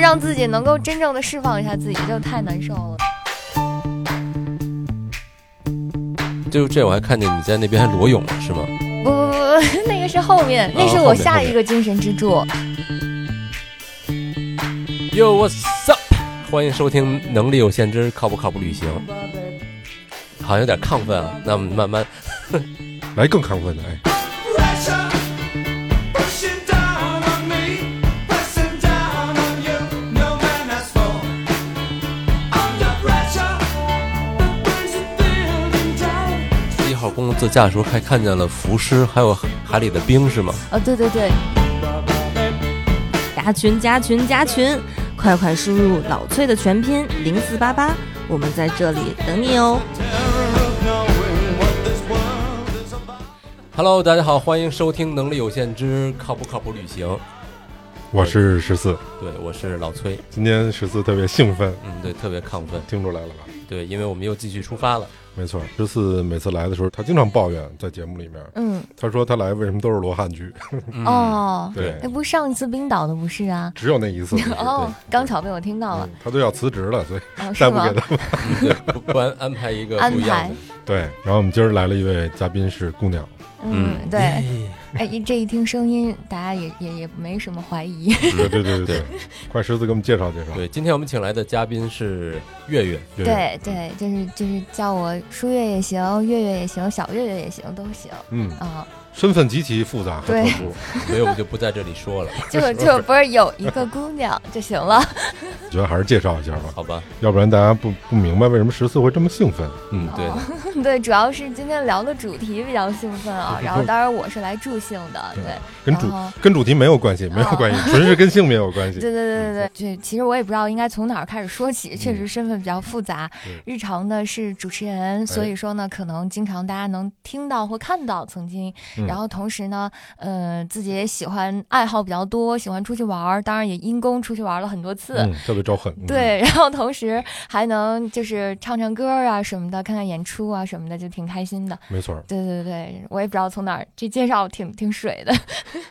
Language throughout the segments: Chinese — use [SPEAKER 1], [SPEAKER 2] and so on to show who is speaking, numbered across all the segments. [SPEAKER 1] 让自己能够真正的释放一下自己，就太难受了。
[SPEAKER 2] 就这，我还看见你在那边还裸泳了，是吗？
[SPEAKER 1] 不不不， 那个是后面，那是我下一个精神支柱。
[SPEAKER 2] Yo what's up？欢迎收听《能力有限之靠不靠谱旅行》，好像有点亢奋啊。那我们慢慢，
[SPEAKER 3] 来更亢奋的，哎，
[SPEAKER 2] 一号公路自驾的时候还看见了浮尸，还有海里的冰，是吗？
[SPEAKER 1] 哦，对对对，
[SPEAKER 4] 加群加群加群，快快输入老崔的全拼零四八八，我们在这里等你哦。
[SPEAKER 2] Hello，大家好，欢迎收听《能力有限之靠不靠谱旅行》。
[SPEAKER 3] 我是十四，
[SPEAKER 2] 对，我是老崔，
[SPEAKER 3] 今天十四特别兴奋，
[SPEAKER 2] 嗯，对，特别亢奋，
[SPEAKER 3] 听出来了吧？
[SPEAKER 2] 对，因为我们又继续出发了。
[SPEAKER 3] 没错，十四每次来的时候，他经常抱怨在节目里面，
[SPEAKER 1] 嗯，
[SPEAKER 3] 他说他来为什么都是罗汉剧，
[SPEAKER 2] 嗯，
[SPEAKER 1] 哦，
[SPEAKER 3] 对
[SPEAKER 1] 那，不是上一次冰岛的不是啊？
[SPEAKER 3] 只有那一次，
[SPEAKER 1] 哦
[SPEAKER 3] 对，
[SPEAKER 1] 刚巧被我听到了
[SPEAKER 3] 嗯，他都要辞职了，所以
[SPEAKER 1] 哦，
[SPEAKER 3] 再
[SPEAKER 1] 是
[SPEAKER 3] 不
[SPEAKER 1] 吗
[SPEAKER 3] 给？他们
[SPEAKER 2] 对，不不然安排一个
[SPEAKER 1] 安
[SPEAKER 2] 不一样
[SPEAKER 1] 排
[SPEAKER 2] 的。
[SPEAKER 3] 对。然后我们今儿来了一位嘉宾是 姑娘，
[SPEAKER 1] 嗯，对，哎，一这一听声音，大家也也也没什么怀疑。
[SPEAKER 3] 对对对对对
[SPEAKER 2] 对，
[SPEAKER 3] 快十四给我们介绍介绍，
[SPEAKER 2] 对，今天我们请来的嘉宾是月月，
[SPEAKER 3] 对
[SPEAKER 1] 对对，就是就是叫我舒月也行，月月也行，小月月也行，都行
[SPEAKER 3] 嗯，
[SPEAKER 1] 啊、
[SPEAKER 3] 身份极其复杂和特
[SPEAKER 1] 对
[SPEAKER 3] 殊，
[SPEAKER 2] 所以我们就不在这里说了，
[SPEAKER 1] 就就不是有一个姑娘就行了。
[SPEAKER 3] 我觉得还是介绍一下吧，
[SPEAKER 2] 好吧？
[SPEAKER 3] 要不然大家不不明白为什么十四会这么兴奋。
[SPEAKER 2] 嗯，对
[SPEAKER 1] 哦
[SPEAKER 2] 的，
[SPEAKER 1] 对，主要是今天聊的主题比较兴奋啊，然后当然我是来助兴的，
[SPEAKER 3] 对啊
[SPEAKER 1] 对，
[SPEAKER 3] 跟
[SPEAKER 1] 然
[SPEAKER 3] 主
[SPEAKER 1] 后哦
[SPEAKER 3] 跟主题没有关系，没有关系，纯是跟性没有关
[SPEAKER 1] 对
[SPEAKER 3] 系。
[SPEAKER 1] 对对对对，这其实我也不知道应该从哪儿开始说起，确
[SPEAKER 3] 嗯
[SPEAKER 1] 实身份比较复杂。日常呢是主持
[SPEAKER 3] 哎
[SPEAKER 1] 人，所以说呢，可能经常大家能听到或看到曾经，
[SPEAKER 3] 嗯
[SPEAKER 1] 然后同时呢，呃，自己也喜欢爱好比较多，喜欢出去玩儿，当然也因公出去玩了很多次。
[SPEAKER 3] 嗯，特别招恨。嗯，
[SPEAKER 1] 对，然后同时还能就是唱唱歌啊什么的，看看演出啊什么的，就挺开心的。
[SPEAKER 3] 没错儿。
[SPEAKER 1] 对对对，我也不知道从哪儿，这介绍挺挺水的，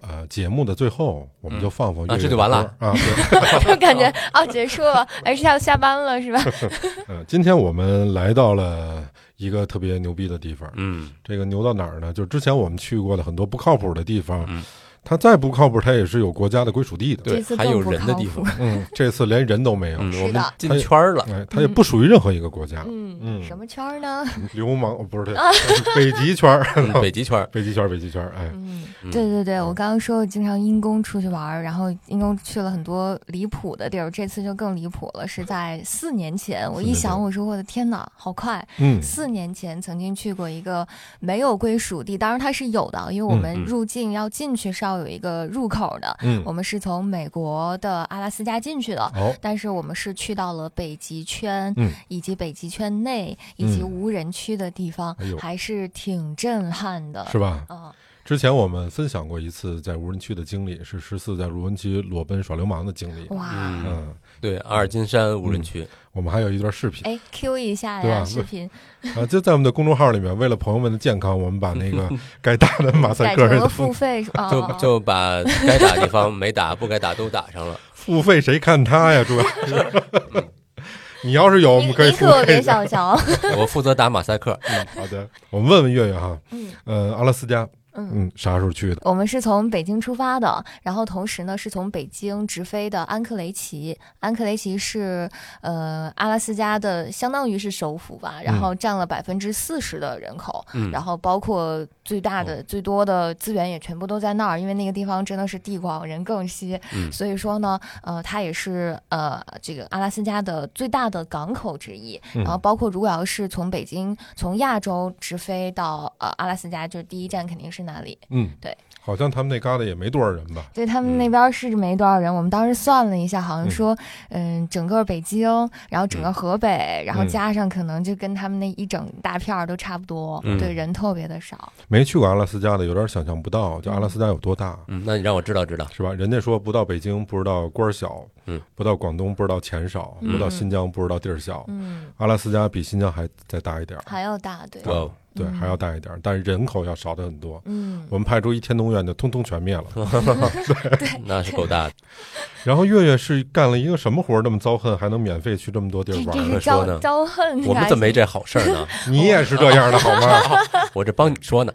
[SPEAKER 3] 呃，节目的最后我们就放放
[SPEAKER 2] 嗯
[SPEAKER 3] 乐乐
[SPEAKER 2] 啊这就完了
[SPEAKER 3] 的歌啊。对，
[SPEAKER 1] 就感觉啊结束了，哎下下班了是吧？
[SPEAKER 3] 呃，今天我们来到了一个特别牛逼的地方。
[SPEAKER 2] 嗯，
[SPEAKER 3] 这个牛到哪儿呢？就是之前我们去过的很多不靠谱的地方，它再不靠谱，它也是有国家的归属地的。
[SPEAKER 2] 嗯对
[SPEAKER 1] 这次，
[SPEAKER 2] 还有
[SPEAKER 1] 更不
[SPEAKER 2] 人的
[SPEAKER 1] 靠
[SPEAKER 2] 地
[SPEAKER 1] 谱
[SPEAKER 2] 方，
[SPEAKER 3] 嗯，这次连人都没有，
[SPEAKER 2] 嗯，
[SPEAKER 1] 是
[SPEAKER 2] 我们
[SPEAKER 1] 的
[SPEAKER 2] 进圈儿了，
[SPEAKER 3] 哎，它也不属于任何一个国家。
[SPEAKER 1] 嗯，
[SPEAKER 3] 嗯
[SPEAKER 1] 什么圈儿呢？
[SPEAKER 3] 流氓哦 不是对，北极圈儿，
[SPEAKER 2] 嗯北极圈儿，
[SPEAKER 3] 北极圈儿，北极圈儿，哎，
[SPEAKER 1] 嗯，
[SPEAKER 2] 嗯
[SPEAKER 1] 对对对，我刚刚说我经常因公出去玩儿，然后因公去了很多离谱的地儿，这次就更离谱了，是在四年前。我一想，我说我的天哪，好快！
[SPEAKER 3] 嗯，
[SPEAKER 1] 四年前曾经去过一个没有归属地，当然它是有的，因为我们
[SPEAKER 2] 嗯嗯
[SPEAKER 1] 入境要进去是要有一个入口的，
[SPEAKER 3] 嗯
[SPEAKER 1] 我们是从美国的阿拉斯加进去的。
[SPEAKER 3] 好，
[SPEAKER 1] 但是我们是去到了北极圈，
[SPEAKER 3] 嗯
[SPEAKER 1] 以及北极圈内以及
[SPEAKER 3] 嗯
[SPEAKER 1] 无人区的地方，
[SPEAKER 3] 哎呦
[SPEAKER 1] 还是挺震撼的。
[SPEAKER 3] 嗯是吧？
[SPEAKER 1] 啊，
[SPEAKER 3] 之前我们分享过一次在无人区的经历，是十四在无人区裸奔耍流氓的经历。
[SPEAKER 1] 哇，
[SPEAKER 2] 嗯，
[SPEAKER 3] 嗯，
[SPEAKER 2] 对，阿尔金山无人区，
[SPEAKER 3] 我们还有一段视频
[SPEAKER 1] 哎，Q 一下
[SPEAKER 3] 对吧
[SPEAKER 1] 呀，视频
[SPEAKER 3] 啊，就在我们的公众号里面。为了朋友们的健康，我们把 那个该打的马赛
[SPEAKER 1] 改
[SPEAKER 3] 克
[SPEAKER 1] 成
[SPEAKER 3] 儿
[SPEAKER 1] 了
[SPEAKER 3] 的
[SPEAKER 1] 付费是 吧？哦
[SPEAKER 2] 就就把该打地方没打，不该打都打 上了。
[SPEAKER 3] 付费，谁看他呀？主要是
[SPEAKER 1] 嗯
[SPEAKER 3] 你要是有，我
[SPEAKER 1] 你
[SPEAKER 3] 们可以
[SPEAKER 1] 你
[SPEAKER 3] 付
[SPEAKER 1] 可
[SPEAKER 3] 费
[SPEAKER 1] 别啊
[SPEAKER 3] 一下。
[SPEAKER 1] 想瞧，
[SPEAKER 2] 我负责打马赛克，
[SPEAKER 3] 好的，我们问问月月哈，
[SPEAKER 1] 嗯
[SPEAKER 3] 呃，阿拉斯加，
[SPEAKER 1] 嗯。
[SPEAKER 3] 嗯，啥时候去的？
[SPEAKER 1] 我们是从北京出发的，然后同时呢是从北京直飞的安克雷奇。安克雷奇是呃阿拉斯加的相当于是首府吧，然后占了百分之四十的人口，
[SPEAKER 2] 嗯
[SPEAKER 1] 然后包括最大的、最多的资源也全部都在那儿，因为那个地方真的是地广人更稀，
[SPEAKER 2] 嗯
[SPEAKER 1] 所以说呢，呃，它也是呃这个阿拉斯加的最大的港口之一。
[SPEAKER 3] 嗯
[SPEAKER 1] 然后包括如果要是从北京从亚洲直飞到呃阿拉斯加，就是第一站肯定是那里。
[SPEAKER 3] 嗯，
[SPEAKER 1] 对，
[SPEAKER 3] 好像他们那旮瘩也没多少人吧？
[SPEAKER 1] 对他
[SPEAKER 2] 嗯
[SPEAKER 1] 们那边是没多少人，我们当时算了一下，好像说，嗯、整个北京，然后整个河北，然后
[SPEAKER 3] 嗯
[SPEAKER 1] 加上可能就跟他们那一整大片儿都差不多，
[SPEAKER 2] 嗯
[SPEAKER 1] 对，人特别的少。
[SPEAKER 3] 没去过阿拉斯加的，有点想象不到，就阿拉斯加有多大。啊
[SPEAKER 2] 嗯，那你让我知道知道，
[SPEAKER 3] 是吧？人家说不到北京不知道官儿小，
[SPEAKER 2] 嗯，
[SPEAKER 3] 不到广东不知道钱少，
[SPEAKER 1] 嗯
[SPEAKER 3] 不到新疆不知道地儿小。
[SPEAKER 1] 嗯，
[SPEAKER 3] 阿拉斯加比新疆还再大一点儿，
[SPEAKER 1] 还要大，对，
[SPEAKER 2] 我
[SPEAKER 3] 对，还要大一点儿，但是人口要少的很多。
[SPEAKER 1] 嗯，
[SPEAKER 3] 我们派出一天动院的，通通全灭了。
[SPEAKER 2] 那是够 大的。
[SPEAKER 3] 然后月月是干了一个什么活儿那么遭恨，还能免费去这么多地儿
[SPEAKER 1] 这
[SPEAKER 3] 玩
[SPEAKER 1] 这
[SPEAKER 3] 儿？
[SPEAKER 1] 是
[SPEAKER 2] 说
[SPEAKER 1] 招
[SPEAKER 2] 呢
[SPEAKER 1] 招恨，啊
[SPEAKER 2] 我们怎么没？这好事儿呢？
[SPEAKER 3] 你也是这样的好吗？嗯
[SPEAKER 2] 我这帮你 说呢。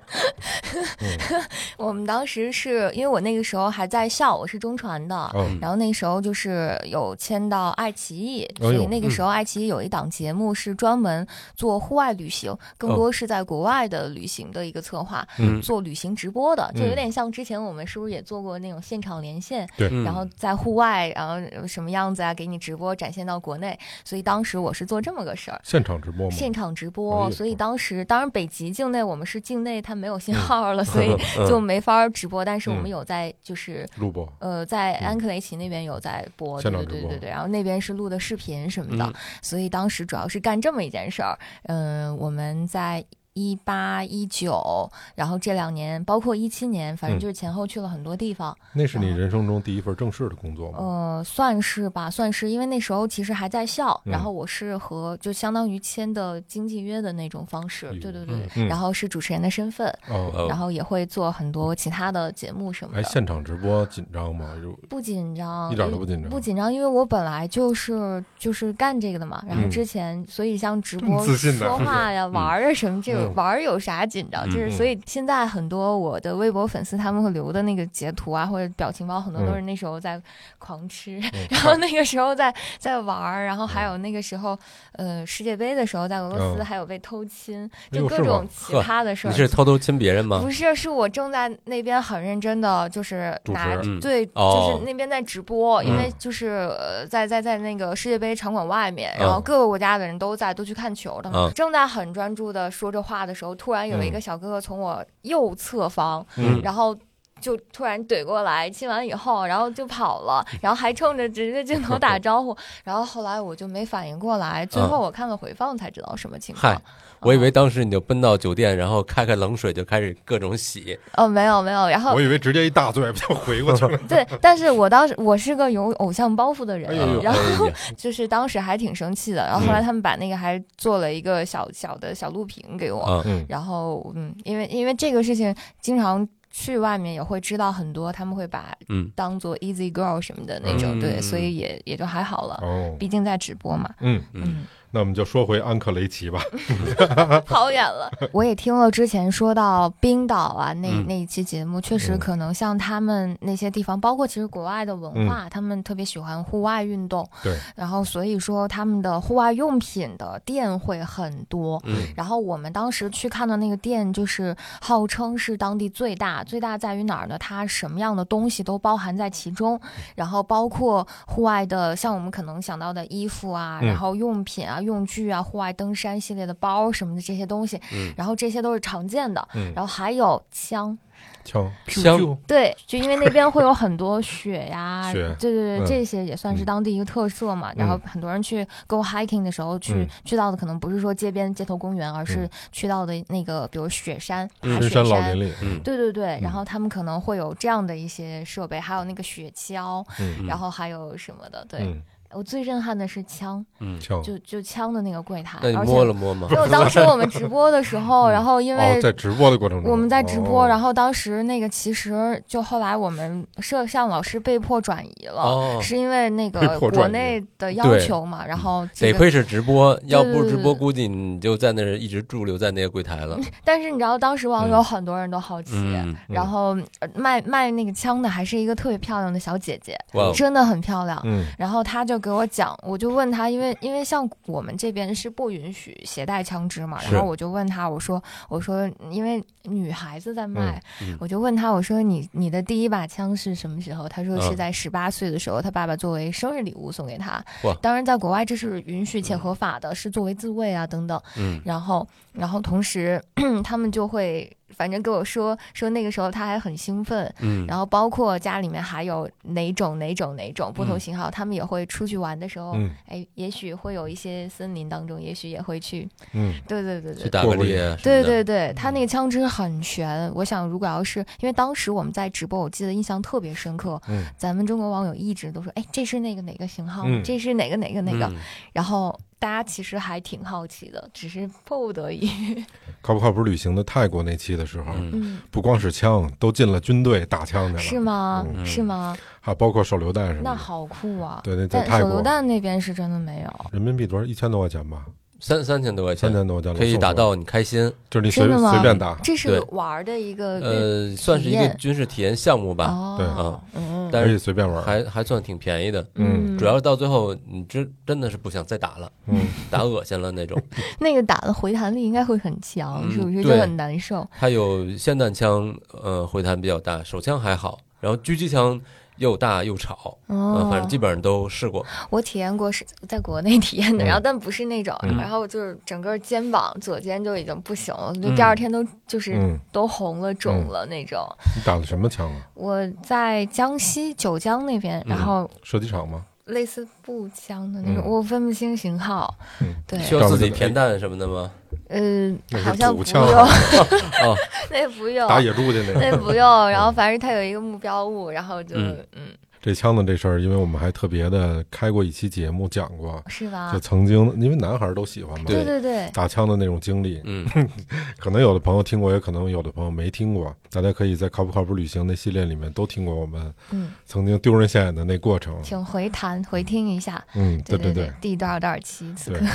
[SPEAKER 1] 我们当时是因为我那个时候还在校，我是中传的，
[SPEAKER 2] 哦
[SPEAKER 3] 嗯，
[SPEAKER 1] 然后那时候就是有签到爱奇艺，
[SPEAKER 2] 哦
[SPEAKER 3] 哎
[SPEAKER 1] 所
[SPEAKER 3] 呦
[SPEAKER 1] 以
[SPEAKER 2] 嗯
[SPEAKER 1] 那个时候爱奇艺有一档节目是专门做户外旅行，
[SPEAKER 2] 哦
[SPEAKER 1] 更多是在国外的旅行的一个策划，
[SPEAKER 2] 嗯，
[SPEAKER 1] 做旅行直播的，就
[SPEAKER 3] 嗯
[SPEAKER 1] 有点像之前我们是不是也做过那种现场连线，
[SPEAKER 2] 嗯
[SPEAKER 1] 然后在户外，然后呃什么样子啊，给你直播展现到国内。所以当时我是做这么个事儿。
[SPEAKER 3] 现场直播吗？
[SPEAKER 1] 现场直
[SPEAKER 3] 哎
[SPEAKER 1] 播，
[SPEAKER 3] 呦
[SPEAKER 1] 所以当时当然北极境内我们是境内它没有信号了，所以
[SPEAKER 2] 嗯
[SPEAKER 1] 就没法直播。但是我们
[SPEAKER 3] 嗯
[SPEAKER 1] 有在就是
[SPEAKER 3] 录播。
[SPEAKER 1] 呃，在安克雷奇那边有在播，
[SPEAKER 3] 嗯现
[SPEAKER 1] 对
[SPEAKER 3] 场
[SPEAKER 1] 对
[SPEAKER 3] 直
[SPEAKER 1] 对
[SPEAKER 3] 播
[SPEAKER 1] 对对，然后那边是录的视频什么的，
[SPEAKER 2] 嗯
[SPEAKER 1] 所以当时主要是干这么一件事儿。嗯、我们在一八一九，然后这两年包括一七年，反正
[SPEAKER 3] 嗯
[SPEAKER 1] 就是前后去了很多地方。
[SPEAKER 3] 那是你人生中第一份正式的工作吗？
[SPEAKER 1] 呃，算是吧，算是，因为那时候其实还在校，
[SPEAKER 3] 嗯
[SPEAKER 1] 然后我是和就相当于签的经纪约的那种方式，
[SPEAKER 3] 哎呦
[SPEAKER 1] 对对对，
[SPEAKER 3] 嗯
[SPEAKER 1] 然后是主持人的身份。
[SPEAKER 3] 哦，
[SPEAKER 2] 哦
[SPEAKER 1] 然后也会做很多其他的节目什么
[SPEAKER 3] 哎，
[SPEAKER 1] 的，
[SPEAKER 3] 现场直播紧张吗？有
[SPEAKER 1] 不紧张，
[SPEAKER 3] 一点都
[SPEAKER 1] 因
[SPEAKER 3] 不紧张，
[SPEAKER 1] 哦不紧张，因为我本来就是就是干这个的嘛。然后
[SPEAKER 3] 嗯
[SPEAKER 1] 之前，所以像直
[SPEAKER 3] 这
[SPEAKER 1] 播
[SPEAKER 3] 么、自信的
[SPEAKER 1] 说话呀、玩儿啊什么，这个、
[SPEAKER 3] 嗯
[SPEAKER 1] 玩儿有啥紧张？就
[SPEAKER 2] 嗯
[SPEAKER 1] 是
[SPEAKER 3] 嗯
[SPEAKER 1] 所以现在很多我的微博粉丝他们会留的那个截图啊，或者表情包，很多
[SPEAKER 3] 嗯
[SPEAKER 1] 都是那时候在狂 吃，
[SPEAKER 3] 嗯
[SPEAKER 1] 然后那个时候在在玩儿，然后还有那个时候、呃世界杯的时候在俄罗斯
[SPEAKER 3] 嗯
[SPEAKER 1] 还有被偷亲，
[SPEAKER 3] 哎
[SPEAKER 1] 就
[SPEAKER 3] 呦
[SPEAKER 1] 各
[SPEAKER 3] 是吗
[SPEAKER 1] 种奇
[SPEAKER 2] 呵
[SPEAKER 1] 葩的事
[SPEAKER 2] 你
[SPEAKER 1] 儿。
[SPEAKER 2] 是偷偷亲别人吗
[SPEAKER 1] 不？是，是我正在那边很认真的，就是
[SPEAKER 3] 主
[SPEAKER 1] 拿
[SPEAKER 3] 持
[SPEAKER 2] 嗯
[SPEAKER 1] 对，
[SPEAKER 2] 哦
[SPEAKER 1] 就是那边在直播，因为
[SPEAKER 3] 嗯
[SPEAKER 1] 就是呃在在在那个世界杯场馆外面，然后
[SPEAKER 2] 嗯
[SPEAKER 1] 各个国家的人都在都去看球的嘛
[SPEAKER 2] 嗯。
[SPEAKER 1] 正在很专注的说着话的时候，突然有一个小哥哥从我右侧方，
[SPEAKER 2] 嗯
[SPEAKER 1] 然后。就突然怼过来，亲完以后，然后就跑了，然后还冲着直接镜头打招呼，然后后来我就没反应过来，最
[SPEAKER 2] 嗯
[SPEAKER 1] 后我看了回放才知道什么情况
[SPEAKER 2] 嗨。，我以为当时你就奔到酒店，然后开开冷水就开始各种洗。
[SPEAKER 1] 哦，没有没有，然后
[SPEAKER 3] 我以为直接一大嘴巴就回过去了。
[SPEAKER 1] 对，但是我当时我是个有偶像包袱的人，
[SPEAKER 3] 哎呦嗯
[SPEAKER 1] 然后
[SPEAKER 2] 后
[SPEAKER 1] 就是当时还挺生气的，然后后来他们把那个还做了一个小小的小录屏给我，
[SPEAKER 2] 啊，
[SPEAKER 3] 嗯，
[SPEAKER 1] 然后嗯，因为因为这个事情经常。去外面也会知道很多，他们会把
[SPEAKER 2] 嗯
[SPEAKER 1] 当做 easy girl 什么的那种，
[SPEAKER 2] 嗯
[SPEAKER 1] 对，
[SPEAKER 2] 嗯
[SPEAKER 1] 所以也也就还好了，
[SPEAKER 3] 哦，
[SPEAKER 1] 毕竟在直播嘛。
[SPEAKER 3] 嗯，
[SPEAKER 2] 嗯
[SPEAKER 3] 那我们就说回安克雷奇吧。
[SPEAKER 1] 嗯跑远了。 我也听了之前说到冰岛啊，那、
[SPEAKER 2] 嗯
[SPEAKER 1] 那一期节目，确实
[SPEAKER 3] 嗯
[SPEAKER 1] 可能像他们那些地方，包括其实国外的文化，他们特别喜欢户外运动，
[SPEAKER 3] 嗯对，
[SPEAKER 1] 然后所以说他们的户外用品的店会很多。
[SPEAKER 2] 嗯
[SPEAKER 1] 然后我们当时去看的那个店，就是号称是当地最大，最大在于哪儿呢？它什么样的东西都包含在其中，然后包括户外的，像我们可能想到的衣服啊，
[SPEAKER 3] 嗯
[SPEAKER 1] 然后用品啊、用具啊，户外登山系列的包什么的这些东西，
[SPEAKER 2] 嗯，
[SPEAKER 1] 然后这些都是常见的。
[SPEAKER 3] 嗯，
[SPEAKER 1] 然后还有枪，
[SPEAKER 3] 枪，
[SPEAKER 2] 枪
[SPEAKER 1] 对，就因为那边会有很多雪呀
[SPEAKER 3] 雪
[SPEAKER 1] 对对
[SPEAKER 3] 嗯
[SPEAKER 1] 对，这些也算是当地一个特色嘛。然后很多人去 go hiking 的时候，去
[SPEAKER 3] 嗯
[SPEAKER 1] 去到的可能不是说街边街头公园，而是去到的那个，比如雪山、
[SPEAKER 2] 嗯
[SPEAKER 1] 爬
[SPEAKER 3] 深
[SPEAKER 1] 雪
[SPEAKER 3] 山老林里，
[SPEAKER 2] 嗯
[SPEAKER 1] 对对对，然后他们可能会有这样的一些设备，还有那个雪橇，
[SPEAKER 3] 嗯
[SPEAKER 1] 然后还有什么的。对
[SPEAKER 3] 嗯，
[SPEAKER 1] 我最震撼的是枪，
[SPEAKER 2] 嗯，
[SPEAKER 3] 枪
[SPEAKER 1] 就就枪的那个柜台，
[SPEAKER 2] 那你
[SPEAKER 1] 而且
[SPEAKER 2] 摸了摸吗嗯
[SPEAKER 1] 因？为当时我们直播的时 候，然后因为
[SPEAKER 3] 哦，在直播的过程中，
[SPEAKER 1] 我们在直播，
[SPEAKER 3] 哦
[SPEAKER 1] 然后当时那个其实就后来我们摄像老师被迫转移了，
[SPEAKER 2] 哦
[SPEAKER 1] 是因为那
[SPEAKER 3] 被
[SPEAKER 1] 个
[SPEAKER 3] 迫转
[SPEAKER 1] 国
[SPEAKER 3] 移
[SPEAKER 1] 内的要
[SPEAKER 2] 对嗯
[SPEAKER 1] 求嘛，然后、这
[SPEAKER 2] 得
[SPEAKER 1] 个、
[SPEAKER 2] 亏是直播，要不是直
[SPEAKER 1] 对
[SPEAKER 2] 播，
[SPEAKER 1] 对对
[SPEAKER 2] 估计你就在那儿一直驻留在那个柜台了。
[SPEAKER 1] 但是你知道当时网友很多人都好奇。
[SPEAKER 2] 嗯，
[SPEAKER 1] 然后呃卖卖那个枪的还是一个特别漂亮的小姐姐，
[SPEAKER 2] 哇哦，
[SPEAKER 1] 真的很漂亮。
[SPEAKER 3] 嗯
[SPEAKER 1] 然后她就给我讲，我就问她，因为因为像我们这边是不允许携带枪支嘛，
[SPEAKER 2] 是
[SPEAKER 1] 然后我就问她，我说我说因为女孩子在卖，
[SPEAKER 2] 嗯嗯
[SPEAKER 1] 我就问她，我说你你的第一把枪是什么时候？她说是
[SPEAKER 2] 嗯
[SPEAKER 1] 在十八岁的时候，她爸爸作为生日礼物送给她
[SPEAKER 2] 哇。
[SPEAKER 1] 当然，在国外这是允许且合法的，是作为自卫啊等等。
[SPEAKER 2] 嗯
[SPEAKER 1] 然后，然后同时 他们就会，反正跟我说说那个时候他还很兴奋，
[SPEAKER 2] 嗯，
[SPEAKER 1] 然后包括家里面还有哪种哪种哪种不同型号，他们也会出去玩的时候，
[SPEAKER 3] 嗯
[SPEAKER 1] 哎，也许会有一些森林当中，也许也会去，
[SPEAKER 3] 嗯，
[SPEAKER 1] 对对对
[SPEAKER 2] 去
[SPEAKER 1] 对。
[SPEAKER 2] 打个猎啊什么
[SPEAKER 1] 对
[SPEAKER 2] 的，
[SPEAKER 1] 对对，他那个枪支很全。我想，如果要是因为当时我们在直播，我记得印象特别深刻。
[SPEAKER 3] 嗯
[SPEAKER 1] 咱们中国网友一直都说，哎，这是那个哪个型号，
[SPEAKER 3] 嗯
[SPEAKER 1] 这是哪个哪个哪个。
[SPEAKER 2] 嗯
[SPEAKER 1] 然后大家其实还挺好奇的，只是迫不得已。
[SPEAKER 3] 靠不靠谱旅行的泰国那期的时候，
[SPEAKER 2] 嗯
[SPEAKER 1] 嗯，
[SPEAKER 3] 不光是枪，都进了军队打枪去了，
[SPEAKER 1] 是吗？
[SPEAKER 2] 嗯
[SPEAKER 1] 是吗？
[SPEAKER 3] 还包括手榴弹什么
[SPEAKER 1] 那
[SPEAKER 3] 的。
[SPEAKER 1] 好酷啊！
[SPEAKER 3] 对对，在
[SPEAKER 1] 但
[SPEAKER 3] 泰
[SPEAKER 1] 手榴
[SPEAKER 3] 国
[SPEAKER 1] 弹那边是真的没有，
[SPEAKER 3] 人民币多少？一千多块钱吧，
[SPEAKER 2] 三三千多块
[SPEAKER 3] 三
[SPEAKER 2] 钱
[SPEAKER 3] 千多块钱
[SPEAKER 2] 可以
[SPEAKER 3] 我搜
[SPEAKER 2] 打
[SPEAKER 3] 过，
[SPEAKER 2] 到你开心，
[SPEAKER 3] 就是你随
[SPEAKER 1] 真的吗
[SPEAKER 3] 随便打。
[SPEAKER 1] 这
[SPEAKER 2] 对
[SPEAKER 1] 是玩儿的一个日
[SPEAKER 2] 呃，算是一个
[SPEAKER 1] 验
[SPEAKER 2] 军事体验项目吧，
[SPEAKER 3] 对
[SPEAKER 1] 哦，嗯
[SPEAKER 2] 但
[SPEAKER 3] 可以
[SPEAKER 2] 是
[SPEAKER 3] 随便玩，
[SPEAKER 2] 还还算挺便宜的。
[SPEAKER 3] 嗯
[SPEAKER 2] 主要是到最后，你真真的是不想再打了，
[SPEAKER 3] 嗯，
[SPEAKER 2] 打恶心了那种。
[SPEAKER 1] 那个打的回弹力应该会很强，
[SPEAKER 2] 嗯
[SPEAKER 1] 是不是就
[SPEAKER 2] 对
[SPEAKER 1] 很难受？
[SPEAKER 2] 它有霰弹枪，呃，回弹比较大，手枪还好，然后狙击枪又大又吵，呃，
[SPEAKER 1] 哦，
[SPEAKER 2] 反正基本上都试过。
[SPEAKER 1] 我体验过是在国内体验的，
[SPEAKER 3] 嗯
[SPEAKER 1] 然后但不是那种，
[SPEAKER 2] 嗯
[SPEAKER 1] 然后就是整个肩膀左肩就已经不行了，就
[SPEAKER 2] 嗯
[SPEAKER 1] 第二天都就是
[SPEAKER 3] 嗯，
[SPEAKER 1] 都红了肿了那种。
[SPEAKER 3] 你打的什么枪啊？
[SPEAKER 1] 我在江西九江那边，
[SPEAKER 2] 嗯
[SPEAKER 1] 然后
[SPEAKER 3] 射击场吗？
[SPEAKER 1] 类似步枪的那种，
[SPEAKER 3] 嗯
[SPEAKER 1] 我分不清型号，
[SPEAKER 3] 嗯
[SPEAKER 1] 对，
[SPEAKER 2] 需要自己填弹什么的吗？
[SPEAKER 1] 呃，
[SPEAKER 3] 那
[SPEAKER 1] 好
[SPEAKER 3] 是
[SPEAKER 1] 像
[SPEAKER 3] 土
[SPEAKER 1] 不
[SPEAKER 3] 枪
[SPEAKER 1] 用，
[SPEAKER 2] 哦，
[SPEAKER 1] 那不用，
[SPEAKER 3] 打野猪去 那
[SPEAKER 1] 那
[SPEAKER 3] 个。
[SPEAKER 1] 不用。然后反正它有一个目标物，然后就
[SPEAKER 2] 嗯
[SPEAKER 1] 嗯，
[SPEAKER 3] 这枪的这事儿，因为我们还特别的开过一期节目讲过，
[SPEAKER 1] 是
[SPEAKER 3] 就
[SPEAKER 1] 吧？
[SPEAKER 3] 曾经因为男孩儿都喜欢嘛，
[SPEAKER 2] 对
[SPEAKER 1] 啊对对，
[SPEAKER 3] 打枪的那种经历，
[SPEAKER 2] 嗯，
[SPEAKER 3] 可能有的朋友听过，也可能有的朋友没听过。大家可以在《靠不靠谱旅行》那系列里面都听过我们
[SPEAKER 1] 嗯，
[SPEAKER 3] 曾经丢人现眼的那过程。
[SPEAKER 1] 请回弹回听一下，
[SPEAKER 3] 嗯，
[SPEAKER 1] 对
[SPEAKER 3] 对
[SPEAKER 1] 对
[SPEAKER 3] 对，，
[SPEAKER 1] 第多少多少期，此
[SPEAKER 3] 对
[SPEAKER 1] 刻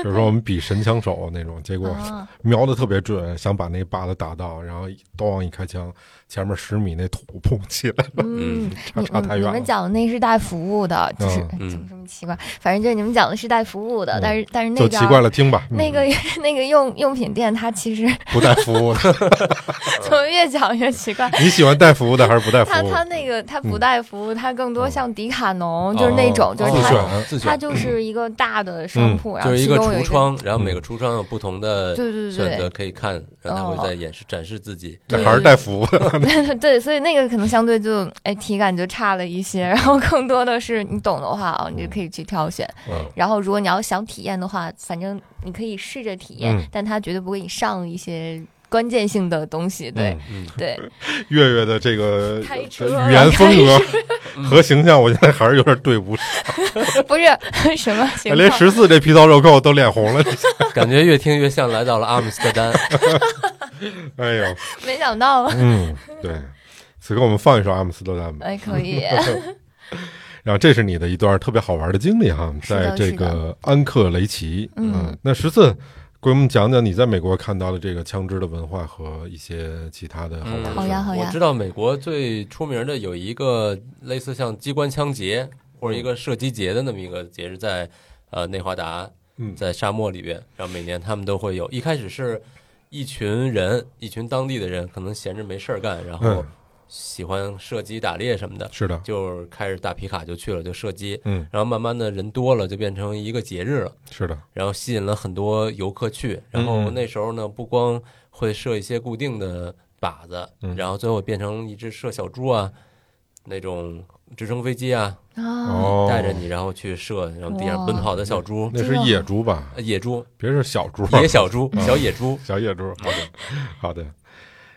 [SPEAKER 3] 比如说我们比神枪手那种，结果
[SPEAKER 1] 啊。
[SPEAKER 3] 瞄的特别准，想把那靶子打到，然后都往一开枪，前面十米那土 砰起来，
[SPEAKER 1] 嗯，你
[SPEAKER 3] 差太
[SPEAKER 1] 你
[SPEAKER 3] 远
[SPEAKER 1] 们
[SPEAKER 3] 了
[SPEAKER 1] 讲的那是带服务的，就是
[SPEAKER 3] 嗯
[SPEAKER 2] 嗯
[SPEAKER 1] 怎么这么奇怪？反正就是你们讲的是带服务的
[SPEAKER 3] 嗯，
[SPEAKER 1] 但是但是那
[SPEAKER 3] 就
[SPEAKER 1] 边
[SPEAKER 3] 奇怪了，听吧，嗯
[SPEAKER 1] 那个 那个用用品店，它其实
[SPEAKER 2] 嗯
[SPEAKER 3] 不带服务的，
[SPEAKER 1] 怎么越讲越奇怪？
[SPEAKER 3] 你喜欢带服务的还是不带服
[SPEAKER 1] 它
[SPEAKER 3] 务？
[SPEAKER 1] 它那个它不
[SPEAKER 3] 嗯
[SPEAKER 1] 带服务，它更多
[SPEAKER 3] 嗯哦
[SPEAKER 1] 像迪卡侬，嗯就是那种就是
[SPEAKER 3] 自
[SPEAKER 1] 它
[SPEAKER 3] 选
[SPEAKER 2] 哦自
[SPEAKER 1] 它
[SPEAKER 2] 选，
[SPEAKER 3] 嗯
[SPEAKER 1] 就是一个大的商铺，然
[SPEAKER 2] 就
[SPEAKER 1] 后
[SPEAKER 2] 是一
[SPEAKER 1] 其
[SPEAKER 2] 个
[SPEAKER 1] 中有
[SPEAKER 2] 橱
[SPEAKER 1] 一个
[SPEAKER 2] 窗，然后每个橱窗有不同的
[SPEAKER 1] 对对哦
[SPEAKER 2] 选择
[SPEAKER 1] 对
[SPEAKER 2] 可以看，然后它会再演示展示自己。
[SPEAKER 3] 那还是带服务的，
[SPEAKER 1] 对 对，所以那个可能相对就哎体感就差了一些，然后更多的是你懂的话啊，你就可以去挑选。
[SPEAKER 3] 嗯
[SPEAKER 1] 然后，如果你要想体验的话，反正你可以试着体验，
[SPEAKER 3] 嗯
[SPEAKER 1] 但它绝对不给你上一些关键性的东西。对、
[SPEAKER 2] 嗯，
[SPEAKER 1] 对，
[SPEAKER 3] 月月的这个
[SPEAKER 1] 开车啊
[SPEAKER 3] 语言风格 和形象，我现在还是有点对不上，
[SPEAKER 1] 不是 什
[SPEAKER 2] 啊
[SPEAKER 1] 么情
[SPEAKER 3] 连
[SPEAKER 1] 况，
[SPEAKER 3] 十四这皮糙肉厚都脸红 了。
[SPEAKER 2] 感觉越听越像来到了阿姆斯特丹。
[SPEAKER 3] 哎呦，
[SPEAKER 1] 没想到 吧？
[SPEAKER 3] 嗯，对。此刻我们放一首《阿姆斯特丹》吧。
[SPEAKER 1] 哎，可 以，
[SPEAKER 3] 然后这是你的一段特别好玩的经历哈，
[SPEAKER 1] 是
[SPEAKER 3] 在
[SPEAKER 1] 的
[SPEAKER 3] 这
[SPEAKER 1] 是
[SPEAKER 3] 个安克雷奇。嗯，那十四，给我们讲讲你在美国看到的这个枪支的文化和一些其他的好玩的
[SPEAKER 2] 嗯
[SPEAKER 1] 好呀好
[SPEAKER 2] 我
[SPEAKER 1] 呀
[SPEAKER 2] 知，道美国最出名的有一个类似像机关枪节或者一个射击节的那么一个节日在，呃内华达
[SPEAKER 3] 嗯，
[SPEAKER 2] 在沙漠里边，然后每年他们都会有。一开始是一群人，一群当地的人，可能闲着没事儿干，然后
[SPEAKER 3] 嗯
[SPEAKER 2] 喜欢射击打猎什么的，
[SPEAKER 3] 是的，
[SPEAKER 2] 就开始打皮卡就去了，就射击。
[SPEAKER 3] 嗯，
[SPEAKER 2] 然后慢慢的人多了，就变成一个节日了，
[SPEAKER 3] 是的，
[SPEAKER 2] 然后吸引了很多游客去。然
[SPEAKER 3] 嗯
[SPEAKER 2] 后那时候呢，不光会射一些固定的靶子，
[SPEAKER 3] 嗯
[SPEAKER 2] 然后最后变成一只射小猪啊，那种直升飞机啊，
[SPEAKER 1] 啊，
[SPEAKER 3] 哦，
[SPEAKER 2] 带着你然后去射，然后地上奔跑的小猪，
[SPEAKER 3] 那嗯是野猪吧？
[SPEAKER 2] 呃野猪，
[SPEAKER 3] 别是小猪，啊
[SPEAKER 2] 野小猪，小野猪。嗯
[SPEAKER 3] 小野猪。好的，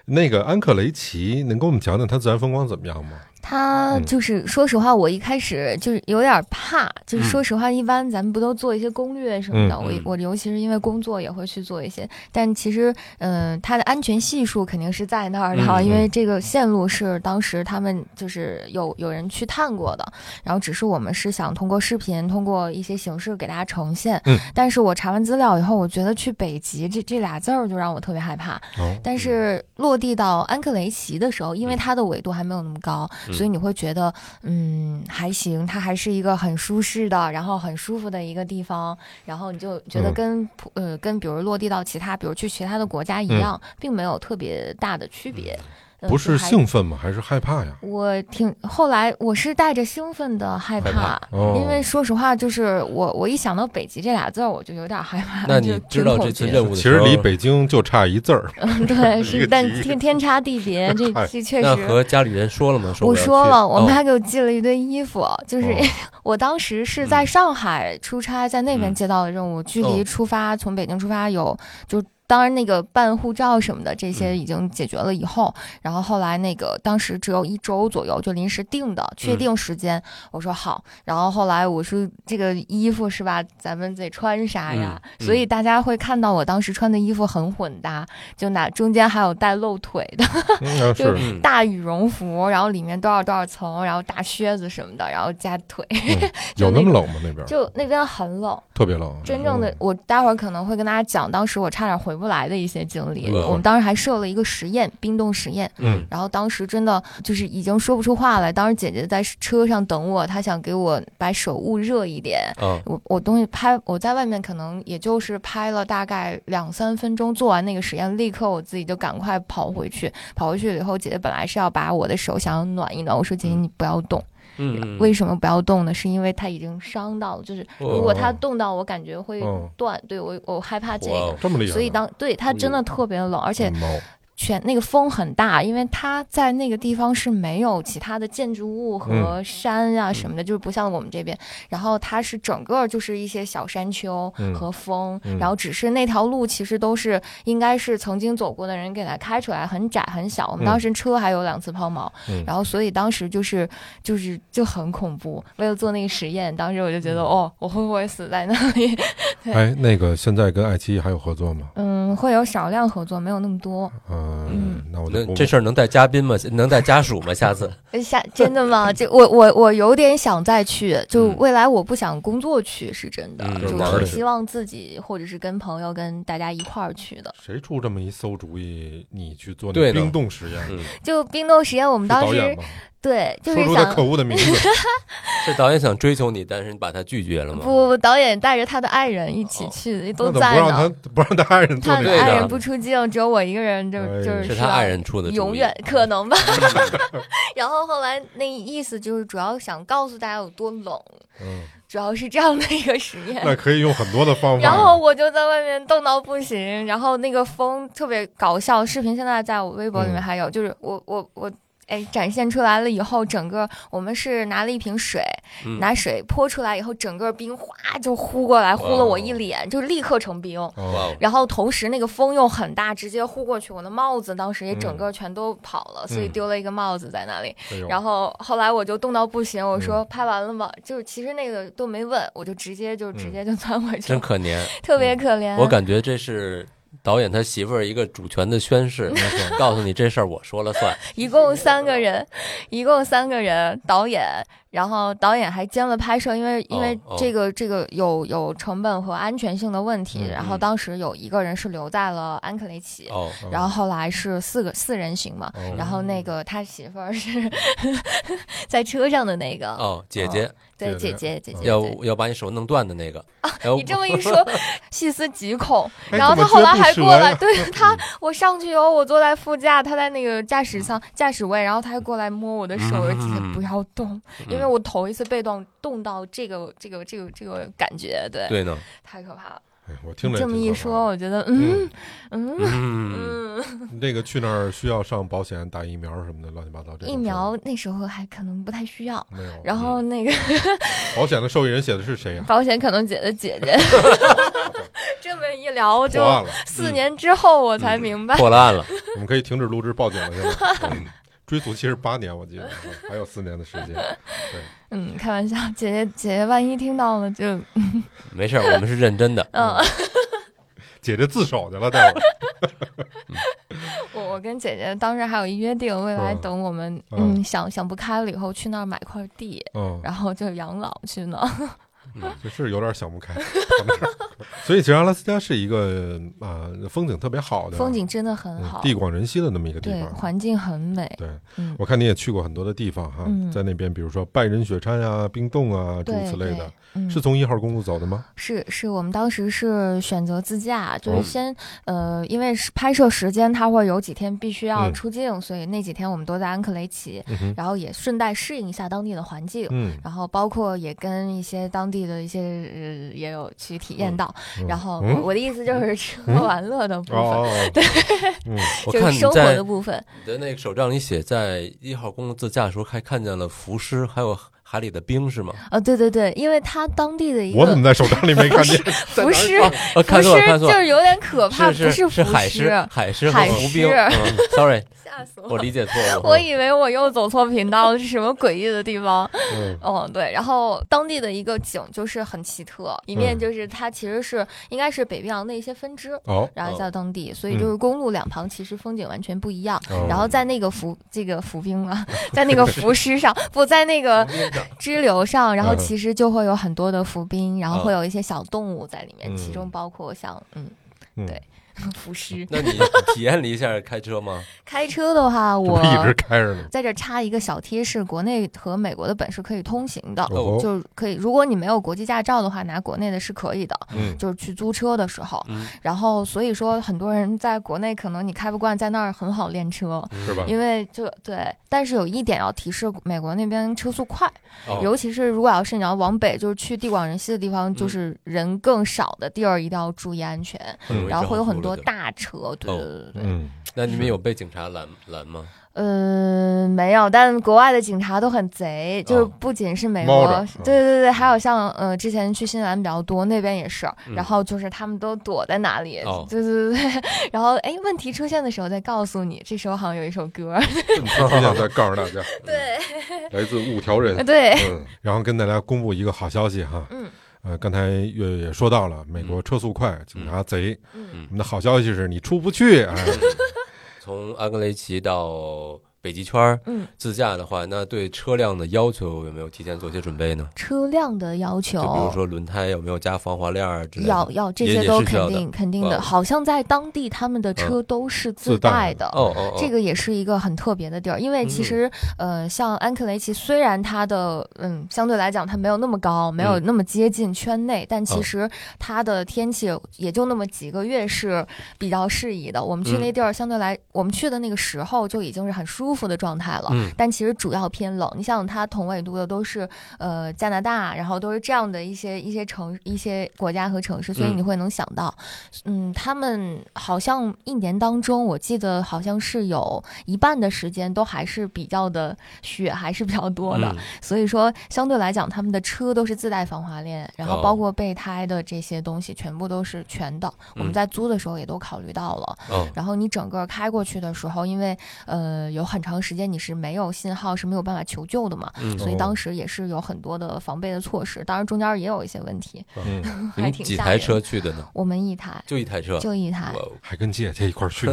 [SPEAKER 3] 那个安克雷奇，能给我们讲讲它自然风光怎么样吗？
[SPEAKER 1] 他
[SPEAKER 3] 嗯
[SPEAKER 1] 就是说实话，我一开始就是有点怕，就是
[SPEAKER 2] 嗯
[SPEAKER 1] 说实话，一般咱们不都做一些攻略什么的，
[SPEAKER 3] 嗯
[SPEAKER 1] 我
[SPEAKER 2] 嗯
[SPEAKER 1] 我尤其是因为工作也会去做一些，但其实，嗯，它的安全系数肯定是在那儿的啊，
[SPEAKER 2] 嗯嗯
[SPEAKER 1] 因为这个线路是当时他们就是有有人去探过的，然后只是我们是想通过视频，通过一些形式给大家呈现。
[SPEAKER 3] 嗯
[SPEAKER 1] 但是我查完资料以后，我觉得去北极这这俩字儿就让我特别害怕。
[SPEAKER 3] 哦，
[SPEAKER 1] 但
[SPEAKER 2] 嗯
[SPEAKER 1] 是落地到安克雷奇的时候，因为它的纬度还没有那么高，
[SPEAKER 2] 嗯
[SPEAKER 1] 所以你会觉得，嗯，还行，它还是一个很舒适的，然后很舒服的一个地方。然后你就觉得
[SPEAKER 3] 嗯
[SPEAKER 1] 跟普、呃跟比如落地到其他，比如去其他的国家一样，
[SPEAKER 2] 嗯
[SPEAKER 1] 并没有特别大的区别。呃
[SPEAKER 3] 不
[SPEAKER 1] 就是还
[SPEAKER 3] 兴奋吗？还是害怕呀？
[SPEAKER 1] 我挺后来我是带着兴奋的害怕，
[SPEAKER 2] 害怕
[SPEAKER 3] 哦
[SPEAKER 1] 因为说实话，就是我我一想到北极这俩字儿，我就有点害怕。
[SPEAKER 2] 那
[SPEAKER 1] 就
[SPEAKER 2] 你
[SPEAKER 1] 挺
[SPEAKER 2] 知道
[SPEAKER 1] 恐
[SPEAKER 2] 这次
[SPEAKER 1] 惧
[SPEAKER 2] 任务的
[SPEAKER 3] 其
[SPEAKER 2] 时
[SPEAKER 3] 实
[SPEAKER 2] 候
[SPEAKER 3] 离北京就差一字儿。
[SPEAKER 1] 嗯对，是
[SPEAKER 3] 个
[SPEAKER 1] 但
[SPEAKER 3] 极
[SPEAKER 1] 天天差地别， 这这确
[SPEAKER 2] 那
[SPEAKER 1] 实。
[SPEAKER 2] 和家里人说了吗？说
[SPEAKER 1] 我
[SPEAKER 2] 要去嗯
[SPEAKER 1] 说了，我
[SPEAKER 2] 哦
[SPEAKER 1] 妈给我寄了一堆衣服，就是、
[SPEAKER 3] 哦
[SPEAKER 1] 我当时是
[SPEAKER 2] 嗯哦
[SPEAKER 1] 在上海出差，在那边接到的任务，距离出发从北京出发有就当然，那个办护照什么的这
[SPEAKER 2] 嗯
[SPEAKER 1] 些已经解决了以后，然后后来那个当时只有一周左右，就临时定的，确
[SPEAKER 2] 嗯
[SPEAKER 1] 定时间。我说好，然后后来我说这个衣服是吧，咱们得穿啥呀？
[SPEAKER 2] 嗯嗯
[SPEAKER 1] 所以大家会看到我当时穿的衣服很混搭，就哪中间还有带露腿的
[SPEAKER 3] 嗯啊
[SPEAKER 1] 就是
[SPEAKER 2] 嗯，
[SPEAKER 1] 大羽绒服，然后里面多少多少层，然后大靴子什么的，然后加腿，
[SPEAKER 2] 嗯
[SPEAKER 1] 就
[SPEAKER 3] 有那
[SPEAKER 1] 那
[SPEAKER 3] 么
[SPEAKER 1] 种
[SPEAKER 3] 冷吗？那边
[SPEAKER 1] 就那边很冷。
[SPEAKER 3] 特别冷，啊嗯
[SPEAKER 1] 真正的，
[SPEAKER 2] 嗯
[SPEAKER 1] 我待会儿可能会跟大家讲，当时我差点回不来的一些经历。
[SPEAKER 2] 嗯
[SPEAKER 1] 我们当时还设了一个实验，冰冻实验。
[SPEAKER 2] 嗯，
[SPEAKER 1] 然后当时真的就是已经说不出话来。当时姐姐在车上等我，她想给我把手捂热一点。
[SPEAKER 2] 啊，
[SPEAKER 1] 我我东西拍，我在外面可能也就是拍了大概两三分钟，做完那个实验，立刻我自己就赶快跑回去。跑回去了以后，姐姐本来是要把我的手想要暖一暖，我说姐姐你不要动。
[SPEAKER 2] 嗯，嗯哦
[SPEAKER 1] 为什么不要动呢？是因为它已经伤到了，就是如果它动到我，感觉会
[SPEAKER 3] 哦
[SPEAKER 1] 断。对我我害怕这
[SPEAKER 2] 哇
[SPEAKER 1] 个。
[SPEAKER 2] 哦
[SPEAKER 3] 这么厉害呢，
[SPEAKER 1] 所以当对它真的特别冷，而且
[SPEAKER 3] 嗯哦
[SPEAKER 1] 全那个风很大，因为它在那个地方是没有其他的建筑物和
[SPEAKER 3] 嗯
[SPEAKER 1] 山啊什么的，就是不像我们这边。然后它是整个就是一些小山丘
[SPEAKER 3] 嗯
[SPEAKER 1] 和风，
[SPEAKER 3] 嗯
[SPEAKER 1] 然后只是那条路其实都是应该是曾经走过的人给它开出来，很窄很小。我们
[SPEAKER 3] 嗯
[SPEAKER 1] 当时车还有两次抛锚，
[SPEAKER 3] 嗯
[SPEAKER 1] 然后所以当时就是就是就很恐怖。为了做那个实验，当时我就觉
[SPEAKER 3] 嗯
[SPEAKER 1] 得、哦，我会不会死在那里？
[SPEAKER 3] 哎，那个现在跟爱奇艺还有合作吗？
[SPEAKER 1] 嗯，会有少量合作，没有那么多。
[SPEAKER 3] 嗯，那我就
[SPEAKER 2] 那
[SPEAKER 3] 不
[SPEAKER 2] 这事儿能带嘉宾吗？能带家属吗？下次
[SPEAKER 1] 呃下真的吗？这我我我有点想再去，就
[SPEAKER 2] 嗯
[SPEAKER 1] 未来我不想工作去，是真的，
[SPEAKER 2] 嗯
[SPEAKER 1] 就
[SPEAKER 2] 就是
[SPEAKER 3] 玩儿
[SPEAKER 1] 挺
[SPEAKER 3] 去
[SPEAKER 1] 希望自己或者是跟朋友跟大家一块儿去的。
[SPEAKER 3] 谁出这么一馊主意，你去做
[SPEAKER 2] 对
[SPEAKER 3] 那
[SPEAKER 2] 呢
[SPEAKER 3] 冰冻实验？
[SPEAKER 2] 嗯
[SPEAKER 1] 就冰冻实验，我们
[SPEAKER 3] 是
[SPEAKER 1] 当
[SPEAKER 3] 导演
[SPEAKER 1] 时
[SPEAKER 3] 吗？
[SPEAKER 1] 对就是
[SPEAKER 3] 说出他
[SPEAKER 1] 想
[SPEAKER 3] 可恶的名字，
[SPEAKER 2] 是导演想追求你，但是你把他拒绝了
[SPEAKER 1] 不
[SPEAKER 2] 吗？
[SPEAKER 1] 不不，导演带着他的爱人一
[SPEAKER 2] 哦
[SPEAKER 1] 起去的，
[SPEAKER 3] 那
[SPEAKER 1] 都
[SPEAKER 3] 怎么不
[SPEAKER 1] 在
[SPEAKER 3] 让
[SPEAKER 1] 呢。
[SPEAKER 3] 他不让他爱人做
[SPEAKER 1] 他
[SPEAKER 3] 那
[SPEAKER 1] 的
[SPEAKER 2] 对
[SPEAKER 1] 爱
[SPEAKER 2] 的
[SPEAKER 1] 人不出镜，只有我一个人就，
[SPEAKER 3] 哎
[SPEAKER 1] 就就是是
[SPEAKER 2] 他爱人出的主意，嗯
[SPEAKER 1] 永远 可能吧。然后后来那意思就是主要想告诉大家有多冷，
[SPEAKER 3] 嗯，
[SPEAKER 1] 主要是这样的一个实验。
[SPEAKER 3] 那可以用很多的方法。
[SPEAKER 1] 然后我就在外面冻到不行，然后那个风特别搞笑，视频现在在我微博里面还有，就是我我我。哎，展现出来了以后，整个我们是拿了一瓶水，
[SPEAKER 2] 嗯
[SPEAKER 1] 拿水泼出来以后，整个冰哗就呼过来，呼了我一脸，就立刻成冰。
[SPEAKER 2] 哇
[SPEAKER 3] 哦，
[SPEAKER 2] 哦，
[SPEAKER 1] 然后同时那个风又很大，直接呼过去，我的帽子当时也整个全都跑了，所以
[SPEAKER 3] 嗯
[SPEAKER 1] 丢了一个帽子在那里。
[SPEAKER 3] 哎呦
[SPEAKER 1] 然后后来我就冻到不行，我
[SPEAKER 3] 嗯
[SPEAKER 1] 说拍完了吗？就是其实那个都没问，我就直接就直接
[SPEAKER 3] 嗯
[SPEAKER 1] 就钻回去了
[SPEAKER 2] 真。可怜。
[SPEAKER 1] 特别可怜。
[SPEAKER 2] 我感觉这是导演他媳妇儿一个主权的宣誓，
[SPEAKER 1] 嗯
[SPEAKER 2] 告诉你这事儿我说了 算。
[SPEAKER 1] 一共三个人，一共三个人，导演，然后导演还兼了拍摄，因为因为
[SPEAKER 2] 哦
[SPEAKER 1] 这个、这个有有成本和安全性的问题。
[SPEAKER 3] 嗯
[SPEAKER 1] 然后当时有一个人是留在了安克雷奇，
[SPEAKER 2] 哦，
[SPEAKER 3] 嗯
[SPEAKER 1] 然后后来是四个四人行嘛。
[SPEAKER 3] 哦
[SPEAKER 1] 然后那个他媳妇儿是 在车上的那个，
[SPEAKER 2] 哦，姐姐
[SPEAKER 1] 对
[SPEAKER 3] 姐
[SPEAKER 1] 姐姐啊姐姐，
[SPEAKER 2] 要
[SPEAKER 1] 对
[SPEAKER 2] 要把你手弄断的那个，要
[SPEAKER 1] 你这么一说，细思极恐。
[SPEAKER 3] 哎
[SPEAKER 1] 然后
[SPEAKER 3] 怎
[SPEAKER 1] 他
[SPEAKER 3] 么
[SPEAKER 1] 后来
[SPEAKER 3] 觉得不
[SPEAKER 1] 还
[SPEAKER 3] 舍
[SPEAKER 1] 过来，
[SPEAKER 3] 呀
[SPEAKER 1] 对 他，我上去以后，我坐在副驾，他在那个驾驶舱、驾驶位，然后他还过来摸我的手，我说姐姐
[SPEAKER 2] 嗯
[SPEAKER 1] 不要动，因为
[SPEAKER 2] 嗯
[SPEAKER 1] 我头一次被动冻到这个这个这个这个感觉，对，
[SPEAKER 2] 对呢，
[SPEAKER 1] 太可怕了。
[SPEAKER 3] 哎我听着也
[SPEAKER 1] 这么
[SPEAKER 3] 挺
[SPEAKER 1] 一
[SPEAKER 3] 可怕
[SPEAKER 1] 说，
[SPEAKER 3] 的，
[SPEAKER 1] 我觉得嗯嗯
[SPEAKER 2] 嗯，
[SPEAKER 1] 嗯，
[SPEAKER 3] 那个去那儿需要上保险、打疫苗什么的，乱七八糟这种事儿。
[SPEAKER 1] 疫苗那时候还可能不太需要。
[SPEAKER 3] 没有。嗯
[SPEAKER 1] 然后那个
[SPEAKER 3] 保险的受益人写的是谁呀？
[SPEAKER 1] 保险可能姐的姐 姐，这么一聊，我就
[SPEAKER 3] 破案了，嗯
[SPEAKER 1] 四年之后我才明白，
[SPEAKER 2] 破了案了，
[SPEAKER 3] 我们可以停止录制报警了，现 在。嗯追诉期是八年，我记得还有四年的时间。
[SPEAKER 1] 嗯，开玩笑，姐姐 姐姐，万一听到了就
[SPEAKER 3] 嗯
[SPEAKER 2] 没事儿，我们是认 真的。
[SPEAKER 1] 嗯，
[SPEAKER 3] 姐姐自首去了，待会儿。
[SPEAKER 1] 我我跟姐姐当时还有一约定，未来
[SPEAKER 3] 嗯
[SPEAKER 1] 等我们
[SPEAKER 3] 嗯
[SPEAKER 1] 嗯想想不开了以后，去那儿买块地，
[SPEAKER 3] 嗯，
[SPEAKER 1] 然后就养老去 呢。
[SPEAKER 3] 这是有点想不开。 所以，其实阿拉斯加是一个啊、风景特别好的
[SPEAKER 1] 风景真的很
[SPEAKER 3] 嗯
[SPEAKER 1] 好，
[SPEAKER 3] 地广人稀的那么一个地
[SPEAKER 1] 对，
[SPEAKER 3] 方。啊
[SPEAKER 1] 环境很美。
[SPEAKER 3] 对，
[SPEAKER 1] 嗯，
[SPEAKER 3] 我看你也去过很多的地方哈，
[SPEAKER 1] 嗯
[SPEAKER 3] 在那边，比如说拜仁雪山啊、冰洞啊，诸
[SPEAKER 1] 对
[SPEAKER 3] 如此类的
[SPEAKER 1] 对，嗯
[SPEAKER 3] 是从一号公路走的吗？
[SPEAKER 1] 是是我们当时是选择自驾，就
[SPEAKER 3] 哦
[SPEAKER 1] 是先、呃，因为是拍摄时间，它会有几天必须要
[SPEAKER 3] 嗯
[SPEAKER 1] 出镜，所以那几天我们都在安克雷奇，
[SPEAKER 3] 嗯哼，
[SPEAKER 1] 然后也顺带适应一下当地的环境。
[SPEAKER 3] 嗯，
[SPEAKER 1] 然后包括也跟一些当地的一些呃也有去体验到，
[SPEAKER 3] 嗯
[SPEAKER 1] 然后
[SPEAKER 3] 嗯
[SPEAKER 1] 我的意思就是吃喝
[SPEAKER 3] 嗯
[SPEAKER 1] 玩乐的部分，
[SPEAKER 3] 哦哦，哦对，嗯，
[SPEAKER 2] 我
[SPEAKER 1] 就
[SPEAKER 2] 看
[SPEAKER 1] 是
[SPEAKER 2] 你
[SPEAKER 1] 生活
[SPEAKER 2] 在
[SPEAKER 1] 的部分。
[SPEAKER 2] 你的那个手账里写，在一号公路自驾的时候还看见了浮尸，还有海海里的冰是吗？
[SPEAKER 1] 呃，对对对，因为它当地的一
[SPEAKER 3] 我怎
[SPEAKER 1] 个
[SPEAKER 3] 么在手账里没 看见？
[SPEAKER 1] 浮尸，
[SPEAKER 3] 啊
[SPEAKER 2] 呃，看
[SPEAKER 1] 浮
[SPEAKER 2] 错
[SPEAKER 1] 尸
[SPEAKER 2] 了，看错
[SPEAKER 1] 就
[SPEAKER 2] 了，
[SPEAKER 1] 是有点可怕，
[SPEAKER 2] 是
[SPEAKER 1] 不
[SPEAKER 2] 是
[SPEAKER 1] 浮
[SPEAKER 2] 海狮
[SPEAKER 1] 尸，，
[SPEAKER 2] 海狮和
[SPEAKER 1] 海
[SPEAKER 2] 湖
[SPEAKER 1] 狮
[SPEAKER 2] 冰。嗯 Sorry，
[SPEAKER 1] 吓死
[SPEAKER 2] 我
[SPEAKER 1] 我了。
[SPEAKER 2] 理解错了。
[SPEAKER 1] 我以为我又走错频道了，是什么诡异的地方？
[SPEAKER 2] 嗯
[SPEAKER 1] 嗯，对。然后当地的一个景就是很奇特，一面
[SPEAKER 3] 嗯
[SPEAKER 1] 就是它其实是应该是北冰洋的一些分支，
[SPEAKER 3] 哦，
[SPEAKER 1] 然后
[SPEAKER 2] 哦
[SPEAKER 1] 在当地，所以就是公路两旁其实风景完全不一样。
[SPEAKER 3] 哦
[SPEAKER 1] 然后在那个浮这个浮冰 啊，在那个浮尸上，不在那个
[SPEAKER 2] 嗯
[SPEAKER 1] 支流上，然后
[SPEAKER 3] 嗯
[SPEAKER 1] 其实就会有很多的浮冰，然后
[SPEAKER 2] 嗯
[SPEAKER 1] 会有一些小动物在里面，
[SPEAKER 3] 嗯
[SPEAKER 1] 其中包括像嗯
[SPEAKER 3] 嗯
[SPEAKER 1] 对浮尸。
[SPEAKER 2] 那你体验了一下开车吗？
[SPEAKER 1] 开车的 话，
[SPEAKER 3] 这不
[SPEAKER 1] 我
[SPEAKER 3] 一直开着呢。
[SPEAKER 1] 在这插一个小贴士：国内和美国的本是可以通行的。
[SPEAKER 3] 哦吼，
[SPEAKER 1] 就是可以，如果你没有国际驾照的话，拿国内的是可以的。
[SPEAKER 3] 嗯，
[SPEAKER 1] 就是去租车的时候，
[SPEAKER 2] 嗯
[SPEAKER 1] 然后所以说很多人在国内可能你开不惯，在那儿很好练车，
[SPEAKER 2] 嗯
[SPEAKER 3] 是吧？
[SPEAKER 1] 因为就对。但是有一点要提示，美国那边车速快，
[SPEAKER 2] 哦
[SPEAKER 1] 尤其是如果要是你要往北，就是去地广人稀的地方，
[SPEAKER 2] 嗯
[SPEAKER 1] 就是人更少的地儿，一定要注意安全。
[SPEAKER 2] 很容易
[SPEAKER 1] 然后
[SPEAKER 2] 着
[SPEAKER 1] 会有
[SPEAKER 2] 火
[SPEAKER 1] 很
[SPEAKER 2] 了
[SPEAKER 1] 多
[SPEAKER 2] 就。
[SPEAKER 1] 大车，对对
[SPEAKER 2] 哦
[SPEAKER 1] 对对对。
[SPEAKER 3] 嗯，
[SPEAKER 2] 那你们有被警察拦拦 吗？
[SPEAKER 1] 呃，没有，但国外的警察都很贼，就是
[SPEAKER 2] 哦
[SPEAKER 1] 不仅是美
[SPEAKER 3] 猫
[SPEAKER 1] 国，
[SPEAKER 3] 着嗯
[SPEAKER 1] 对对对，还有像呃之前去新西兰比较多，那边也是，
[SPEAKER 2] 嗯
[SPEAKER 1] 然后就是他们都躲在哪里，
[SPEAKER 2] 哦
[SPEAKER 1] 对对对 对，然后哎问题出现的时候再告诉你，这时候好像有一首歌，
[SPEAKER 3] 今天再告诉大家， 嗯
[SPEAKER 1] 对呃
[SPEAKER 3] 来自五条 人。
[SPEAKER 1] 对，
[SPEAKER 3] 嗯，然后跟大家公布一个好消息哈，
[SPEAKER 1] 嗯
[SPEAKER 3] 呃，刚才月月也说到了，美国车速快，警察贼。
[SPEAKER 1] 嗯
[SPEAKER 3] 我们的好消息是你出不去，哎，
[SPEAKER 2] 从安格雷奇到北极圈儿
[SPEAKER 1] 嗯，
[SPEAKER 2] 自驾的话，那对车辆的要求有没有提前做些准备呢？
[SPEAKER 1] 车辆的要求
[SPEAKER 2] 就比如说轮胎有没有加防滑链儿之类的？哦
[SPEAKER 1] 要要这
[SPEAKER 2] 也
[SPEAKER 1] 些
[SPEAKER 2] 也
[SPEAKER 1] 都
[SPEAKER 2] 是需要
[SPEAKER 1] 肯
[SPEAKER 2] 的嗯
[SPEAKER 1] 定肯定
[SPEAKER 2] 哦
[SPEAKER 1] 的，好像在当地他们的车都是自
[SPEAKER 3] 自带
[SPEAKER 1] 带
[SPEAKER 3] 的
[SPEAKER 1] 的，
[SPEAKER 2] 哦哦哦，嗯
[SPEAKER 1] 这个也是一个很特别的地儿，因为其实、呃，像安克雷奇，虽然它的嗯相对来讲它没有那么高，没
[SPEAKER 2] 嗯
[SPEAKER 1] 有那么接近圈内，但
[SPEAKER 2] 哦
[SPEAKER 1] 其实它的天气也就那么几个月是比较适宜的。我们
[SPEAKER 2] 嗯
[SPEAKER 1] 去那地儿相对来，我们去的那个时候就已经是很舒服的状态了。
[SPEAKER 2] 嗯
[SPEAKER 1] 但其实主要偏冷，你想它同纬度的都是呃加拿大，然后都是这样的一些一些城一些国家和城市，所以
[SPEAKER 2] 嗯
[SPEAKER 1] 你会能想到，嗯，他们好像一年当中，我记得好像是有一半的时间都还是比较的雪还是比较多的，
[SPEAKER 2] 嗯
[SPEAKER 1] 所以说相对来讲，他们的车都是自带防滑链，然后
[SPEAKER 2] 哦
[SPEAKER 1] 包括备胎的这些东西全部都是全的。我
[SPEAKER 2] 嗯
[SPEAKER 1] 们在租的时候也都考虑到了。
[SPEAKER 2] 哦
[SPEAKER 1] 然后你整个开过去的时候，因为呃有很长时间你是没有信号，是没有办法求救的嘛，
[SPEAKER 2] 嗯
[SPEAKER 1] 所以
[SPEAKER 3] 哦
[SPEAKER 1] 当时也是有很多的防备的措施。当然中间也有一些问题，
[SPEAKER 3] 嗯，
[SPEAKER 2] 你
[SPEAKER 1] 还
[SPEAKER 2] 们
[SPEAKER 1] 挺
[SPEAKER 2] 哦几
[SPEAKER 1] 吓
[SPEAKER 2] 台
[SPEAKER 1] 人
[SPEAKER 2] 车
[SPEAKER 1] 的。
[SPEAKER 2] 去的呢？
[SPEAKER 1] 我们一台，
[SPEAKER 2] 就一台车。
[SPEAKER 1] 就一台，
[SPEAKER 2] 哇哦
[SPEAKER 3] 还跟姐姐一块儿去，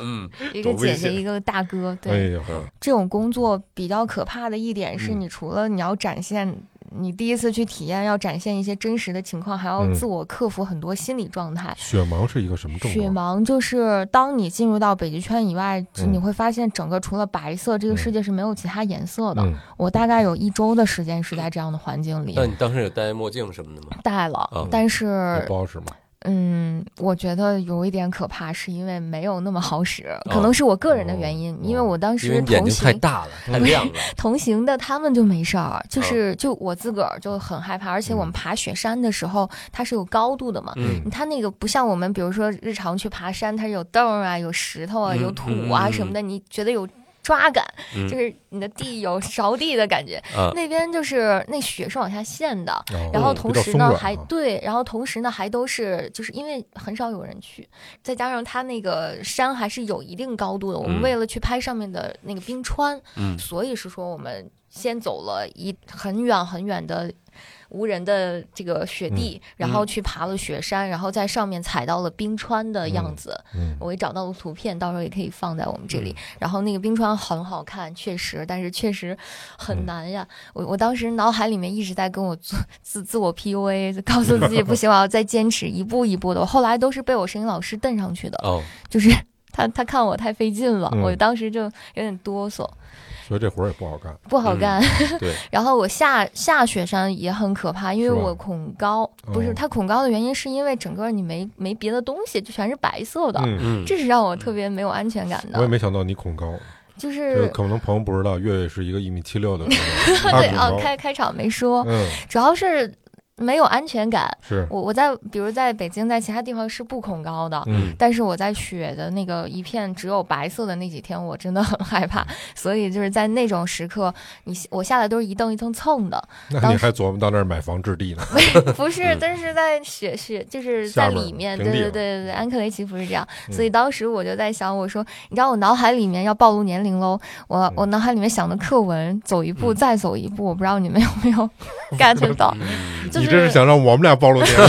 [SPEAKER 2] 嗯
[SPEAKER 1] 一个
[SPEAKER 3] 多危
[SPEAKER 1] 姐姐，
[SPEAKER 3] 险
[SPEAKER 1] 一个大哥。
[SPEAKER 3] 哎
[SPEAKER 1] 对，
[SPEAKER 3] 呦，
[SPEAKER 1] 这种工作比较可怕的一点是
[SPEAKER 3] 嗯
[SPEAKER 1] 你除了你要展现。你第一次去体验，要展现一些真实的情况，还要
[SPEAKER 3] 嗯
[SPEAKER 1] 自我克服很多心理状态。
[SPEAKER 3] 雪盲是一个什么症
[SPEAKER 1] 雪
[SPEAKER 3] 状？
[SPEAKER 1] 盲就是当你进入到北极圈以外，就
[SPEAKER 3] 嗯
[SPEAKER 1] 你会发现整个除了白色，这个世界是没有其他颜色的。
[SPEAKER 3] 嗯，
[SPEAKER 1] 我大概有一周的时间是在这样的环境里
[SPEAKER 2] 那你当时有戴墨镜什么的吗？
[SPEAKER 1] 戴
[SPEAKER 2] 哦
[SPEAKER 1] 了，但
[SPEAKER 3] 有
[SPEAKER 1] 是
[SPEAKER 3] 包是吗？
[SPEAKER 1] 嗯，我觉得有一点可怕，是因为没有那么好使，可能是我个人的原因，因为我当
[SPEAKER 2] 嗯哦因为
[SPEAKER 1] 时
[SPEAKER 2] 你眼
[SPEAKER 1] 同
[SPEAKER 2] 睛太
[SPEAKER 1] 行
[SPEAKER 2] 大 嗯了，太亮了。
[SPEAKER 1] 同行的他们就没事儿，就是就我自个儿就很害怕，而且我们爬雪山的时候，它是有高度的嘛。
[SPEAKER 2] 嗯
[SPEAKER 1] 它那个不像我们，比如说日常去爬山，它是有凳儿啊、有石头啊、
[SPEAKER 2] 嗯
[SPEAKER 1] 有土啊
[SPEAKER 2] 嗯
[SPEAKER 1] 什么的，你觉得有抓感，
[SPEAKER 2] 嗯
[SPEAKER 1] 就是你的地有着地的感觉。
[SPEAKER 2] 啊，
[SPEAKER 1] 那边就是那雪是往下陷的，
[SPEAKER 3] 呃哦
[SPEAKER 1] 然后
[SPEAKER 2] 嗯
[SPEAKER 1] 同
[SPEAKER 3] 比较
[SPEAKER 1] 时
[SPEAKER 3] 松
[SPEAKER 1] 呢
[SPEAKER 3] 软
[SPEAKER 1] 还
[SPEAKER 3] 啊
[SPEAKER 1] 对，然后同时呢还都是就是因为很少有人去，再加上它那个山还是有一定高度的，我
[SPEAKER 2] 嗯
[SPEAKER 1] 们为了去拍上面的那个冰川，
[SPEAKER 2] 嗯
[SPEAKER 1] 所以是说我们先走了一很远很远的。无人的这个雪地，
[SPEAKER 3] 嗯
[SPEAKER 1] 然后去爬了雪山，然后在上面踩到了冰川的样子，
[SPEAKER 3] 嗯，
[SPEAKER 1] 我也找到了图片，到时候也可以放在我们这里。然后那个冰川很好看，确实，但是确实
[SPEAKER 3] 嗯
[SPEAKER 1] 很难呀。我我当时脑海里面一直在跟我做 自自我 PUA，告诉自己不行，我要再坚持一步一步的。我后来都是被我声音老师蹬上去的，
[SPEAKER 2] 哦，
[SPEAKER 1] 就是他他看我太费劲了，
[SPEAKER 3] 嗯
[SPEAKER 1] 我当时就有点哆嗦，
[SPEAKER 3] 所以这活儿也不好干。
[SPEAKER 1] 不好干。
[SPEAKER 2] 对，
[SPEAKER 1] 然后我下下雪山也很可怕，因为
[SPEAKER 3] 嗯是吧
[SPEAKER 1] 我恐高，不
[SPEAKER 3] 哦
[SPEAKER 1] 是他恐高的原因，是因为整个你没没别的东西，就全是白色的。
[SPEAKER 3] 嗯，
[SPEAKER 2] 嗯，
[SPEAKER 1] 这是让我特别没有安全感的。
[SPEAKER 3] 我也没想到你恐高，
[SPEAKER 1] 就
[SPEAKER 3] 这
[SPEAKER 1] 是
[SPEAKER 3] 可能朋友不知道，月月是一个一米七六的
[SPEAKER 1] 对
[SPEAKER 3] 人，她
[SPEAKER 1] 哦，
[SPEAKER 3] 恐高。
[SPEAKER 1] 开开场没说，
[SPEAKER 3] 嗯，
[SPEAKER 1] 主要是没有安全感。
[SPEAKER 3] 是，
[SPEAKER 1] 我我在比如在北京，在其他地方是不恐高的，
[SPEAKER 3] 嗯，
[SPEAKER 1] 但是我在雪的那个一片只有白色的那几天，我真的很害怕。所以就是在那种时刻，你我下来都是一蹬一蹬蹭的，
[SPEAKER 3] 那
[SPEAKER 1] 当
[SPEAKER 3] 你
[SPEAKER 1] 时
[SPEAKER 3] 还琢磨到那儿买房置地呢？
[SPEAKER 1] 不是，但是在雪雪就是在
[SPEAKER 3] 嗯下边儿
[SPEAKER 1] 里面，
[SPEAKER 3] 平
[SPEAKER 1] 对
[SPEAKER 3] 地
[SPEAKER 1] 对
[SPEAKER 3] 上
[SPEAKER 1] 对对对，安克雷奇不是这样，
[SPEAKER 3] 嗯
[SPEAKER 1] 所以当时我就在想，我说，你知道我脑海里面要暴露年龄喽，我我脑海里面想的课文，走一步
[SPEAKER 3] 嗯
[SPEAKER 1] 再走一步，我不知道你们有没 有 get 到，就
[SPEAKER 3] 嗯你
[SPEAKER 1] 是
[SPEAKER 3] 这是想让我们俩暴露年 龄？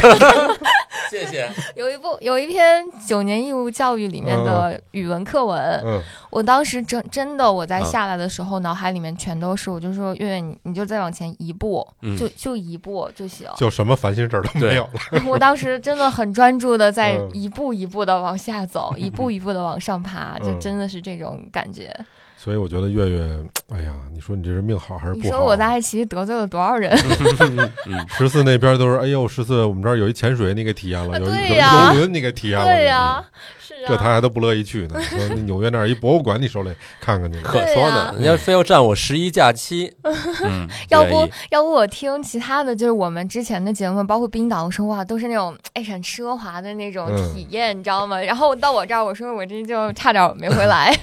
[SPEAKER 2] 谢谢。
[SPEAKER 1] 有一部有一篇九年义务教育里面的语文课文，
[SPEAKER 3] 嗯，
[SPEAKER 1] 我当时真真的我在
[SPEAKER 2] 嗯
[SPEAKER 1] 下来的时候，脑海里面全都是，我就说月月你你就再往前一步，
[SPEAKER 2] 嗯
[SPEAKER 1] 就就一步就行，
[SPEAKER 3] 就什么烦心事儿都没有了。
[SPEAKER 1] 我当时真的很专注的在
[SPEAKER 3] 嗯
[SPEAKER 1] 一步一步的往下走，一 步一步的往上爬，就
[SPEAKER 3] 嗯
[SPEAKER 1] 真的是这种感觉。
[SPEAKER 3] 所以我觉得月月，哎呀，你说你这人命好还是
[SPEAKER 1] 你
[SPEAKER 3] 不好？啊
[SPEAKER 1] 说我在爱奇艺得罪了多少人？
[SPEAKER 3] 十四那边都是，哎呦，十四，我们这儿有一潜水，你给体验了；有一
[SPEAKER 1] 啊对呀
[SPEAKER 3] 游轮，你给体验 了。嗯
[SPEAKER 1] 对呀、是
[SPEAKER 3] 这他
[SPEAKER 1] 啊，
[SPEAKER 3] 还都不乐意去 呢。你说那纽约那儿一博物馆，你手里看看去 吧。
[SPEAKER 2] 可说呢，人家非要占我十一假 期，嗯，
[SPEAKER 1] 要
[SPEAKER 2] 愿
[SPEAKER 1] 不
[SPEAKER 2] 意
[SPEAKER 1] 要不我听其他的就是我们之前的节目，包括冰岛，我说哇都是那种哎很奢华的那种
[SPEAKER 3] 嗯
[SPEAKER 1] 体验，你知道吗？然后到我这儿，我说我这就差点没回 来。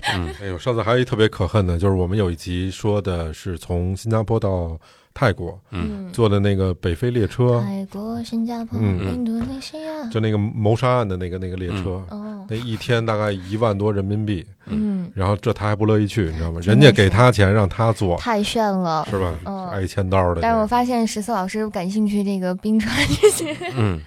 [SPEAKER 3] 哎呦，上次还有一特别可恨的，就是我们有一集说的是从新加坡到泰国
[SPEAKER 2] 嗯，
[SPEAKER 3] 坐的那个北非列车，
[SPEAKER 1] 泰国、新加坡、
[SPEAKER 3] 嗯
[SPEAKER 2] 嗯
[SPEAKER 1] 印度尼西亚，
[SPEAKER 3] 就那个谋杀案的那个那个列车，
[SPEAKER 1] 哦，
[SPEAKER 3] 那一天大概一万多人民币，
[SPEAKER 1] 嗯，
[SPEAKER 3] 然后这他还不乐意去，你知道吗？
[SPEAKER 1] 真
[SPEAKER 3] 人
[SPEAKER 1] 的
[SPEAKER 3] 家
[SPEAKER 1] 是
[SPEAKER 3] 给他钱让他坐，
[SPEAKER 1] 太炫了。
[SPEAKER 3] 是吧？
[SPEAKER 1] 嗯
[SPEAKER 3] 挨千刀的。
[SPEAKER 1] 但是我发现十四老师感兴趣这个冰川这些，
[SPEAKER 2] 嗯，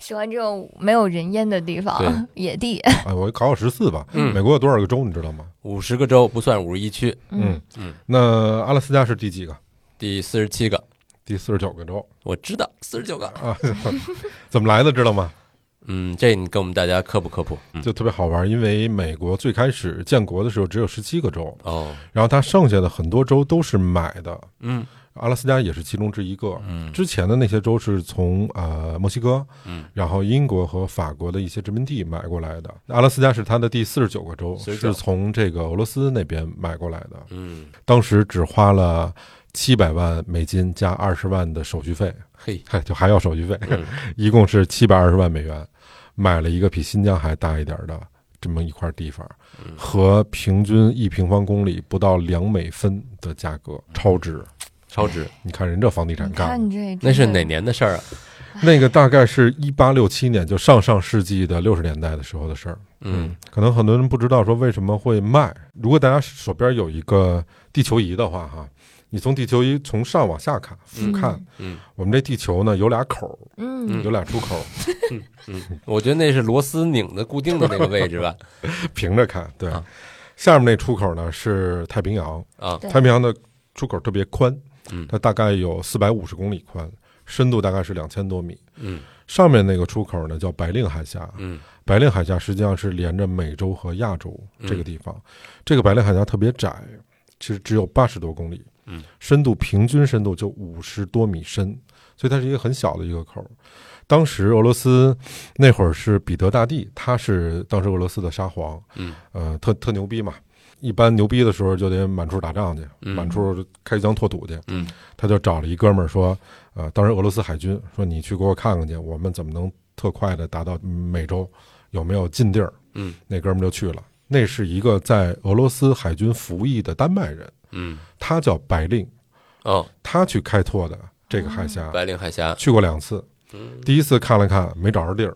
[SPEAKER 1] 喜欢这种没有人烟的地方，野地。
[SPEAKER 3] 哎，我考考十四吧。
[SPEAKER 2] 嗯
[SPEAKER 3] 美国有多少个州你知道吗？
[SPEAKER 2] 五十个州不算五十一区，
[SPEAKER 3] 嗯，那阿拉斯加是第几个？
[SPEAKER 2] 第四十七个，
[SPEAKER 3] 第四十九个州
[SPEAKER 2] 我知道四十九个，
[SPEAKER 3] 啊， 怎么来的知道吗？
[SPEAKER 2] 嗯，这你跟我们大家科普科普，嗯，
[SPEAKER 3] 就特别好玩，因为美国最开始建国的时候只有十七个州，
[SPEAKER 2] 哦，
[SPEAKER 3] 然后它剩下的很多州都是买的，
[SPEAKER 2] 嗯
[SPEAKER 3] 阿拉斯加也是其中之一个。
[SPEAKER 2] 嗯
[SPEAKER 3] 之前的那些州是从呃墨西哥，
[SPEAKER 2] 嗯，
[SPEAKER 3] 然后英国和法国的一些殖民地买过来的。阿拉斯加是它的第四十九个州，
[SPEAKER 2] 49
[SPEAKER 3] 是从这个俄罗斯那边买过来的。
[SPEAKER 2] 嗯，
[SPEAKER 3] 当时只花了七百万美金加二十万的手续费，
[SPEAKER 2] 嘿，
[SPEAKER 3] 嗨，哎就还要手续费，
[SPEAKER 2] 嗯
[SPEAKER 3] 一共是七百二十万美元，买了一个比新疆还大一点的这么一块地方，
[SPEAKER 2] 嗯
[SPEAKER 3] 和平均一平方公里不到两美分的价格，超值。
[SPEAKER 2] 超值，
[SPEAKER 3] 你看人这房地产
[SPEAKER 1] 你
[SPEAKER 3] 干
[SPEAKER 1] 看
[SPEAKER 3] 的，
[SPEAKER 1] 这，
[SPEAKER 2] 那是哪？年的事儿啊？
[SPEAKER 3] 那个大概是一八六七年，就上上世纪的六十年代的时候的事儿。
[SPEAKER 2] 嗯，
[SPEAKER 3] 可能很多人不知道说为什么会卖。如果大家手边有一个地球仪的话，哈，你从地球仪从上往下看，俯瞰，
[SPEAKER 2] 嗯
[SPEAKER 3] 我们这地球呢有俩口儿，
[SPEAKER 1] 嗯，
[SPEAKER 3] 有俩出口，
[SPEAKER 2] 我觉得那是螺丝拧的固定的那个位 置吧，
[SPEAKER 3] 平着看。对，
[SPEAKER 2] 啊
[SPEAKER 3] 下面那出口呢是太平洋，
[SPEAKER 2] 啊，
[SPEAKER 1] 对
[SPEAKER 3] 太平洋的出口特别宽
[SPEAKER 2] 嗯，
[SPEAKER 3] 它大概有四百五十公里宽，深度大概是两千多米。
[SPEAKER 2] 嗯
[SPEAKER 3] 上面那个出口呢叫白令海峡，
[SPEAKER 2] 嗯
[SPEAKER 3] 白令海峡实际上是连着美洲和亚洲
[SPEAKER 2] 嗯
[SPEAKER 3] 这个地方。这个白令海峡特别窄，其实只有八十多公里，
[SPEAKER 2] 嗯，
[SPEAKER 3] 深度平均深度就五十多米深，所以它是一个很小的一个口儿。当时俄罗斯那会儿是彼得大帝，他是当时俄罗斯的沙皇，
[SPEAKER 2] 嗯
[SPEAKER 3] 呃，特特牛逼嘛。一般牛逼的时候就得满处打仗去，
[SPEAKER 2] 嗯
[SPEAKER 3] 满处开疆拓土去。
[SPEAKER 2] 嗯
[SPEAKER 3] 他就找了一哥们儿说，呃，当时俄罗斯海军说你去给我看看去，我们怎么能特快的达到美洲，有没有近地儿？
[SPEAKER 2] 嗯
[SPEAKER 3] 那哥们儿就去了。那是一个在俄罗斯海军服役的丹麦人，
[SPEAKER 2] 嗯，
[SPEAKER 3] 他叫白令，
[SPEAKER 2] 哦，
[SPEAKER 3] 他去开拓的这个海峡，
[SPEAKER 2] 白令海峡，
[SPEAKER 3] 去过两次。
[SPEAKER 2] 嗯，
[SPEAKER 3] 第一次看了看没找着地儿，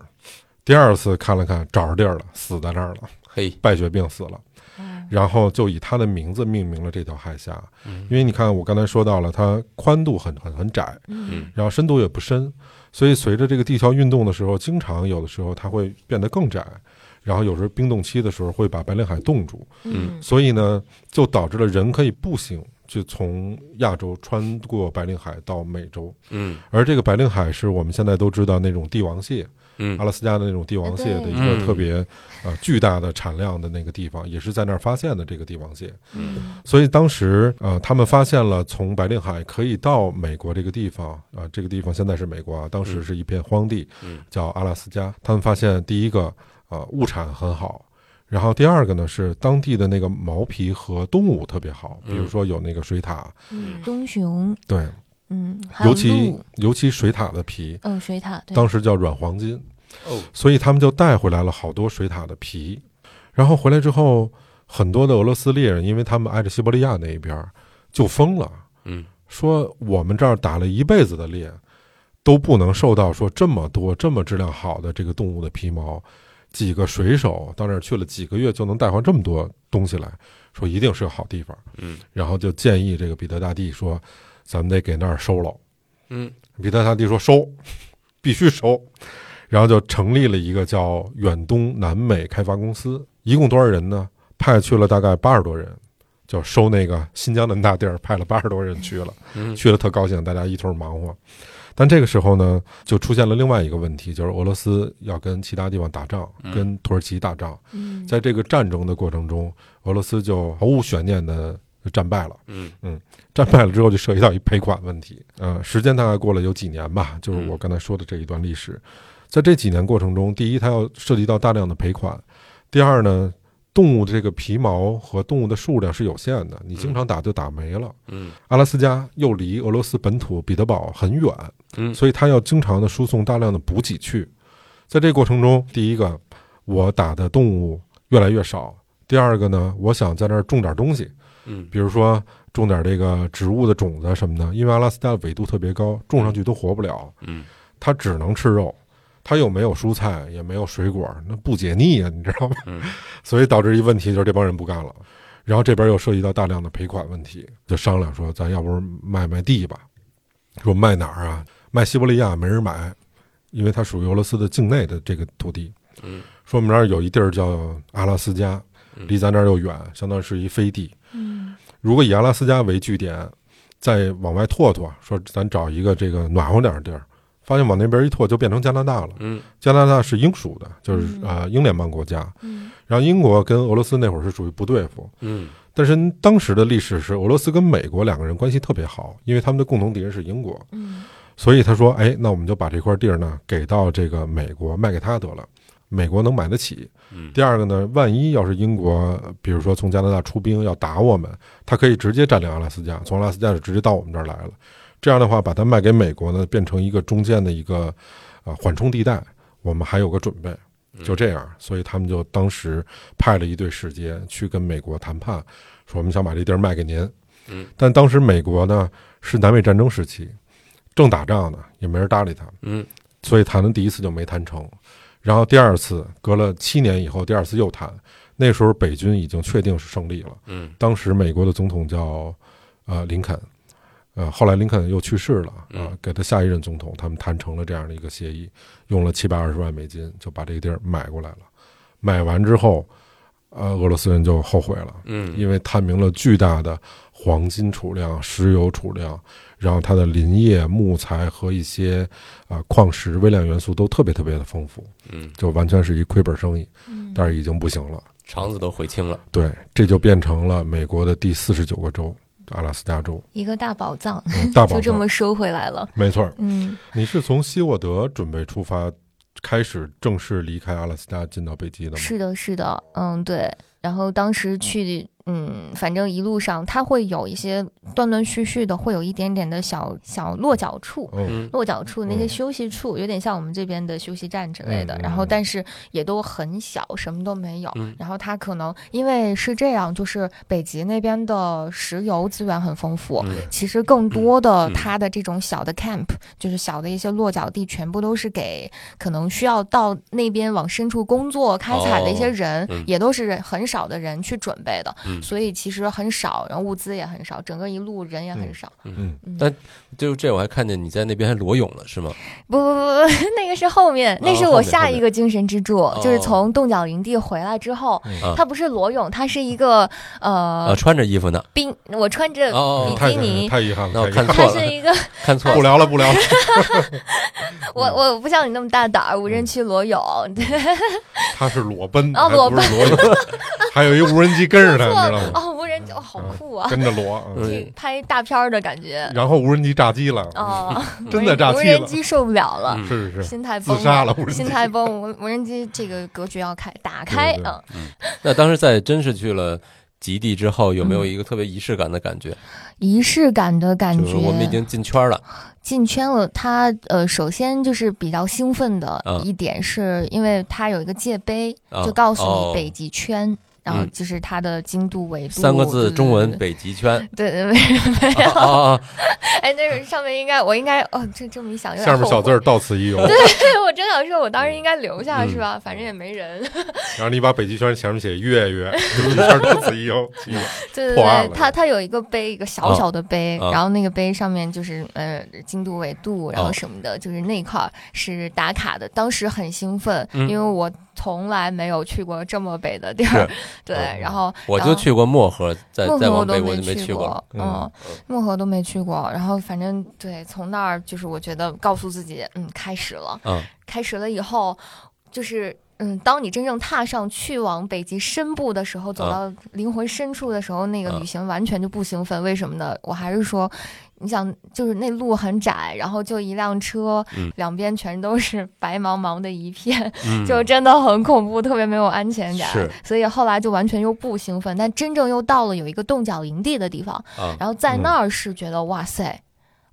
[SPEAKER 3] 第二次看了看找着地儿了，死在那儿了，
[SPEAKER 2] 嘿，
[SPEAKER 3] 败血病死了。
[SPEAKER 2] 嗯
[SPEAKER 3] 然后就以他的名字命名了这条海峡，因为你看我刚才说到了，它宽度很很很窄，
[SPEAKER 2] 嗯
[SPEAKER 3] 然后深度也不深，所以随着这个地壳运动的时候，经常有的时候它会变得更窄，然后有时候冰冻期的时候会把白令海冻住，
[SPEAKER 2] 嗯
[SPEAKER 3] 所以呢，就导致了人可以步行去从亚洲穿过白令海到美洲，
[SPEAKER 2] 嗯
[SPEAKER 3] 而这个白令海是我们现在都知道那种帝王蟹，
[SPEAKER 2] 嗯
[SPEAKER 3] 阿拉斯加的那种帝王蟹的一个特别呃巨大的产量的那个地方，也是在那儿发现的这个帝王蟹。
[SPEAKER 1] 嗯，
[SPEAKER 3] 所以当时呃，他们发现了从白令海可以到美国这个地方啊、呃这个地方现在是美国啊，当时是一片荒地，
[SPEAKER 2] 嗯嗯
[SPEAKER 3] 叫阿拉斯加。他们发现第一个呃物产很好。然后第二个呢是当地的那个
[SPEAKER 2] 嗯
[SPEAKER 3] 毛皮和动物特别好，比如说有那个水獭，
[SPEAKER 1] 棕熊，
[SPEAKER 3] 对，
[SPEAKER 1] 嗯，还有
[SPEAKER 3] 嗯尤其
[SPEAKER 1] 鹿
[SPEAKER 3] 尤其水獭的皮，
[SPEAKER 1] 嗯水獭对，
[SPEAKER 3] 当时叫软黄金，
[SPEAKER 2] 哦，
[SPEAKER 3] 所以他们就带回来了好多水獭的皮，然后回来之后，很多的俄罗斯猎人，因为他们挨着西伯利亚那一边儿，就疯了，
[SPEAKER 2] 嗯，
[SPEAKER 3] 说我们这儿打了一辈子的猎，都不能受到说这么多这么质量好的这个动物的皮毛，几个水手到那儿去了几个月就能带回这么多东西来，说一定是个好地方，
[SPEAKER 2] 嗯，
[SPEAKER 3] 然后就建议这个彼得大帝说，咱们得给那儿收了。
[SPEAKER 2] 嗯，
[SPEAKER 3] 彼得大帝说收，必须收，然后就成立了一个叫远东南美开发公司，一共多少人呢？派去了大概八十多人，就收那个新疆那么大地儿，派了八十多人去了，
[SPEAKER 2] 嗯
[SPEAKER 3] 去了特高兴，大家一通忙活。但这个时候呢，就出现了另外一个问题，就是俄罗斯要跟其他地方打仗，
[SPEAKER 2] 嗯
[SPEAKER 3] 跟土耳其打仗，
[SPEAKER 1] 嗯
[SPEAKER 3] 在这个战争的过程中，俄罗斯就毫无悬念的战败了。
[SPEAKER 2] 嗯
[SPEAKER 3] 战败了之后就涉及到一赔款问题。呃，时间大概过了有几年吧，
[SPEAKER 2] 嗯
[SPEAKER 3] 就是我刚才说的这一段历史。在这几年过程中，第一，它要涉及到大量的赔款；第二呢，动物的这个皮毛和动物的数量是有限的，你经常打就打没了。
[SPEAKER 2] 嗯
[SPEAKER 3] 阿拉斯加又离俄罗斯本土彼得堡很远，
[SPEAKER 2] 嗯
[SPEAKER 3] 所以它要经常的输送大量的补给去。在这过程中，第一个，我打的动物越来越少；第二个呢，我想在那儿种点东西，
[SPEAKER 2] 嗯
[SPEAKER 3] 比如说种点这个植物的种子什么的，因为阿拉斯加的纬度特别高，种上去都活不了，
[SPEAKER 2] 嗯，
[SPEAKER 3] 它只能吃肉，它又没有蔬菜，也没有水果，那不解腻呀、你知道吗？
[SPEAKER 2] 嗯
[SPEAKER 3] 所以导致一问题就是这帮人不干了，然后这边又涉及到大量的赔款问题，就商量说咱要不卖卖地吧，说卖哪儿啊？卖西伯利亚没人买，因为它属于俄罗斯的境内的这个土地，
[SPEAKER 2] 嗯
[SPEAKER 3] 说我们这儿有一地儿叫阿拉斯加，
[SPEAKER 2] 嗯
[SPEAKER 3] 离咱这儿又远，相当于是一飞地。
[SPEAKER 1] 嗯
[SPEAKER 3] 如果以阿拉斯加为据点，再往外拓拓，说咱找一个这个暖和点儿的地儿，发现往那边一拓就变成加拿大了。
[SPEAKER 2] 嗯
[SPEAKER 3] 加拿大是英属的，就是
[SPEAKER 1] 嗯
[SPEAKER 3] 呃英联邦国家。
[SPEAKER 1] 嗯
[SPEAKER 3] 然后英国跟俄罗斯那会儿是属于不对付，
[SPEAKER 2] 嗯
[SPEAKER 3] 但是当时的历史是俄罗斯跟美国两个人关系特别好，因为他们的共同敌人是英国，
[SPEAKER 1] 嗯
[SPEAKER 3] 所以他说，哎，那我们就把这块地儿呢给到这个美国，卖给他得了，美国能买得起。
[SPEAKER 2] 嗯，
[SPEAKER 3] 第二个呢，万一要是英国，呃比如说从加拿大出兵要打我们，他可以直接占领阿拉斯加，从阿拉斯加就直接到我们这儿来了。这样的话，把它卖给美国呢，变成一个中间的一个啊、呃缓冲地带，我们还有个准备。就这样，所以他们就当时派了一队使节去跟美国谈判，说我们想把这地儿卖给您。
[SPEAKER 2] 嗯，
[SPEAKER 3] 但当时美国呢是南北战争时期，正打仗呢，也没人搭理他。
[SPEAKER 2] 嗯
[SPEAKER 3] 所以谈的第一次就没谈成，然后第二次隔了七年以后，第二次又谈，那时候北军已经确定是胜利了。
[SPEAKER 2] 嗯
[SPEAKER 3] 当时美国的总统叫呃林肯，呃后来林肯又去世了啊、
[SPEAKER 2] 嗯
[SPEAKER 3] 给他下一任总统，他们谈成了这样的一个协议，用了七百二十万美金就把这个地儿买过来了。买完之后，呃，俄罗斯人就后悔了，
[SPEAKER 2] 嗯，
[SPEAKER 3] 因为探明了巨大的黄金储量、石油储量，然后它的林业、木材和一些啊、呃矿石、微量元素都特别特别的丰富，
[SPEAKER 2] 嗯
[SPEAKER 3] 就完全是一亏本生意，
[SPEAKER 1] 嗯，
[SPEAKER 3] 但是已经不行了。
[SPEAKER 2] 肠子都悔青了。
[SPEAKER 3] 对，这就变成了美国的第四十九个州——阿拉斯加州，
[SPEAKER 1] 一个大宝藏
[SPEAKER 3] 嗯、大宝
[SPEAKER 1] 就这
[SPEAKER 3] 藏。
[SPEAKER 1] 么收回来了，
[SPEAKER 3] 没错儿，
[SPEAKER 1] 嗯
[SPEAKER 3] 你是从希沃德准备出发，开始正式离开阿拉斯加进到北极的吗？
[SPEAKER 1] 是的，是的，嗯，对。然后当时去，嗯，反正一路上它会有一些断断续续的，会有一点点的小小落脚处。
[SPEAKER 3] 嗯，
[SPEAKER 2] 嗯
[SPEAKER 1] 落脚处那些
[SPEAKER 3] 嗯
[SPEAKER 1] 休息处，有点像我们这边的休息站之类的，
[SPEAKER 3] 嗯嗯
[SPEAKER 1] 然后
[SPEAKER 3] 嗯
[SPEAKER 1] 但是也都很小，什么都没有。
[SPEAKER 2] 嗯
[SPEAKER 1] 然后它可能因为是这样，就是北极那边的石油资源很丰富，
[SPEAKER 2] 嗯
[SPEAKER 1] 其实更多的
[SPEAKER 2] 嗯
[SPEAKER 1] 它的这种小的 camp，、就是小的一些落脚地，全部都是给可能需要到那边往深处工作开采的一些
[SPEAKER 2] 哦
[SPEAKER 1] 人，
[SPEAKER 2] 嗯
[SPEAKER 1] 也都是很少的人去准备的，
[SPEAKER 2] 嗯
[SPEAKER 1] 所以其实很少，然后物资也很少，整个一路人也很少。
[SPEAKER 3] 嗯
[SPEAKER 1] 嗯
[SPEAKER 2] 但就这我还看见你在那边还裸泳了是吗？
[SPEAKER 1] 不不 不不，那个是后面，那
[SPEAKER 2] 哦
[SPEAKER 1] 是
[SPEAKER 2] 后
[SPEAKER 1] 我
[SPEAKER 2] 面后
[SPEAKER 1] 下一
[SPEAKER 2] 面
[SPEAKER 1] 个精神支柱，就是
[SPEAKER 2] 哦
[SPEAKER 1] 从冻脚营地回来之后，
[SPEAKER 2] 啊
[SPEAKER 1] 它不是裸泳，它是一个
[SPEAKER 2] 啊，
[SPEAKER 1] 呃
[SPEAKER 2] 穿着衣服呢。
[SPEAKER 1] 冰，我穿着
[SPEAKER 2] 哦
[SPEAKER 1] 比
[SPEAKER 2] 哦
[SPEAKER 3] 太
[SPEAKER 1] 基嗯尼，
[SPEAKER 3] 太遗憾了，
[SPEAKER 2] 那我
[SPEAKER 3] 太遗憾
[SPEAKER 2] 看错
[SPEAKER 3] 了
[SPEAKER 1] 它
[SPEAKER 2] 了嗯
[SPEAKER 1] 是一个
[SPEAKER 2] 看错
[SPEAKER 3] 不
[SPEAKER 2] 了，
[SPEAKER 3] 聊了，不 聊了。
[SPEAKER 1] 我我不像你那么大胆儿，无人
[SPEAKER 3] 嗯
[SPEAKER 1] 区裸泳，
[SPEAKER 3] 他是裸奔，
[SPEAKER 1] 啊
[SPEAKER 3] 还不是 裸泳，还有一无人机跟着他，你知道吗？
[SPEAKER 1] 哦，无人机哦，好酷啊！
[SPEAKER 3] 跟着裸，嗯
[SPEAKER 2] 嗯
[SPEAKER 1] 去拍大片儿的感觉
[SPEAKER 3] 然后无人机炸机了，
[SPEAKER 1] 哦，
[SPEAKER 3] 真的炸
[SPEAKER 1] 无
[SPEAKER 3] 机
[SPEAKER 1] 人
[SPEAKER 3] 了，
[SPEAKER 1] 机受不了了，
[SPEAKER 2] 嗯
[SPEAKER 3] 是是是，
[SPEAKER 1] 心态崩
[SPEAKER 3] 自杀了无人机
[SPEAKER 1] 心。态崩，无无人机这个格局要开打开
[SPEAKER 3] 对对对
[SPEAKER 1] 啊！
[SPEAKER 2] 那当时在真是去了极地之后，有没有一个特别仪式感的感觉？
[SPEAKER 1] 仪式感的感
[SPEAKER 2] 就
[SPEAKER 1] 觉。
[SPEAKER 2] 是我们已经进圈了，
[SPEAKER 1] 进圈了，他呃，首先就是比较兴奋的
[SPEAKER 2] 嗯
[SPEAKER 1] 一点，是因为他有一个界碑，
[SPEAKER 2] 啊
[SPEAKER 1] 就告诉
[SPEAKER 2] 哦
[SPEAKER 1] 你北极圈，然后
[SPEAKER 2] 嗯
[SPEAKER 1] 就是它的经度、纬度。
[SPEAKER 2] 三个字中文“北极圈
[SPEAKER 1] 对对 对对对，”。
[SPEAKER 2] 啊啊啊！
[SPEAKER 1] 哎，那是上面应该我应该哦，这这么一想有点
[SPEAKER 3] 下面
[SPEAKER 1] 后
[SPEAKER 3] 小字
[SPEAKER 1] 悔
[SPEAKER 3] 儿到此一游，
[SPEAKER 1] 对， 我真想说，我当时应该留下、
[SPEAKER 2] 嗯
[SPEAKER 1] 是吧？反正也没人。
[SPEAKER 3] 然后你把北极圈前面写月 月，一圈到此一游，记住
[SPEAKER 1] 对对
[SPEAKER 3] 破案
[SPEAKER 1] 对，
[SPEAKER 3] 了
[SPEAKER 1] 它它有一个碑，一个小小的碑，
[SPEAKER 2] 啊啊
[SPEAKER 1] 然后那个碑上面就是呃经度、纬度，然
[SPEAKER 2] 啊
[SPEAKER 1] 后什么的，就是那块儿是打卡的。当时很兴奋，
[SPEAKER 2] 嗯
[SPEAKER 1] 因为我从来没有去过这么北的地儿。对，
[SPEAKER 3] 嗯
[SPEAKER 1] 然后
[SPEAKER 2] 我
[SPEAKER 1] 然
[SPEAKER 2] 就
[SPEAKER 1] 后
[SPEAKER 2] 去过漠河，再
[SPEAKER 1] 啊漠
[SPEAKER 2] 再
[SPEAKER 1] 河
[SPEAKER 2] 往
[SPEAKER 1] 我
[SPEAKER 2] 北
[SPEAKER 1] 都
[SPEAKER 2] 我就没
[SPEAKER 1] 去
[SPEAKER 2] 去过了。
[SPEAKER 1] 嗯，漠河都没去过。然后反正对，从那儿就是我觉得告诉自己，嗯，开始了，
[SPEAKER 2] 嗯，
[SPEAKER 1] 开始了以后，就是嗯，当你真正踏上去往北极深部的时候，走到灵魂深处的时候，那个
[SPEAKER 2] 嗯
[SPEAKER 1] 旅行完全就不兴奋。为什么呢？我还是说，你想，就是那路很窄，然后就一辆车，
[SPEAKER 2] 嗯
[SPEAKER 1] 两边全都是白茫茫的一片，
[SPEAKER 2] 嗯
[SPEAKER 1] 就真的很恐怖，特别没有安全感。
[SPEAKER 2] 是
[SPEAKER 1] 所以后来就完全又不兴奋。但真正又到了有一个冻脚营地的地方，
[SPEAKER 2] 啊，
[SPEAKER 1] 然后在那儿是觉得、哇塞，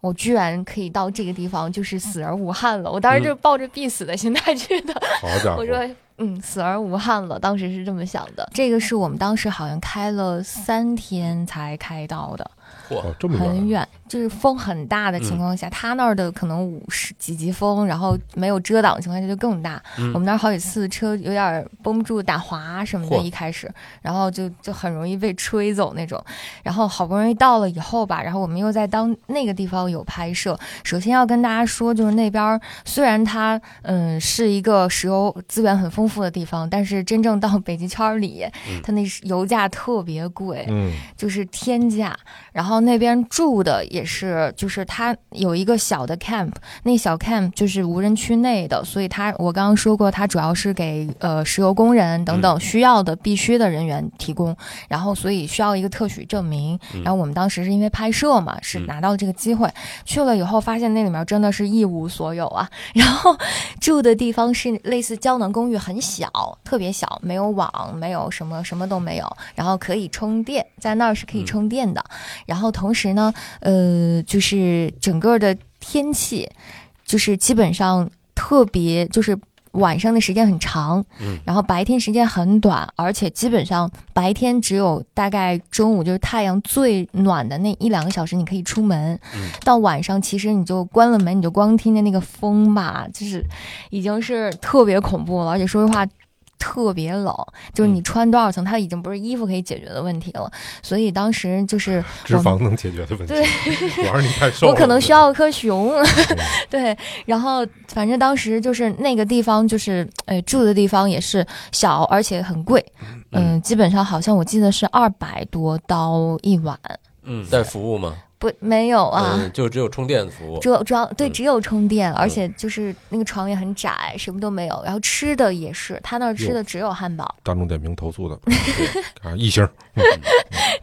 [SPEAKER 1] 我居然可以到这个地方，就是死而无憾了。我
[SPEAKER 2] 嗯
[SPEAKER 1] 当时就抱着必死的心态去的，
[SPEAKER 2] 啊
[SPEAKER 3] 好家伙
[SPEAKER 1] 我，说。嗯，死而无憾了，当时是这么想的。这个是我们当时好像开了三天才开到的，
[SPEAKER 3] 哦，这么
[SPEAKER 1] 很
[SPEAKER 3] 远，
[SPEAKER 1] 远，就是风很大的情况下，他那儿的可能五十几级风，然后没有遮挡的情况下就更大。
[SPEAKER 2] 嗯
[SPEAKER 1] 我们那儿好几次车有点绷不住打滑什么的，
[SPEAKER 2] 嚯
[SPEAKER 1] 一开始，然后就就很容易被吹走那种。然后好不容易到了以后吧，然后我们又在当那个地方有拍摄。首先要跟大家说，就是那边儿虽然它嗯是一个石油资源很丰富的地方，但是真正到北极圈儿里，
[SPEAKER 2] 嗯
[SPEAKER 1] 它那油价特别贵，
[SPEAKER 3] 嗯，
[SPEAKER 1] 就是天价，然后那边住的也是，就是它有一个小的 camp，那小 camp 就是无人区内的，所以它我刚刚说过，它主要是给呃石油工人等
[SPEAKER 2] 嗯
[SPEAKER 1] 等需要的必须的人员提供，然后所以需要一个特许证明
[SPEAKER 2] 嗯，
[SPEAKER 1] 然后我们当时是因为拍摄嘛，是
[SPEAKER 2] 嗯
[SPEAKER 1] 拿到这个机会，去了以后发现那里面真的是一无所有啊， 然后住的地方是类似胶囊公寓，很小，特别小，没有网，没有什么，什么都没有。然后可以充电，在那儿是可以充电的。然后同时呢，呃，就是整个的天气，就是基本上特别就是。晚上的时间很长，
[SPEAKER 2] 嗯
[SPEAKER 1] 然后白天时间很短，而且基本上白天只有大概中午就是太阳最暖的那一两个小时，你可以出门。
[SPEAKER 2] 嗯
[SPEAKER 1] 到晚上其实你就关了门，你就光听见那个风吧，就是已经是特别恐怖了，而且说实话。特别冷，就是你穿多少层，它已经不是衣服可以解决的问题了。所以当时就是
[SPEAKER 3] 脂
[SPEAKER 1] 我们
[SPEAKER 3] 肪能解决的问题。我让你太瘦了，
[SPEAKER 1] 我可能需要颗熊
[SPEAKER 3] 嗯，
[SPEAKER 1] 对。然后反正当时就是那个地方，就是呃住的地方也是小，而且很贵，嗯、基本上好像我记得是二百多刀一晚，
[SPEAKER 2] 嗯，在服务嘛，
[SPEAKER 1] 不没有啊。
[SPEAKER 2] 嗯，就只有充电服务
[SPEAKER 1] 主要主要对，
[SPEAKER 2] 嗯
[SPEAKER 1] 只有充电，而
[SPEAKER 2] 嗯
[SPEAKER 1] 且就是那个床也很窄，什么都没有。然后吃的也是，他那儿吃
[SPEAKER 3] 哟
[SPEAKER 1] 的只有汉堡。
[SPEAKER 3] 大众点评投诉 的啊，一星儿，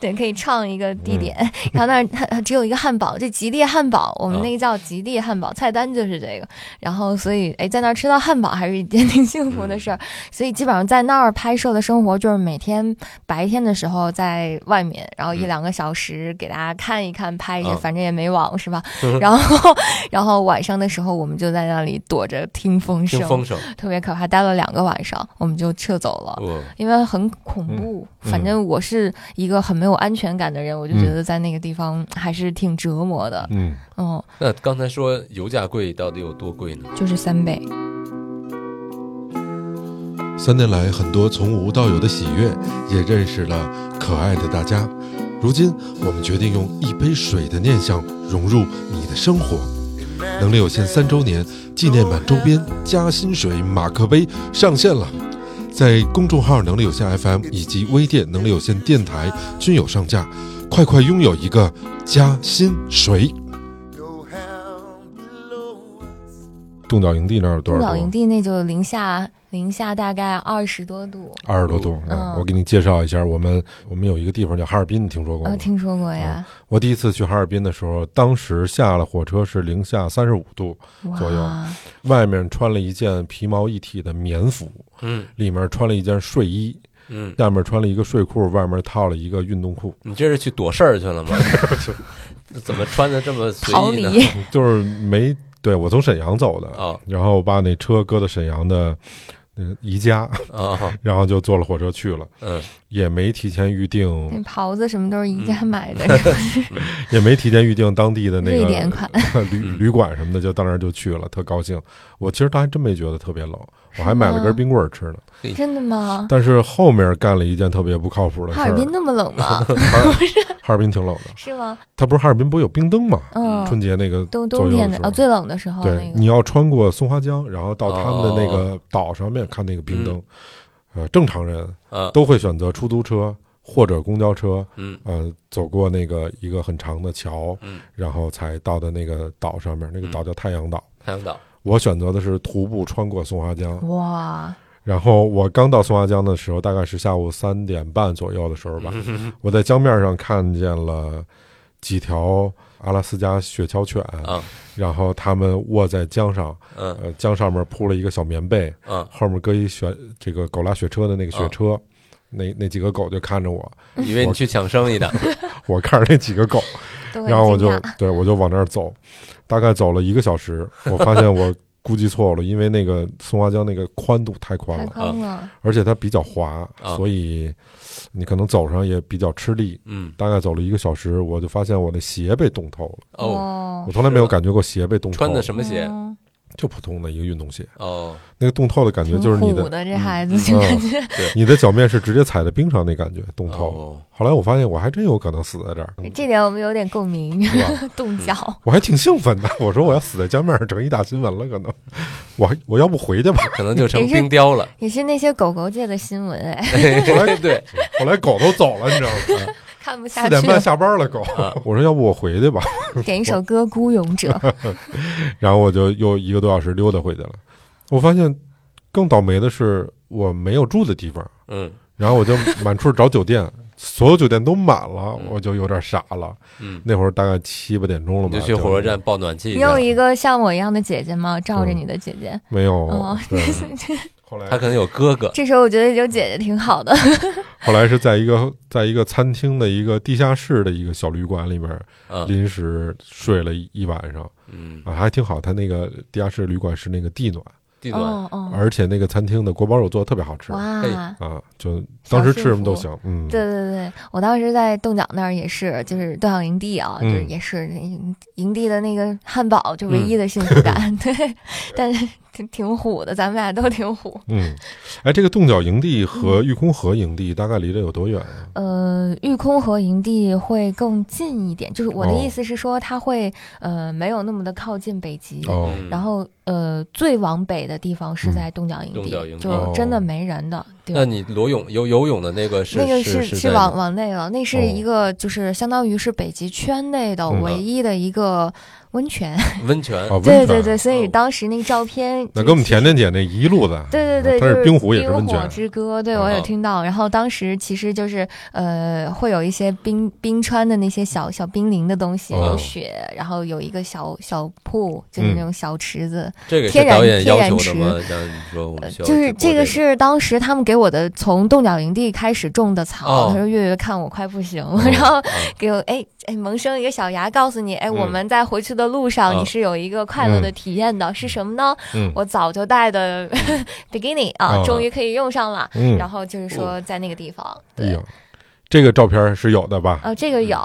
[SPEAKER 1] 对，可以唱一个地点，
[SPEAKER 2] 嗯
[SPEAKER 1] 然后那儿它呃只有一个汉堡，这吉利汉堡，我们
[SPEAKER 2] 啊
[SPEAKER 1] 那个叫吉利汉堡，菜单就是这个。然后所以哎，在那儿吃到汉堡还是一件 挺幸福的事
[SPEAKER 2] 嗯
[SPEAKER 1] 儿。所以基本上在那儿拍摄的生活就是每天白天的时候在外面，然后一
[SPEAKER 2] 嗯
[SPEAKER 1] 两个小时给大家看一看、拍一下，
[SPEAKER 2] 啊
[SPEAKER 1] 反正也没网 是吧？然后然后晚上的时候我们就在那里躲着听风
[SPEAKER 2] 听
[SPEAKER 1] 声，
[SPEAKER 2] 风声，
[SPEAKER 1] 特别可怕，待了两个晚上，我们就撤走了。
[SPEAKER 2] 哦
[SPEAKER 1] 因为很恐怖。
[SPEAKER 3] 嗯
[SPEAKER 1] 反正我是一个很没有安全感的人，我就
[SPEAKER 3] 嗯
[SPEAKER 1] 觉得在那个地方还是挺折磨的。
[SPEAKER 3] 嗯，
[SPEAKER 1] 嗯，
[SPEAKER 2] 那刚才说油价贵到底有多贵呢？
[SPEAKER 1] 就是三倍。
[SPEAKER 3] 三年来，很多从无到有的喜悦，也认识了可爱的大家。如今，我们决定用一杯水的念想融入你的生活。能力有限三周年纪念版周边加薪水马克杯上线了，在公众号“能力有限 FM” 以及微店“能力有限电台”均有上架，快快拥有一个加薪水。
[SPEAKER 5] Go down below us.
[SPEAKER 3] 冻脚营地那儿有多
[SPEAKER 1] 中
[SPEAKER 3] 少
[SPEAKER 1] 岛
[SPEAKER 3] 度？
[SPEAKER 1] 营地那就零下零下大概二十多度，
[SPEAKER 3] 二十多度啊！
[SPEAKER 1] 嗯
[SPEAKER 3] 我给你介绍一下，我们我们有一个地方叫哈尔滨，你听说过
[SPEAKER 1] 啊、
[SPEAKER 3] 吗？
[SPEAKER 1] 听说过呀？
[SPEAKER 3] 我第一次去哈尔滨的时候，当时下了火车是零下三十五度，
[SPEAKER 1] 哇，
[SPEAKER 3] 哦左右外面穿了一件皮毛一体的棉服，
[SPEAKER 2] 嗯
[SPEAKER 3] 里面穿了一件睡衣，
[SPEAKER 2] 嗯，
[SPEAKER 3] 下面穿了一个睡裤，外面套了一个运动裤，
[SPEAKER 2] 你这是去躲事儿去了 吗？怎么穿的这么随
[SPEAKER 1] 逃
[SPEAKER 2] 意呢？
[SPEAKER 1] 离，
[SPEAKER 3] 就是没对我从沈阳走的，
[SPEAKER 2] 啊
[SPEAKER 3] 然后我把那车搁到沈阳的那个宜家，
[SPEAKER 2] 啊，
[SPEAKER 3] 然后就坐了火车去了，
[SPEAKER 2] 嗯
[SPEAKER 3] 也没提前预
[SPEAKER 1] 那
[SPEAKER 3] 定，
[SPEAKER 1] 袍子什么都是宜家买 的，
[SPEAKER 3] 也没提前预定当嗯地的那
[SPEAKER 1] 瑞典
[SPEAKER 3] 个
[SPEAKER 1] 款。
[SPEAKER 3] 旅
[SPEAKER 2] 嗯
[SPEAKER 3] 旅馆什么的，就到那儿就去了，特高兴。我其实倒还真没觉得特别冷，我还买了根冰棍儿吃呢。
[SPEAKER 1] 真的吗？
[SPEAKER 3] 但是后面干了一件特别不靠谱的事
[SPEAKER 1] 哈尔
[SPEAKER 3] 儿，
[SPEAKER 1] 滨那么冷 吗？
[SPEAKER 3] 哈尔滨挺冷的。
[SPEAKER 1] 是吗？
[SPEAKER 3] 它不是哈尔滨不是有冰灯吗？春
[SPEAKER 1] 嗯，
[SPEAKER 3] 节那个
[SPEAKER 1] 冬
[SPEAKER 3] 左右
[SPEAKER 1] 冬天的
[SPEAKER 3] 时候
[SPEAKER 1] 啊，最冷的时候
[SPEAKER 3] 对
[SPEAKER 1] 那，个哦
[SPEAKER 3] 你要穿过松花江，然后到他们的那个岛上面看那个冰灯。
[SPEAKER 1] 嗯
[SPEAKER 3] 呃，正常人
[SPEAKER 2] 啊
[SPEAKER 3] 都会选择出租车或者公交车，
[SPEAKER 2] 嗯
[SPEAKER 3] 呃，走过那个一个很长的桥，
[SPEAKER 2] 嗯，
[SPEAKER 3] 然后才到的那个岛上面。
[SPEAKER 1] 嗯
[SPEAKER 3] 那个岛叫太阳岛。
[SPEAKER 2] 太阳岛，
[SPEAKER 3] 我选择的是徒步穿过松花江，
[SPEAKER 1] 哇，
[SPEAKER 3] 然后我刚到松花江的时候，大概是下午三点半左右的时候吧，
[SPEAKER 1] 嗯
[SPEAKER 3] 我在江面上看见了几条阿拉斯加雪橇犬，
[SPEAKER 1] 嗯
[SPEAKER 2] 啊
[SPEAKER 3] 然后它们卧在江上，
[SPEAKER 2] 嗯
[SPEAKER 3] 呃，江上面铺了一个小棉被，
[SPEAKER 2] 嗯，
[SPEAKER 3] 后面搁一雪这个狗拉雪车的那个雪车，
[SPEAKER 1] 哦
[SPEAKER 3] 那那几个狗就看着我，
[SPEAKER 2] 以为你去抢生意的，
[SPEAKER 3] 我看着那几 个狗，
[SPEAKER 1] 都很
[SPEAKER 3] 然后我
[SPEAKER 1] 惊
[SPEAKER 3] 就
[SPEAKER 1] 讶
[SPEAKER 3] 对我就往那儿走，大概走了一个小时，我发现我估计错误了，因为那个松花江那个宽度太宽
[SPEAKER 1] 太
[SPEAKER 3] 了。
[SPEAKER 1] 宽了，
[SPEAKER 3] 而且它比较滑，
[SPEAKER 2] 啊
[SPEAKER 3] 所以你可能走上也比较吃力。
[SPEAKER 2] 嗯
[SPEAKER 3] 大概走了一个小时，我就发现我的鞋被冻透了。
[SPEAKER 2] 哦，
[SPEAKER 1] 哦
[SPEAKER 3] 我，从来没有感觉过鞋被冻透。
[SPEAKER 2] 穿的什么鞋？
[SPEAKER 1] 嗯
[SPEAKER 3] 就普通的一个运动鞋，
[SPEAKER 2] 哦，
[SPEAKER 3] 那个冻透的感觉
[SPEAKER 1] 挺
[SPEAKER 3] 就是你
[SPEAKER 1] 虎的
[SPEAKER 3] 的
[SPEAKER 1] 这
[SPEAKER 3] 嗯
[SPEAKER 1] 孩子，就感觉
[SPEAKER 3] 你的脚面是直接踩在冰上那感觉冻透了。
[SPEAKER 2] 哦，
[SPEAKER 3] 后来我发现我还真有可能死在这儿，
[SPEAKER 1] 这点我们有点共鸣，
[SPEAKER 3] 是 吧？嗯
[SPEAKER 1] 冻脚。
[SPEAKER 3] 我还挺兴奋的， 我说我要死在江面上成一大新闻了，可能我还我要不回去吧？
[SPEAKER 2] 可能就成冰雕 了。
[SPEAKER 1] 也是那些狗狗界的新闻，哎，
[SPEAKER 2] 对对，
[SPEAKER 3] 后来狗都走了，你知道吗？
[SPEAKER 1] 看不
[SPEAKER 3] 四
[SPEAKER 1] 下
[SPEAKER 3] 点
[SPEAKER 1] 去
[SPEAKER 3] 半
[SPEAKER 1] 了。
[SPEAKER 3] 下班了，狗
[SPEAKER 2] 啊。
[SPEAKER 3] 我说要不我回去吧，
[SPEAKER 1] 点一首歌《孤勇者》，
[SPEAKER 3] 然后我就又一个多小时溜达回去了。我发现更倒霉的是我没有住的地方，
[SPEAKER 2] 嗯
[SPEAKER 3] 然后我就满处找酒店， 所有酒店都满了
[SPEAKER 2] 嗯，
[SPEAKER 3] 我就有点傻了。
[SPEAKER 2] 嗯，
[SPEAKER 3] 那会儿大概七八点钟了
[SPEAKER 2] 你
[SPEAKER 3] 吧，
[SPEAKER 2] 就去火车站抱暖气
[SPEAKER 1] 你
[SPEAKER 2] 去。
[SPEAKER 1] 有一个像我一样的姐姐吗？罩
[SPEAKER 3] 嗯
[SPEAKER 1] 着你的姐姐，
[SPEAKER 3] 没有
[SPEAKER 1] 哦。
[SPEAKER 3] 对
[SPEAKER 2] 他
[SPEAKER 3] 后来
[SPEAKER 2] 可能有哥哥，
[SPEAKER 1] 这时候我觉得有姐姐挺好的。
[SPEAKER 3] 后来是在一个在一个餐厅的一个地下室的一个小旅馆里面
[SPEAKER 2] 嗯
[SPEAKER 3] 临时睡了一晚上
[SPEAKER 2] 嗯，
[SPEAKER 3] 啊，还挺好。他那个地下室旅馆是那个地暖，
[SPEAKER 2] 地暖
[SPEAKER 1] 哦哦，
[SPEAKER 3] 而且那个餐厅的锅包肉做的特别好吃
[SPEAKER 1] 哇
[SPEAKER 2] 哎！
[SPEAKER 3] 啊，就当时吃什么都
[SPEAKER 1] 小幸
[SPEAKER 3] 行。嗯，
[SPEAKER 1] 对对对，我当时在冻脚那儿也是，就是冻脚营地啊，
[SPEAKER 3] 嗯
[SPEAKER 1] 就是也是那营地的那个汉堡，就唯一的幸福感。 对，但是挺挺虎的，咱们俩都挺虎。
[SPEAKER 3] 嗯，哎，这个冻脚营地和玉空河营地大概离着有多远啊？
[SPEAKER 1] 呃，御空河营地会更近一点，就是我的
[SPEAKER 3] 哦
[SPEAKER 1] 意思是说，它会呃没有那么的靠近北极。
[SPEAKER 3] 哦，嗯
[SPEAKER 2] 嗯
[SPEAKER 1] 然后，呃，最往北的地方是在冻脚营
[SPEAKER 2] 冻
[SPEAKER 1] 地，
[SPEAKER 2] 脚营地
[SPEAKER 3] 哦
[SPEAKER 1] 就真的没人的。对
[SPEAKER 2] 那你裸泳游游泳的那个是
[SPEAKER 1] 那个
[SPEAKER 2] 是
[SPEAKER 1] 是
[SPEAKER 2] 在
[SPEAKER 1] 往往内了，那是
[SPEAKER 3] 哦
[SPEAKER 1] 一个就是相当于是北极圈内的
[SPEAKER 3] 嗯
[SPEAKER 1] 唯一的一个温泉。
[SPEAKER 2] 温泉
[SPEAKER 3] 啊，温
[SPEAKER 1] 对
[SPEAKER 3] 泉
[SPEAKER 1] 对对，所以
[SPEAKER 2] 哦
[SPEAKER 1] 当时那个照片，
[SPEAKER 3] 那给我们甜。甜姐那一路的，
[SPEAKER 1] 对对对，
[SPEAKER 3] 啊它
[SPEAKER 1] 就是
[SPEAKER 3] 冰湖也是
[SPEAKER 1] 冰
[SPEAKER 3] 温
[SPEAKER 1] 火
[SPEAKER 3] 泉，啊
[SPEAKER 1] 之歌，对我有
[SPEAKER 2] 嗯
[SPEAKER 1] 听到。然后当时其实就是呃，会有一些冰冰川的那些小小冰凌的东西，
[SPEAKER 3] 哦
[SPEAKER 1] 有雪，然后有一个小小瀑，就是
[SPEAKER 3] 嗯
[SPEAKER 1] 那种小池子，
[SPEAKER 2] 这个是
[SPEAKER 1] 天然
[SPEAKER 2] 导演
[SPEAKER 1] 天
[SPEAKER 2] 要
[SPEAKER 1] 然
[SPEAKER 2] 求
[SPEAKER 1] 池
[SPEAKER 2] 的吗？让你说我们需要
[SPEAKER 1] 就是
[SPEAKER 2] 这
[SPEAKER 1] 这个是当时他们给我的，从冻脚营地开始种的草。
[SPEAKER 2] 哦
[SPEAKER 1] 他说：“月月看我快不行
[SPEAKER 3] 哦
[SPEAKER 1] 了， 然后给我哎哎萌生一个小芽，告诉你哎，
[SPEAKER 3] 嗯
[SPEAKER 1] 我们在回去的路上
[SPEAKER 2] 啊
[SPEAKER 1] 你是有一个快乐的体验的，是什么呢？
[SPEAKER 3] 嗯
[SPEAKER 1] 我早就带的 bikini 啊，
[SPEAKER 3] 啊
[SPEAKER 1] 终于可以用上了。
[SPEAKER 3] 嗯，
[SPEAKER 1] 然后就是说在那个地方，
[SPEAKER 3] 哎
[SPEAKER 1] 对，
[SPEAKER 3] 呦，这个照片是有的吧？
[SPEAKER 1] 哦，这个有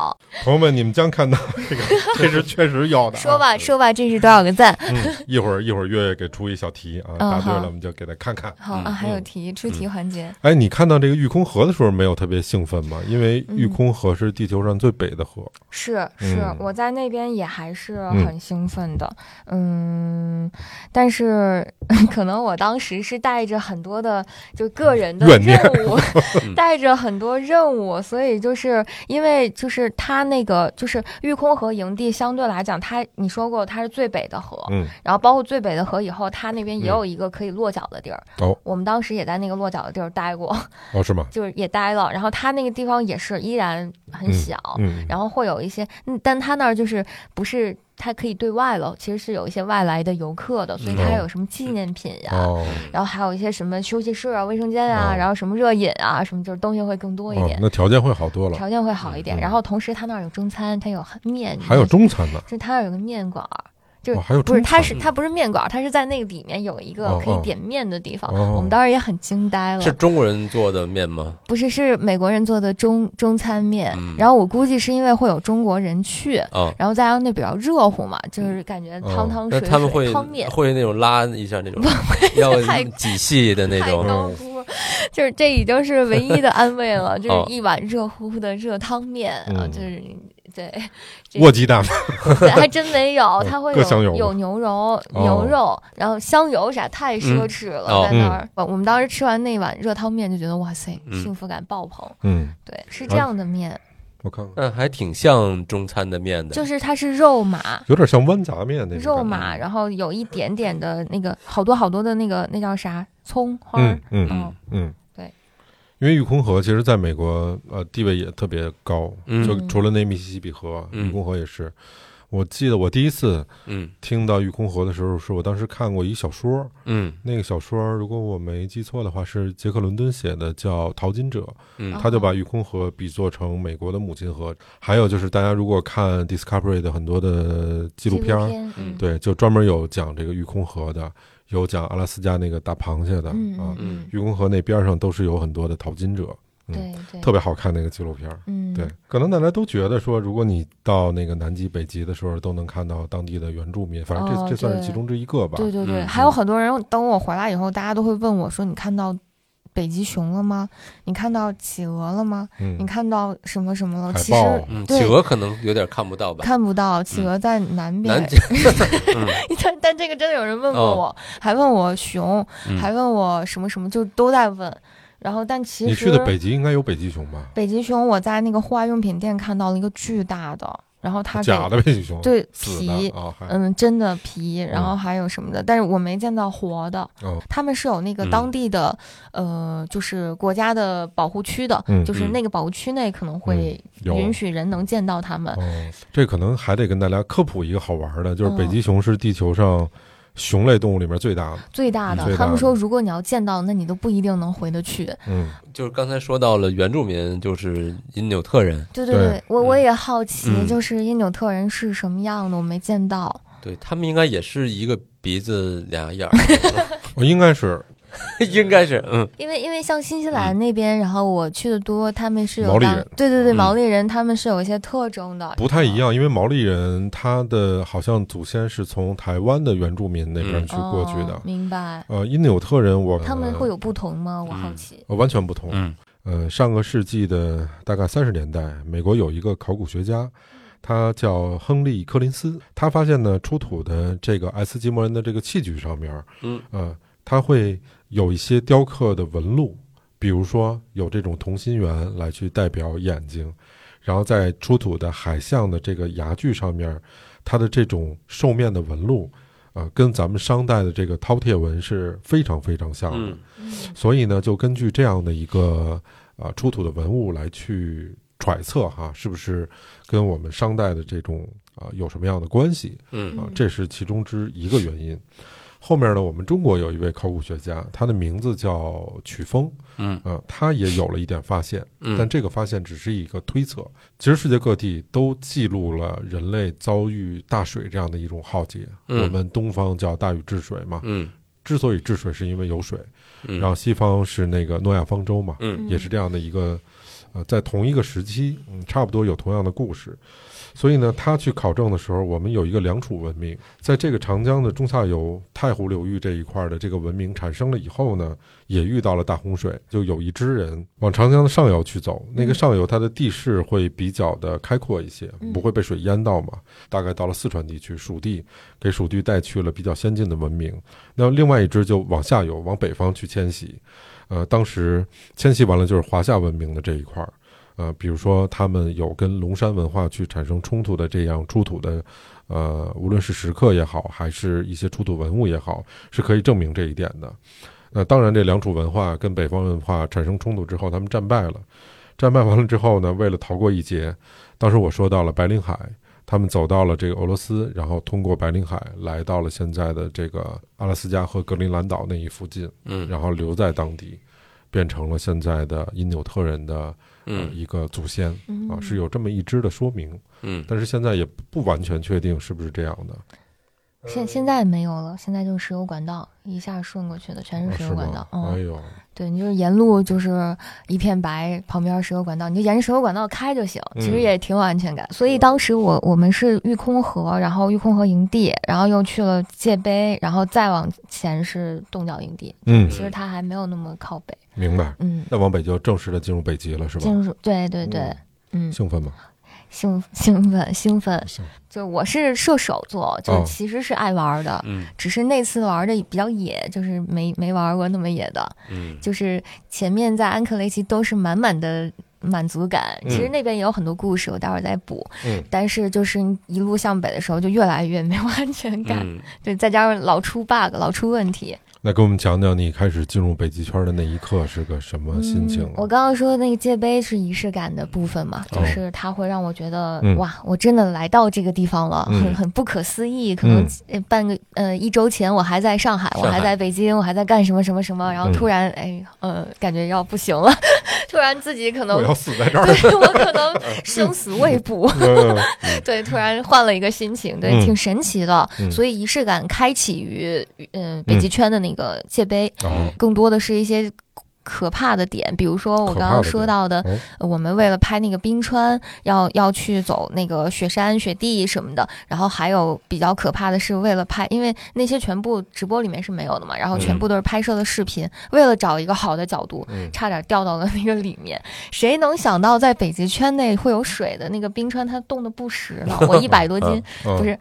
[SPEAKER 3] 朋友们，你们将 看到这个，这是确实有的。
[SPEAKER 1] 说，吧说吧，这是多少个赞？
[SPEAKER 3] 嗯，一会儿一会儿月月给出一小题啊，
[SPEAKER 1] 嗯
[SPEAKER 3] 答对
[SPEAKER 1] 好
[SPEAKER 3] 了我们就给他看看。
[SPEAKER 1] 好
[SPEAKER 2] 嗯
[SPEAKER 1] 啊，还有题出题环节，
[SPEAKER 3] 哎，你看到这个玉空河的时候没有特别兴奋
[SPEAKER 1] 嗯
[SPEAKER 3] 吗？因为玉空河是地球上最北的河。
[SPEAKER 1] 是是
[SPEAKER 3] 嗯，
[SPEAKER 1] 我在那边也还是很兴奋的，嗯，但是 可能我当时是带着很多的就个人的
[SPEAKER 3] 怨
[SPEAKER 1] 任
[SPEAKER 3] 念
[SPEAKER 1] 务， 带着很多任务，所以就是因为就是它那个就是御空河营地相对来讲，它你说过它是最北的河，
[SPEAKER 3] 嗯，
[SPEAKER 1] 然后包括最北的河以后，它那边也有一个可以落脚的地儿。
[SPEAKER 3] 哦
[SPEAKER 1] 我们当时也在那个落脚的地儿待过，
[SPEAKER 3] 哦，是吗？
[SPEAKER 1] 就是也待了。然后它那个哦地方也是依然很小，
[SPEAKER 3] 嗯，
[SPEAKER 1] 然后会有一些，嗯但它那儿就是不是它可以对外了，其实是有一些外来的游客的，所以
[SPEAKER 3] 嗯
[SPEAKER 1] 它
[SPEAKER 3] 哦
[SPEAKER 1] 有什么纪念品呀、
[SPEAKER 3] 哦
[SPEAKER 1] 然后还有一些什么休息室啊、卫生间啊，
[SPEAKER 3] 哦
[SPEAKER 1] 然后什么热饮啊，什么就是东西会更多一
[SPEAKER 3] 哦
[SPEAKER 1] 点，，
[SPEAKER 3] 那条件会好多了，
[SPEAKER 1] 条件会好一点。
[SPEAKER 3] 嗯
[SPEAKER 1] 然后同时他那儿有中餐，他有面，
[SPEAKER 3] 还有，中餐呢，
[SPEAKER 1] 就是他那儿有个面馆儿，就是
[SPEAKER 3] 哦，还有
[SPEAKER 1] 不是，
[SPEAKER 3] 中餐
[SPEAKER 1] 它是它不是面馆儿，它是在那个里面有一个
[SPEAKER 3] 哦
[SPEAKER 1] 可
[SPEAKER 3] 哦
[SPEAKER 1] 以点面的地方。
[SPEAKER 3] 哦
[SPEAKER 1] 我们当时也很惊呆了，
[SPEAKER 2] 是中国人做的面吗？
[SPEAKER 1] 不是是美国人做的中中餐面，
[SPEAKER 2] 嗯
[SPEAKER 1] 然后我估计是因为会有中国人去。
[SPEAKER 2] 啊，
[SPEAKER 1] 然后再加上那比较热乎嘛，就是感觉
[SPEAKER 3] 哦
[SPEAKER 1] 汤汤
[SPEAKER 2] 嗯那
[SPEAKER 1] 水水、
[SPEAKER 2] 他们会
[SPEAKER 1] 汤面
[SPEAKER 2] 会那种拉一下那种，要
[SPEAKER 1] 太
[SPEAKER 2] 几细的那
[SPEAKER 1] 太
[SPEAKER 2] 种，嗯
[SPEAKER 1] 高估，就是这已经是唯一的安慰 了，就
[SPEAKER 2] 哦
[SPEAKER 1] 是一碗热乎乎的热汤面啊，
[SPEAKER 3] 嗯
[SPEAKER 1] 就是对，这
[SPEAKER 3] 卧鸡大妈，
[SPEAKER 1] 对还真没有，它会
[SPEAKER 3] 哦各香
[SPEAKER 1] 有有
[SPEAKER 3] 油吗哦嗯
[SPEAKER 1] 牛肉、牛肉，然后香油啥太奢侈了，
[SPEAKER 2] 哦
[SPEAKER 1] 在那儿、我我们当时吃完那碗热汤面就觉得哇塞，
[SPEAKER 2] 嗯
[SPEAKER 1] 幸福感爆棚。
[SPEAKER 3] 嗯，
[SPEAKER 1] 对，是这样的面，
[SPEAKER 3] 我看看，
[SPEAKER 2] 嗯，还挺像中餐的面的，
[SPEAKER 1] 就是它是肉麻。
[SPEAKER 3] 有点像豌杂面那种
[SPEAKER 1] 肉
[SPEAKER 3] 感觉，嗯
[SPEAKER 1] 麻，然后有一点点的那个，好多好多的那个，那叫啥？葱花儿，
[SPEAKER 3] 嗯嗯
[SPEAKER 1] 哦
[SPEAKER 2] 嗯
[SPEAKER 3] 嗯，
[SPEAKER 1] 对。
[SPEAKER 3] 因为玉空河其实在美国呃地位也特别高，
[SPEAKER 2] 嗯
[SPEAKER 3] 就除了那密西西比河，啊
[SPEAKER 2] 嗯
[SPEAKER 3] 玉空河也是。我记得我第一次
[SPEAKER 2] 嗯
[SPEAKER 3] 听到玉空河的时候，是我当时看过一小说，
[SPEAKER 2] 嗯
[SPEAKER 3] 那个小说如果我没记错的话，是杰克伦敦写的，叫《淘金者》。
[SPEAKER 1] 哦
[SPEAKER 2] 嗯
[SPEAKER 3] 他就把玉空河比作成美国的母亲河。还有就是，大家如果看 Discovery 的很多的纪录片儿，
[SPEAKER 1] 片嗯，
[SPEAKER 3] 对，就专门有讲这个玉空河的，有讲阿拉斯加那个大螃蟹的、
[SPEAKER 1] 嗯
[SPEAKER 3] 啊
[SPEAKER 1] 嗯。嗯，
[SPEAKER 3] 玉空河那边上都是有很多的淘金者，嗯
[SPEAKER 1] 对对，
[SPEAKER 3] 特别好看那个纪录片儿。
[SPEAKER 1] 嗯
[SPEAKER 3] 对，可能大家都觉得说，如果你到那个南极、北极的时候，都能看到当地的原住民，反正这、
[SPEAKER 1] 哦
[SPEAKER 3] 这算是
[SPEAKER 1] 对
[SPEAKER 3] 其中之一个吧。
[SPEAKER 1] 对对对，
[SPEAKER 2] 嗯
[SPEAKER 1] 还有很多人等我回来以后，大家都会问我说：“你看到北极熊了吗？你看到企鹅了吗？你
[SPEAKER 3] 嗯，
[SPEAKER 1] 看到什么什么了？”
[SPEAKER 3] 海
[SPEAKER 1] 其实
[SPEAKER 3] 豹，
[SPEAKER 2] 嗯，
[SPEAKER 1] 对
[SPEAKER 2] 企鹅可能有点看不到吧，
[SPEAKER 1] 看不到，企
[SPEAKER 3] 嗯
[SPEAKER 1] 鹅在南边
[SPEAKER 2] 南。极嗯
[SPEAKER 1] 但但这个真的有人问过
[SPEAKER 2] 哦
[SPEAKER 1] 我，还问我熊，
[SPEAKER 2] 嗯
[SPEAKER 1] 还问我什么什么，就都在问。然后，但其实
[SPEAKER 3] 你去的北极应该有北极熊吧？
[SPEAKER 1] 北极熊，我在那个户外用品店看到了一个巨大的，然后它给
[SPEAKER 3] 假的北极熊，
[SPEAKER 1] 对
[SPEAKER 3] 死的
[SPEAKER 1] 皮。
[SPEAKER 3] 啊，还
[SPEAKER 1] 嗯，真的皮，然后
[SPEAKER 3] 嗯
[SPEAKER 1] 还有什么的，但是我没见到活的，
[SPEAKER 3] 哦
[SPEAKER 1] 他们是有那个
[SPEAKER 2] 嗯
[SPEAKER 1] 当地的，呃，就是国家的保护区的，
[SPEAKER 3] 嗯
[SPEAKER 1] 就是
[SPEAKER 2] 嗯
[SPEAKER 1] 那个保护区内可能会
[SPEAKER 3] 有
[SPEAKER 1] 允许人能见到他们。
[SPEAKER 3] 哦，这可能还得跟大家科普一个好玩的，就是北
[SPEAKER 1] 嗯
[SPEAKER 3] 极熊是地球上熊类动物里面最大的。
[SPEAKER 1] 最大的，
[SPEAKER 3] 嗯最
[SPEAKER 1] 他
[SPEAKER 3] 大
[SPEAKER 1] 们
[SPEAKER 3] 的
[SPEAKER 1] 说如果你要见到，那你都不一定能回得去。
[SPEAKER 3] 嗯，
[SPEAKER 2] 就是刚才说到了原住民，就是因纽特人，
[SPEAKER 1] 对
[SPEAKER 3] 对
[SPEAKER 1] 对，我我也好奇，
[SPEAKER 2] 嗯
[SPEAKER 1] 就是因纽特人是什么样的，我没见到。
[SPEAKER 2] 对他们应该也是一个鼻子俩 眼儿，
[SPEAKER 3] 哦应该是
[SPEAKER 2] 应该是嗯
[SPEAKER 1] 因为因为像新西兰那边，然后我去的多，他们是有
[SPEAKER 3] 毛利
[SPEAKER 1] 当
[SPEAKER 3] 人
[SPEAKER 1] 对对对，
[SPEAKER 2] 嗯
[SPEAKER 1] 毛利人他们是有一些特征的，
[SPEAKER 3] 不太一样，因为毛利人他的好像祖先是从台湾的原住民那边
[SPEAKER 2] 嗯
[SPEAKER 3] 去过去的
[SPEAKER 1] 哦。明白？
[SPEAKER 3] 呃，因纽特人我
[SPEAKER 1] 他们会有不同吗？我好奇。
[SPEAKER 3] 呃完全不同。
[SPEAKER 2] 嗯
[SPEAKER 3] 呃，上个世纪的大概三十年代，美国有一个考古学家，他叫亨利·柯林斯，他发现呢，出土的这个爱斯基摩人的这个器具上面，
[SPEAKER 2] 嗯
[SPEAKER 3] 呃，它会有一些雕刻的纹路，比如说有这种同心圆来去代表眼睛，然后在出土的海象的这个牙具上面，它的这种兽面的纹路，呃，跟咱们商代的这个饕餮纹是非常非常像的。
[SPEAKER 2] 嗯
[SPEAKER 3] 所以呢，就根据这样的一个呃出土的文物来去揣测哈，是不是跟我们商代的这种啊、有什么样的关系
[SPEAKER 2] 嗯
[SPEAKER 3] 啊、这是其中之一个原因。后面呢，我们中国有一位考古学家，他的名字叫曲峰，
[SPEAKER 2] 嗯
[SPEAKER 3] 呃，他也有了一点发现，
[SPEAKER 2] 嗯，
[SPEAKER 3] 但这个发现只是一个推测。其实世界各地都记录了人类遭遇大水这样的一种浩劫，
[SPEAKER 2] 嗯
[SPEAKER 3] 我们东方叫大禹治水嘛，
[SPEAKER 2] 嗯
[SPEAKER 3] 之所以治水是因为有水，
[SPEAKER 2] 嗯，
[SPEAKER 3] 然后西方是那个诺亚方舟嘛，
[SPEAKER 2] 嗯
[SPEAKER 3] 也是这样的一个，呃，在同一个时期，嗯，差不多有同样的故事。所以呢，他去考证的时候，我们有一个良渚文明，在这个长江的中下游太湖流域这一块的这个文明产生了以后呢，也遇到了大洪水，就有一支人往长江的上游去走。那个上游它的地势会比较的开阔一些，
[SPEAKER 1] 嗯
[SPEAKER 3] 不会被水淹到嘛。大概到了四川地区，蜀地给蜀地带去了比较先进的文明。那另外一支就往下游，往北方去迁徙。呃，当时迁徙完了就是华夏文明的这一块儿，呃，比如说他们有跟龙山文化去产生冲突的这样出土的，呃，无论是石刻也好，还是一些出土文物也好，是可以证明这一点的。那当然，这良渚文化跟北方文化产生冲突之后，他们战败了。战败完了之后呢，为了逃过一劫，当时我说到了白令海，他们走到了这个俄罗斯，然后通过白令海来到了现在的这个阿拉斯加和格陵兰岛那一附近，
[SPEAKER 2] 嗯
[SPEAKER 3] 然后留在当地，变成了现在的因纽特人的、呃、
[SPEAKER 2] 嗯
[SPEAKER 3] 一个祖先
[SPEAKER 1] 嗯
[SPEAKER 3] 啊，是有这么一支的说明，
[SPEAKER 2] 嗯，
[SPEAKER 3] 但是现在也不完全确定是不是这样的，
[SPEAKER 1] 现现在没有了，现在就是石油管道，一下顺过去的全
[SPEAKER 3] 啊
[SPEAKER 1] 是石
[SPEAKER 3] 是
[SPEAKER 1] 油管
[SPEAKER 3] 吗
[SPEAKER 1] 道。？
[SPEAKER 3] 哎
[SPEAKER 1] 嗯，
[SPEAKER 3] 呦，
[SPEAKER 1] 对，你就是沿路就是一片白，旁边石油管道，你就沿着石油管道开就行，其实
[SPEAKER 3] 嗯
[SPEAKER 1] 也挺有安全感。所以当时我我们是御空河，然后御空河营地，然后又去了界碑，然后再往前是洞角营地。
[SPEAKER 3] 嗯，
[SPEAKER 1] 其实它还没有那么靠北，
[SPEAKER 3] 明白。
[SPEAKER 1] 嗯，
[SPEAKER 3] 再往北就正式的进入北极了，是吧？
[SPEAKER 1] 进入对对对
[SPEAKER 3] 嗯，
[SPEAKER 1] 嗯，
[SPEAKER 3] 兴奋吗？
[SPEAKER 1] 兴兴奋兴奋，
[SPEAKER 3] 兴
[SPEAKER 1] 就我是射手座，就
[SPEAKER 3] 哦
[SPEAKER 1] 其实是爱玩的，
[SPEAKER 2] 嗯
[SPEAKER 1] 只是那次玩的比较野，就是没没玩过那么野的，
[SPEAKER 2] 嗯
[SPEAKER 1] 就是前面在安克雷奇都是满满的满足感。
[SPEAKER 3] 嗯
[SPEAKER 1] 其实那边也有很多故事，我待会儿再补。
[SPEAKER 3] 嗯
[SPEAKER 1] 但是就是一路向北的时候，就越来越没有安全感，
[SPEAKER 2] 嗯，
[SPEAKER 1] 对，再加上老出 bug，老出问题。
[SPEAKER 3] 那给我们讲讲你开始进入北极圈的那一刻是个什么心情
[SPEAKER 1] 嗯
[SPEAKER 3] 啊、
[SPEAKER 1] 我刚刚说那个界碑是仪式感的部分嘛，
[SPEAKER 3] 哦
[SPEAKER 1] 就是它会让我觉得、
[SPEAKER 3] 嗯
[SPEAKER 1] 哇，我真的来到这个地方了，
[SPEAKER 3] 嗯
[SPEAKER 1] 很很不可思议。可能
[SPEAKER 3] 嗯
[SPEAKER 1] 呃半个呃一周前我还在上海，
[SPEAKER 2] 上
[SPEAKER 1] 我还
[SPEAKER 2] 海
[SPEAKER 1] 在北京，我还在干什么什么什么，然后
[SPEAKER 3] 嗯
[SPEAKER 1] 突然、哎呃感觉要不行了，突然自己可能
[SPEAKER 3] 我要死在这儿。
[SPEAKER 1] 对我可 能生死未卜，
[SPEAKER 3] 嗯
[SPEAKER 1] 对，突然换了一个心情，对，
[SPEAKER 3] 嗯
[SPEAKER 1] 挺神奇的。
[SPEAKER 3] 嗯
[SPEAKER 1] 所以仪式感开启于嗯、呃北极圈的那个界碑，
[SPEAKER 3] 哦，
[SPEAKER 1] 更多的是一些可怕的点，比如说我
[SPEAKER 3] 可
[SPEAKER 1] 刚
[SPEAKER 3] 怕
[SPEAKER 1] 刚
[SPEAKER 3] 的
[SPEAKER 1] 说
[SPEAKER 3] 点
[SPEAKER 1] 到的，
[SPEAKER 3] 哦
[SPEAKER 1] 呃我们为了拍那个冰川，要要去走那个雪山、雪地什么的，然后还有比较可怕的是，为了拍，因为那些全部直播里面是没有的嘛，然后全
[SPEAKER 2] 嗯
[SPEAKER 1] 部都是拍摄的视频，为了找一个好的角度，
[SPEAKER 3] 嗯
[SPEAKER 1] 差点掉到了那个里面。谁能想到在北极圈内会有水的那个冰川，它冻得不实了，我一百多斤
[SPEAKER 3] 嗯
[SPEAKER 1] 不是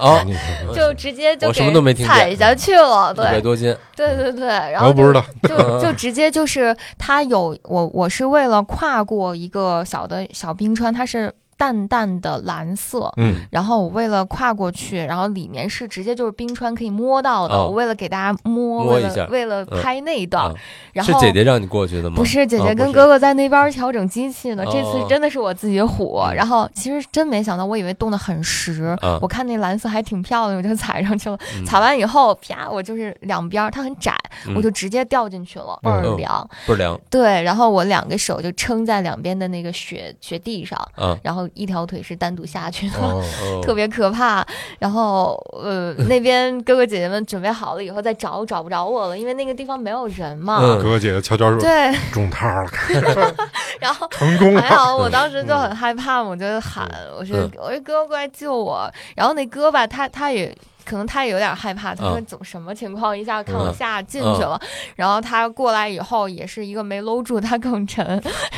[SPEAKER 2] 哦，
[SPEAKER 3] 你看看
[SPEAKER 1] 就直接就
[SPEAKER 2] 我什么
[SPEAKER 1] 给
[SPEAKER 2] 都没听见
[SPEAKER 1] 踩下去了，
[SPEAKER 2] 一百
[SPEAKER 1] 对
[SPEAKER 2] 多斤，
[SPEAKER 1] 对对对，然
[SPEAKER 3] 我
[SPEAKER 1] 后
[SPEAKER 3] 啊不
[SPEAKER 1] 就
[SPEAKER 3] 知道，
[SPEAKER 1] 就就直接就是它有我我是为了跨过一个小的小冰川，它是淡淡的蓝色。
[SPEAKER 3] 嗯
[SPEAKER 1] 然后我为了跨过去，然后里面是直接就是冰川可以摸到的。
[SPEAKER 2] 哦
[SPEAKER 1] 我为了给大家摸，
[SPEAKER 2] 摸
[SPEAKER 1] 为
[SPEAKER 2] 一下
[SPEAKER 1] 了为了
[SPEAKER 2] 嗯
[SPEAKER 1] 拍那一段，
[SPEAKER 2] 啊
[SPEAKER 1] 然
[SPEAKER 2] 是
[SPEAKER 1] 后
[SPEAKER 2] 姐姐让你过去的吗？
[SPEAKER 1] 不是姐
[SPEAKER 2] 啊
[SPEAKER 1] 姐
[SPEAKER 2] 不
[SPEAKER 1] 跟
[SPEAKER 2] 是
[SPEAKER 1] 哥哥在那边调整机器呢。这
[SPEAKER 2] 哦
[SPEAKER 1] 次真的是我自己虎，
[SPEAKER 2] 嗯
[SPEAKER 1] 然后其实真没想到，我以为冻得很实。
[SPEAKER 2] 啊
[SPEAKER 1] 我看那蓝色还挺漂亮，我就踩上去了。
[SPEAKER 2] 嗯
[SPEAKER 1] 踩完以后，啪，我就是两边儿它很窄，
[SPEAKER 2] 嗯
[SPEAKER 1] 我就直接掉进去了，倍儿
[SPEAKER 2] 嗯
[SPEAKER 1] 凉。
[SPEAKER 2] 倍儿凉
[SPEAKER 1] 对，然后我两个手就撑在两边的那个雪雪地上，
[SPEAKER 2] 啊，
[SPEAKER 1] 然后一条腿是单独下去的。
[SPEAKER 3] 哦，
[SPEAKER 2] 哦
[SPEAKER 1] 特别可怕，然后呃，那边哥哥姐姐们准备好了以后再找，找不着我了，因为那个地方没有人嘛。
[SPEAKER 2] 嗯
[SPEAKER 3] 哥哥姐姐悄悄说
[SPEAKER 1] 对， 哎
[SPEAKER 3] 中套了，
[SPEAKER 1] 然后
[SPEAKER 3] 成功
[SPEAKER 1] 还
[SPEAKER 3] 了。
[SPEAKER 1] 好，我当时就很害怕嘛，我就喊，我说
[SPEAKER 2] 嗯
[SPEAKER 1] 我说哥过来救我。然后那哥吧，他他也可能他也有点害怕，他说
[SPEAKER 2] 嗯
[SPEAKER 1] 怎么什么情况？一下看我
[SPEAKER 2] 嗯
[SPEAKER 1] 下进去了，然后他过来以后也是一个没搂住，他更沉，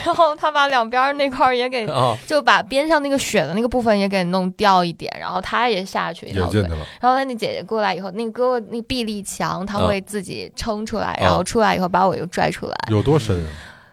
[SPEAKER 1] 然后他把两边儿那块儿也给。
[SPEAKER 2] 啊，
[SPEAKER 1] 就把边上那个雪的那个部分也给弄掉一点，然后他也下去一
[SPEAKER 3] 也
[SPEAKER 1] 条
[SPEAKER 3] 进
[SPEAKER 1] 腿
[SPEAKER 3] 去，了，
[SPEAKER 1] 然后那姐姐过来以后，那个哥哥那臂力强，他
[SPEAKER 2] 嗯
[SPEAKER 1] 会自己撑出来，
[SPEAKER 2] 嗯
[SPEAKER 1] 然后出来以后把我又拽出来，
[SPEAKER 3] 有多深啊？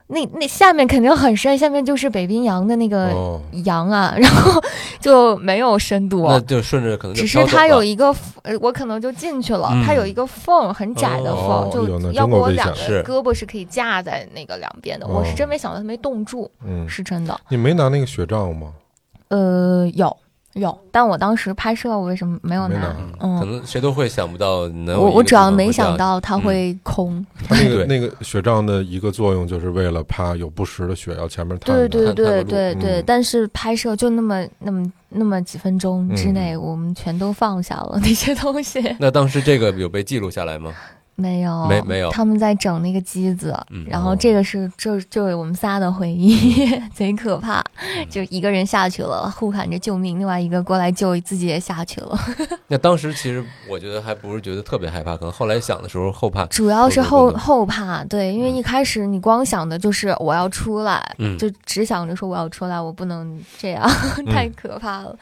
[SPEAKER 1] 那那下面肯定很深，下面就是北冰洋的那个
[SPEAKER 3] 哦，
[SPEAKER 1] 洋啊，然后 就没有深度，
[SPEAKER 2] 那就顺着可能就
[SPEAKER 1] 只是
[SPEAKER 2] 飘走
[SPEAKER 1] 它有
[SPEAKER 2] 了
[SPEAKER 1] 一个呃，我可能就进去了，
[SPEAKER 2] 嗯
[SPEAKER 1] 它有一个缝，很窄的缝，
[SPEAKER 2] 哦
[SPEAKER 3] 哎呦
[SPEAKER 1] 就
[SPEAKER 3] 那真
[SPEAKER 1] 要不
[SPEAKER 3] 够
[SPEAKER 1] 我
[SPEAKER 3] 危
[SPEAKER 1] 两
[SPEAKER 3] 险
[SPEAKER 2] 是哦
[SPEAKER 1] 个胳膊是可以架在那个两边的，我是真没想到它没冻住，
[SPEAKER 3] 嗯，
[SPEAKER 1] 是真的。
[SPEAKER 3] 你没拿那个雪杖吗？
[SPEAKER 2] 嗯
[SPEAKER 1] 呃，有有，但我当时拍摄，我为什么没有
[SPEAKER 3] 没
[SPEAKER 1] 拿？
[SPEAKER 3] 拿
[SPEAKER 2] 嗯
[SPEAKER 1] 嗯
[SPEAKER 2] 可能谁都会想不到能有
[SPEAKER 1] 我
[SPEAKER 2] 一
[SPEAKER 1] 我
[SPEAKER 2] 个
[SPEAKER 1] 主要
[SPEAKER 2] 地方
[SPEAKER 1] 没
[SPEAKER 2] 会
[SPEAKER 1] 想
[SPEAKER 2] 掉
[SPEAKER 1] 到它
[SPEAKER 2] 嗯
[SPEAKER 1] 会空，
[SPEAKER 3] 它那个
[SPEAKER 2] 对
[SPEAKER 3] 那个雪杖的一个作用，就是为了怕有不时的雪要前面探
[SPEAKER 1] 对
[SPEAKER 3] 着。
[SPEAKER 1] 对
[SPEAKER 2] 探探
[SPEAKER 1] 对
[SPEAKER 2] 个路
[SPEAKER 1] 对对，
[SPEAKER 3] 嗯
[SPEAKER 1] 但是拍摄就那么那么那么几分钟
[SPEAKER 2] 嗯
[SPEAKER 1] 之内，我们全都放下了那些东西，
[SPEAKER 2] 那当时这个有被记录下来吗？
[SPEAKER 1] 没有
[SPEAKER 2] 没没有
[SPEAKER 1] 他们在整那个机子，
[SPEAKER 2] 嗯
[SPEAKER 1] 然后这个是这就是我们仨的回忆， 贼可怕，
[SPEAKER 2] 嗯
[SPEAKER 1] 就一个人下去了，呼喊着救命，另外一个过来救，自己也下去了，
[SPEAKER 2] 那当时其实我觉得还不是觉得特别害怕，可能后来想的时候后怕。
[SPEAKER 1] 主要是后
[SPEAKER 2] 后悔
[SPEAKER 1] 后怕，对，因为一开始你光想的就是我要出来。
[SPEAKER 2] 嗯，
[SPEAKER 1] 就只想着说我要出来，我不能这样，
[SPEAKER 3] 嗯
[SPEAKER 1] 太可怕了。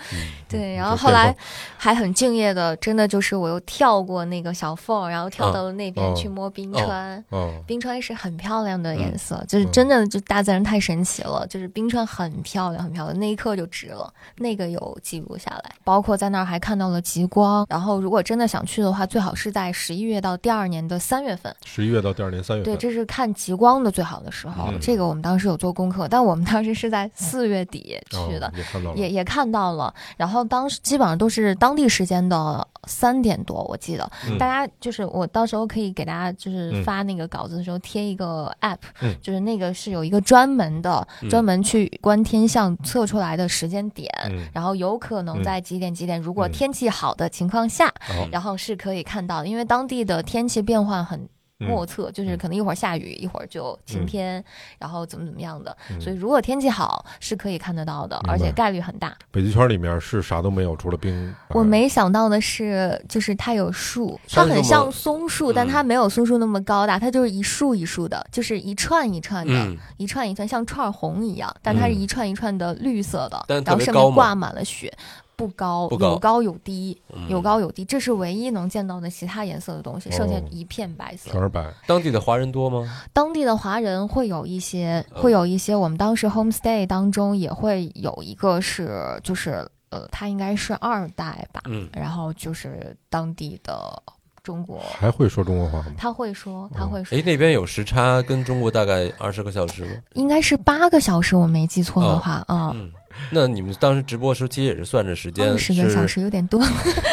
[SPEAKER 1] 对，然后
[SPEAKER 3] 就
[SPEAKER 1] 后
[SPEAKER 3] 变
[SPEAKER 1] 来
[SPEAKER 3] 成
[SPEAKER 1] 还很敬业的，真的就是我又跳过那个小缝儿，然后跳到了那边去摸冰川。
[SPEAKER 3] 嗯哦，
[SPEAKER 1] 冰川是很漂亮的颜色，就是
[SPEAKER 3] 嗯
[SPEAKER 1] 真的，就大自然太神奇了，就是冰川很漂亮，很漂亮，那一刻就值了，那个有记录下来，包括在那儿还看到了极光。然后，如果真的想去的话，最好是在十一月到第二年的三月份，
[SPEAKER 3] 十一月到第二年三月份
[SPEAKER 1] 对，，这是看极光的最好的时候。
[SPEAKER 3] 嗯
[SPEAKER 1] 这个我们当时有做功课，但我们当时是在四月底去的
[SPEAKER 3] 哦，也看到了，
[SPEAKER 1] 也也看到了，然后当时基本上都是当地时间的三点多，我记得、
[SPEAKER 3] 嗯
[SPEAKER 1] 大家就是我到时候可以给大家就是
[SPEAKER 3] 嗯
[SPEAKER 1] 发那个稿子的时候贴一个 app，、
[SPEAKER 3] 嗯
[SPEAKER 1] 就是那个是有一个专门的、
[SPEAKER 2] 嗯
[SPEAKER 1] 专门去观天象测出来的时间点。
[SPEAKER 3] 嗯，
[SPEAKER 1] 然后有可能
[SPEAKER 3] 嗯
[SPEAKER 1] 在几点几点，如果
[SPEAKER 3] 嗯
[SPEAKER 1] 天气好的情况下，
[SPEAKER 3] 好，
[SPEAKER 1] 然后是可以看到，因为当地的天气变幻很莫
[SPEAKER 3] 嗯
[SPEAKER 1] 测，就是可能一会儿下雨，一会儿就晴
[SPEAKER 3] 嗯
[SPEAKER 1] 天，然后怎么怎么样的。
[SPEAKER 3] 嗯
[SPEAKER 1] 所以如果天气好，是可以看得到的，
[SPEAKER 3] 明白
[SPEAKER 1] 而且概率很大。
[SPEAKER 3] 北极圈里面是啥都没有，除了冰。呃
[SPEAKER 1] 我没想到的是，就是它有树，它
[SPEAKER 2] 山是
[SPEAKER 1] 很
[SPEAKER 2] 吗
[SPEAKER 1] 像松树，
[SPEAKER 2] 嗯
[SPEAKER 1] 但它没有松树那么高大，它就是一树一树的，就是一串一串的，
[SPEAKER 2] 嗯，
[SPEAKER 1] 一串一串像串红一样，但它是一串一串的绿色的，
[SPEAKER 2] 但
[SPEAKER 1] 然
[SPEAKER 2] 是特
[SPEAKER 1] 后
[SPEAKER 2] 别
[SPEAKER 1] 上
[SPEAKER 2] 高
[SPEAKER 1] 面
[SPEAKER 2] 吗
[SPEAKER 1] 挂满了雪。不高，
[SPEAKER 2] 不高
[SPEAKER 1] 有高有低，
[SPEAKER 2] 嗯
[SPEAKER 1] 有高有低，这是唯一能见到的其他颜色的东西，剩
[SPEAKER 2] 哦
[SPEAKER 1] 下一片白色。
[SPEAKER 3] 呃全是白，
[SPEAKER 2] 当地的华人多吗？
[SPEAKER 1] 当地的华人会有一些，
[SPEAKER 2] 嗯
[SPEAKER 1] 会有一些。我们当时 homestay 当中也会有一个是，就是呃，他应该是二代吧，
[SPEAKER 2] 嗯，
[SPEAKER 1] 然后就是当地的中国，
[SPEAKER 3] 还会说中国话 吗？
[SPEAKER 1] 他会说，他会说，
[SPEAKER 2] 哎，那边有时差，跟中国大概二十个小时吗？
[SPEAKER 1] 应该是八个小时，我没记错的话啊，
[SPEAKER 2] 嗯，那你们当时直播时候其实也是算着时间，
[SPEAKER 1] 二十个小
[SPEAKER 2] 是
[SPEAKER 1] 时有点多，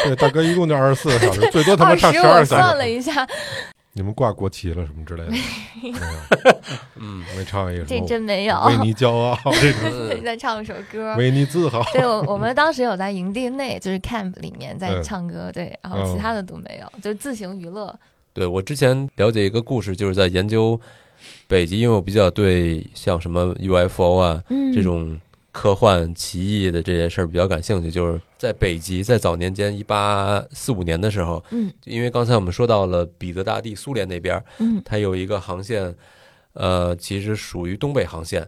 [SPEAKER 3] 对，大哥一共就二十四个小时，最多他妈
[SPEAKER 1] 二
[SPEAKER 3] 差
[SPEAKER 1] 十
[SPEAKER 3] 十
[SPEAKER 1] 我
[SPEAKER 3] 二小
[SPEAKER 1] 算了
[SPEAKER 3] 时。
[SPEAKER 1] 一下，
[SPEAKER 3] 你们挂国旗了什么之类 的？嗯，没唱一个
[SPEAKER 1] 这
[SPEAKER 3] 什么
[SPEAKER 1] 真没有。
[SPEAKER 3] 为你骄傲 这种，
[SPEAKER 2] 嗯
[SPEAKER 1] 再唱一首歌，
[SPEAKER 3] 为你自豪。
[SPEAKER 1] 对，我我们当时有在营地内，就是 camp 里面在
[SPEAKER 3] 嗯
[SPEAKER 1] 唱歌，对，然后其
[SPEAKER 3] 嗯
[SPEAKER 1] 他的都没有，就是自行娱乐。
[SPEAKER 2] 对我之前了解一个故事，就是在研究北极，因为我比较对像什么 UFO 啊
[SPEAKER 1] 嗯
[SPEAKER 2] 这种科幻奇异的这些事儿比较感兴趣。就是在北极，在早年间一八四五年的时候，
[SPEAKER 1] 嗯
[SPEAKER 2] 因为刚才我们说到了彼得大帝，苏联那边儿
[SPEAKER 1] 嗯
[SPEAKER 2] 它有一个航线，呃，其实属于东北航线。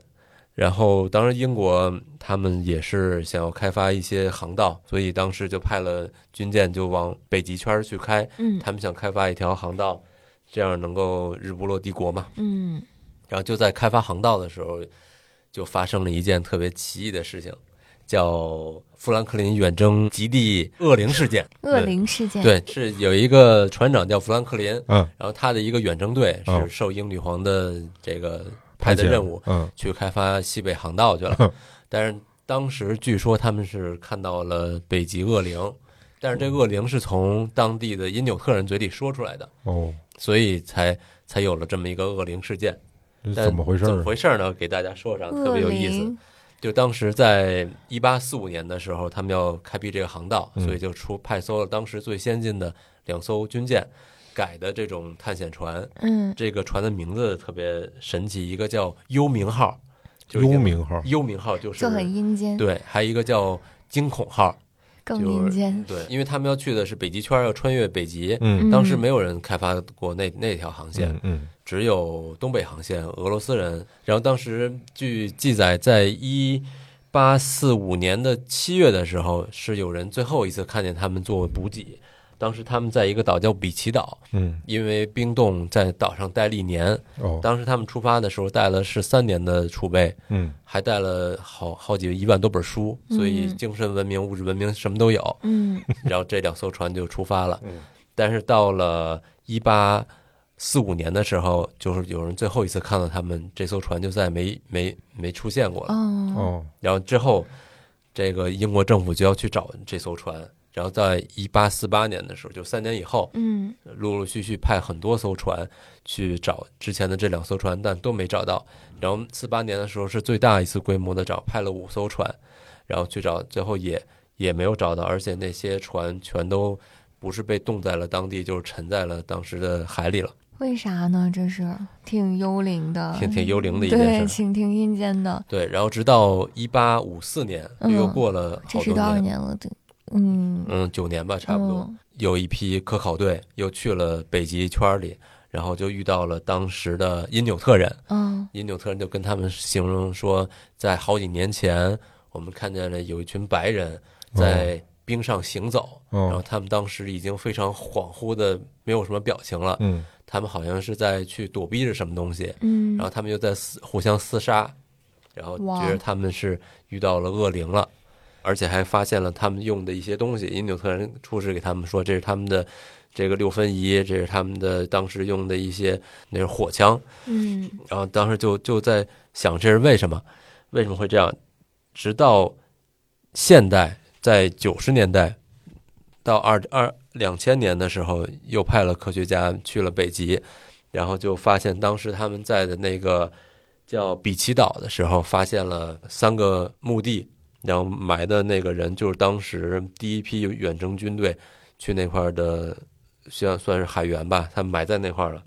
[SPEAKER 2] 然后，当然英国他们也是想要开发一些航道，所以当时就派了军舰就往北极圈儿去开。
[SPEAKER 1] 嗯
[SPEAKER 2] 他们想开发一条航道，这样能够日不落帝国嘛。
[SPEAKER 1] 嗯
[SPEAKER 2] 然后就在开发航道的时候，就发生了一件特别奇异的事情，叫富兰克林远征极地恶灵事件。
[SPEAKER 1] 恶灵事件，
[SPEAKER 2] 对，是有一个船长叫富兰克林，
[SPEAKER 3] 嗯，
[SPEAKER 2] 然后他的一个远征队
[SPEAKER 3] 哦
[SPEAKER 2] 是受英女皇的这个派
[SPEAKER 3] 派
[SPEAKER 2] 的
[SPEAKER 3] 遣
[SPEAKER 2] 任务，，
[SPEAKER 3] 嗯，
[SPEAKER 2] 去开发西北航道去了。但是当时据说他们是看到了北极恶灵，但是这恶灵是从当地的因纽特人嘴里说出来的，
[SPEAKER 3] 哦，
[SPEAKER 2] 所以才才有了这么一个恶灵事件。
[SPEAKER 3] 这
[SPEAKER 2] 但
[SPEAKER 3] 怎么回事
[SPEAKER 2] 怎
[SPEAKER 3] 儿
[SPEAKER 2] 么？回事儿呢？给大家说上，啊特
[SPEAKER 1] 恶
[SPEAKER 2] 别有意思
[SPEAKER 1] 灵。，
[SPEAKER 2] 就当时在一八四五年的时候，他们要开辟这个航道，
[SPEAKER 3] 嗯
[SPEAKER 2] 所以就出派搜了当时最先进的两艘军舰改的这种探险船。
[SPEAKER 1] 嗯
[SPEAKER 2] 这个船的名字特别神奇，一个叫幽冥号，就是
[SPEAKER 3] 幽冥号，
[SPEAKER 2] 幽冥号就是
[SPEAKER 1] 就很阴间，
[SPEAKER 2] 对，还有一个叫惊恐号，
[SPEAKER 1] 更
[SPEAKER 2] 就是
[SPEAKER 1] 阴间。
[SPEAKER 2] 对，因为他们要去的是北极圈，要穿越北极。
[SPEAKER 3] 嗯
[SPEAKER 2] 当时没有人开发过那那条航线，
[SPEAKER 3] 嗯嗯，
[SPEAKER 2] 只有东北航线，俄罗斯人。然后当时据记载，在一八四五年的七月的时候，是有人最后一次看见他们做补给。当时他们在一个岛叫比奇岛，
[SPEAKER 3] 嗯
[SPEAKER 2] 因为冰冻在岛上待了一年。
[SPEAKER 3] 哦，
[SPEAKER 2] 当时他们出发的时候带了是三年的储备，
[SPEAKER 3] 嗯
[SPEAKER 2] 还带了好好几一万多本书，所以
[SPEAKER 1] 嗯
[SPEAKER 2] 精神文明、物质文明什么都有。
[SPEAKER 1] 嗯
[SPEAKER 2] 然后这两艘船就出发了。但是到了一八四五年的时候，就是有人最后一次看到他们这艘船，就再也没没没出现 过了。
[SPEAKER 1] 哦
[SPEAKER 3] 哦，
[SPEAKER 2] 然后之后，这个英国政府就要去找这艘船。然后在一八四八年的时候，就三年以后，
[SPEAKER 1] 嗯
[SPEAKER 2] 陆陆续续派很多艘船去找之前的这两艘船，但都没找到。然后四八年的时候是最大一次规模的找，派了五艘船，然后去找，最后也也没有找到，而且那些船全都不是被冻在了当地，就是沉在了当时的海里了，
[SPEAKER 1] 为啥呢？这是挺幽灵的，
[SPEAKER 2] 挺挺幽灵的一
[SPEAKER 1] 对，
[SPEAKER 2] 件事。
[SPEAKER 1] 挺挺阴间的。
[SPEAKER 2] 对，然后直到一八五四年，就
[SPEAKER 1] 嗯
[SPEAKER 2] 又过了
[SPEAKER 1] 这
[SPEAKER 2] 好
[SPEAKER 1] 是
[SPEAKER 2] 多
[SPEAKER 1] 多少
[SPEAKER 2] 年，
[SPEAKER 1] 年了？这嗯，
[SPEAKER 2] 嗯，九年吧，差不多。
[SPEAKER 1] 嗯
[SPEAKER 2] 有一批科考队又去了北极圈里，然后就遇到了当时的因纽特人。
[SPEAKER 1] 嗯
[SPEAKER 2] 因纽特人就跟他们形容说，在好几年前，我们看见了有一群白人在冰上行走，然后
[SPEAKER 3] 嗯
[SPEAKER 2] 他们当时已经非常恍惚的没有什么表情了，
[SPEAKER 3] 嗯
[SPEAKER 2] 他们好像是在去躲避着什么东西，
[SPEAKER 1] 嗯
[SPEAKER 2] 然后他们又在厮互相厮杀，然后
[SPEAKER 1] 哇
[SPEAKER 2] 觉得他们是遇到了恶灵了，而且还发现了他们用的一些东西。因为纽特人出示给他们说，这是他们的这个六分仪，这是他们的当时用的一些那是火枪。
[SPEAKER 1] 嗯
[SPEAKER 2] 然后当时就就在想这是为什么，为什么会这样？直到现代，在九十年代到二二两千年的时候，又派了科学家去了北极，然后就发现当时他们在的那个叫比奇岛的时候，发现了三个墓地，然后埋的那个人就是当时第一批远征军队去那块儿的，算算是海员吧，他们埋在那块儿了，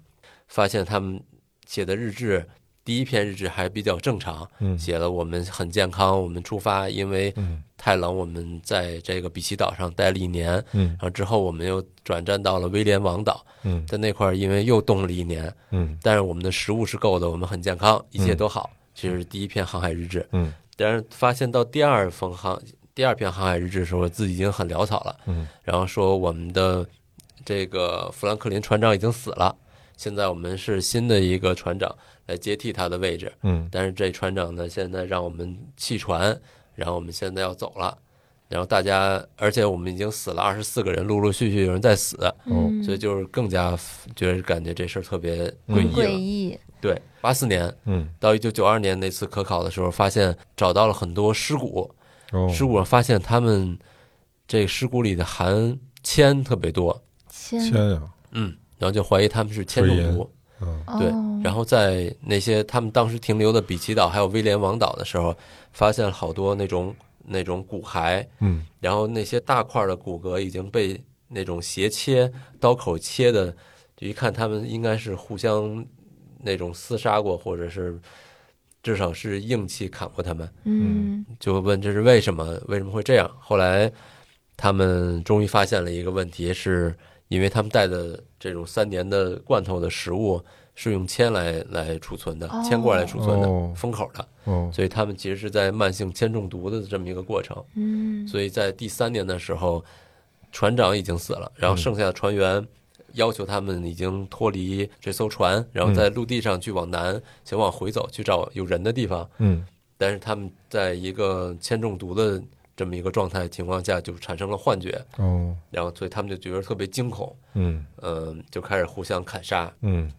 [SPEAKER 2] 发现他们写的日志，第一篇日志还比较正常，
[SPEAKER 3] 嗯
[SPEAKER 2] 写了我们很健康，我们出发，因为
[SPEAKER 3] 嗯
[SPEAKER 2] 太冷，我们在这个比奇岛上待了一年，
[SPEAKER 3] 嗯
[SPEAKER 2] 然后之后我们又转战到了威廉王岛，
[SPEAKER 3] 嗯
[SPEAKER 2] 在那块儿因为又冻了一年，
[SPEAKER 3] 嗯
[SPEAKER 2] 但是我们的食物是够的，我们很健康，一切
[SPEAKER 3] 嗯
[SPEAKER 2] 都好。这是第一篇航海日志，
[SPEAKER 3] 嗯
[SPEAKER 2] 但是发现到第二封航第二篇航海日志的时候，自己已经很潦草了。
[SPEAKER 3] 嗯，
[SPEAKER 2] 然后说我们的这个富兰克林船长已经死了，现在我们是新的一个船长来接替他的位置。
[SPEAKER 3] 嗯
[SPEAKER 2] 但是这船长呢，现在让我们弃船，然后我们现在要走了，然后大家，而且我们已经死了二十四个人，陆陆续续有人在死，
[SPEAKER 3] 哦
[SPEAKER 1] 嗯
[SPEAKER 2] 所以就是更加觉得感觉这事儿特别诡
[SPEAKER 3] 嗯
[SPEAKER 2] 异
[SPEAKER 1] 诡
[SPEAKER 2] 了。
[SPEAKER 1] 异，
[SPEAKER 2] 对，八四年
[SPEAKER 3] 嗯
[SPEAKER 2] 到一九九二年那次科考的时候，发现找到了很多尸骨，
[SPEAKER 3] 哦
[SPEAKER 2] 尸骨上发现他们这尸骨里的含铅特别多，
[SPEAKER 1] 天
[SPEAKER 3] 天呀，
[SPEAKER 2] 嗯，然后就怀疑他们是铅
[SPEAKER 3] 水
[SPEAKER 2] 中
[SPEAKER 3] 银
[SPEAKER 2] 毒。
[SPEAKER 3] 嗯
[SPEAKER 2] 对
[SPEAKER 1] 哦，
[SPEAKER 2] 然后在那些他们当时停留的比奇岛还有威廉王岛的时候，发现了好多那种那种骨骸，
[SPEAKER 3] 嗯
[SPEAKER 2] 然后那些大块的骨骼已经被那种斜切、刀口切的，就一看他们应该是互相那种厮杀过，或者是至少是硬气砍过他们。
[SPEAKER 1] 嗯
[SPEAKER 2] 就问这是为什么？为什么会这样？后来他们终于发现了一个问题，是因为他们带的这种三年的罐头的食物是用铅来来储存的
[SPEAKER 1] 哦，
[SPEAKER 2] 铅罐来储存的，
[SPEAKER 3] 哦
[SPEAKER 2] 封口的，
[SPEAKER 3] 哦
[SPEAKER 2] 所以他们其实是在慢性铅中毒的这么一个过程。
[SPEAKER 1] 嗯，
[SPEAKER 2] 所以在第三年的时候，船长已经死了，然后剩下的船员要求他们已经脱离这艘船，然后在陆地上去往南，想往回走，去找有人的地方。
[SPEAKER 3] 嗯
[SPEAKER 2] 但是他们在一个铅中毒的这么一个状态情况下，就产生了幻觉，
[SPEAKER 3] 哦
[SPEAKER 2] 然后所以他们就觉得特别惊恐，
[SPEAKER 3] 嗯
[SPEAKER 2] 嗯、就开始互相砍杀。
[SPEAKER 3] 嗯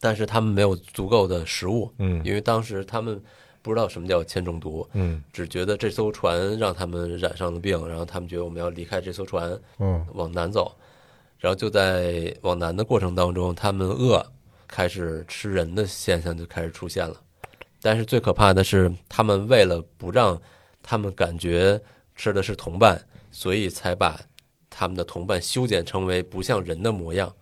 [SPEAKER 2] 但是他们没有足够的食物，
[SPEAKER 3] 嗯
[SPEAKER 2] 因为当时他们不知道什么叫铅中毒，
[SPEAKER 3] 嗯
[SPEAKER 2] 只觉得这艘船让他们染上了病，然后他们觉得我们要离开这艘船
[SPEAKER 3] 哦
[SPEAKER 2] 往南走，然后就在往南的过程当中，他们饿，开始吃人的现象就开始出现了。但是最可怕的是，他们为了不让他们感觉吃的是同伴，所以才把他们的同伴修剪成为不像人的模样，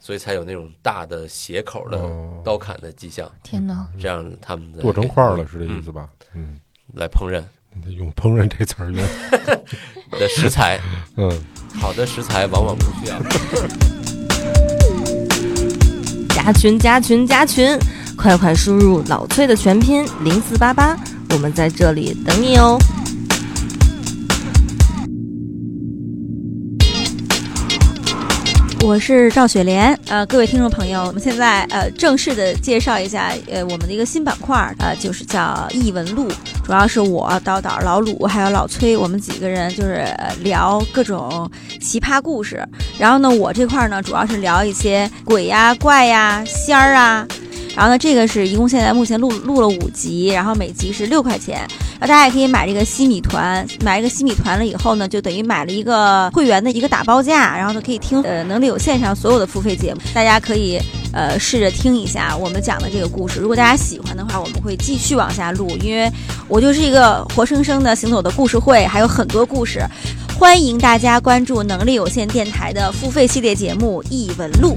[SPEAKER 2] 所以才有那种大的斜口的
[SPEAKER 3] 哦
[SPEAKER 2] 刀砍的迹象，
[SPEAKER 1] 天哪，
[SPEAKER 2] 这样他们
[SPEAKER 3] 剁成块儿了是这
[SPEAKER 2] 这
[SPEAKER 3] 意思吧？嗯，
[SPEAKER 2] 来烹饪
[SPEAKER 3] 你得用烹饪这词儿用，
[SPEAKER 2] 的食材，
[SPEAKER 3] 嗯。
[SPEAKER 2] 好的食材往往不需要。
[SPEAKER 4] 加群加群加群，快快输入老崔的全拼零四八八，我们在这里等你哦。
[SPEAKER 6] 我是赵雪莲，呃，各位听众朋友，我们现在呃正式的介绍一下，呃，我们的一个新板块儿，呃，就是叫异闻录，主要是我导导老鲁还有老崔，我们几个人就是呃聊各种奇葩故事，然后呢，我这块儿呢主要是聊一些鬼呀、怪呀、仙儿啊。然后呢，这个是一共现在目前录录了五集，然后每集是六块钱，然后大家也可以买这个西米团，买这个西米团了以后呢，就等于买了一个会员的一个打包价，然后呢可以听呃能力有限上所有的付费节目，大家可以呃试着听一下我们讲的这个故事。如果大家喜欢的话，我们会继续往下录，因为我就是一个活生生的行走的故事会，还有很多故事。欢迎大家关注能力有限电台的付费系列节目《异闻录》。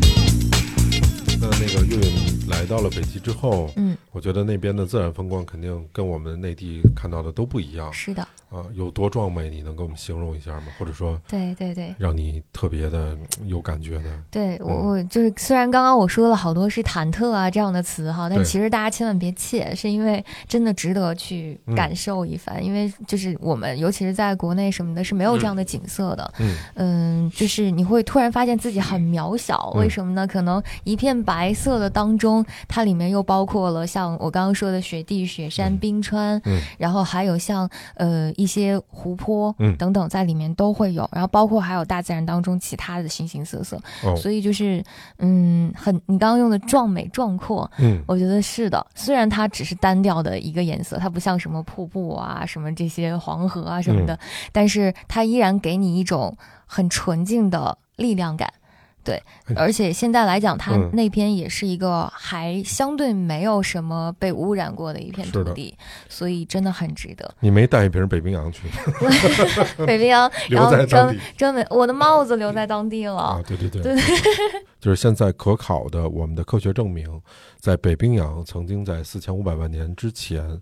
[SPEAKER 3] 那那个月月你来到了北极之后，
[SPEAKER 1] 嗯，
[SPEAKER 3] 我觉得那边的自然风光肯定跟我们内地看到的都不一样
[SPEAKER 1] 是的，
[SPEAKER 3] 啊、啊，有多壮美？你能给我们形容一下吗？或者说
[SPEAKER 1] 对对对
[SPEAKER 3] 让你特别的有感觉 的？
[SPEAKER 1] 对，我
[SPEAKER 3] 嗯
[SPEAKER 1] 我就是虽然刚刚我说了好多是忐忑啊这样的词哈，但
[SPEAKER 3] 对
[SPEAKER 1] 其实大家千万别切，是因为真的值得去
[SPEAKER 3] 嗯
[SPEAKER 1] 感受一番，因为就是我们尤其是在国内什么的，是没有这样的景色的。
[SPEAKER 3] 嗯
[SPEAKER 1] 嗯，就是你会突然发现自己很渺小，
[SPEAKER 3] 嗯
[SPEAKER 1] 为什么呢？可能一片白色的当中，它里面又包括了像我刚刚说的雪地、雪山、
[SPEAKER 3] 嗯
[SPEAKER 1] 冰川，
[SPEAKER 3] 嗯
[SPEAKER 1] 然后还有像呃一些湖泊
[SPEAKER 3] 嗯
[SPEAKER 1] 等等在里面都会有，然后包括还有大自然当中其他的形形色色，
[SPEAKER 3] 哦
[SPEAKER 1] 所以就是嗯，很你刚刚用的壮美壮阔，
[SPEAKER 3] 嗯
[SPEAKER 1] 我觉得是的。虽然它只是单调的一个颜色，它不像什么瀑布啊、什么这些黄河啊什么的，
[SPEAKER 3] 嗯
[SPEAKER 1] 但是它依然给你一种很纯净的力量感。对，
[SPEAKER 3] 哎
[SPEAKER 1] 而且现在来讲，它
[SPEAKER 3] 嗯
[SPEAKER 1] 那边也是一个还相对没有什么被污染过的一片
[SPEAKER 3] 是
[SPEAKER 1] 土
[SPEAKER 3] 的
[SPEAKER 1] 地，所以真的很值得。
[SPEAKER 3] 你没带一瓶北冰 洋去，
[SPEAKER 1] 北冰洋，然
[SPEAKER 3] 嗯留
[SPEAKER 1] 后
[SPEAKER 3] 在当
[SPEAKER 1] 专
[SPEAKER 3] 地
[SPEAKER 1] 专门我的帽子留在当地了
[SPEAKER 3] 啊？，对对对，
[SPEAKER 1] 哦对
[SPEAKER 3] 就是现在可考的我们的科学证明，在北冰洋曾经在四千五百万年之前，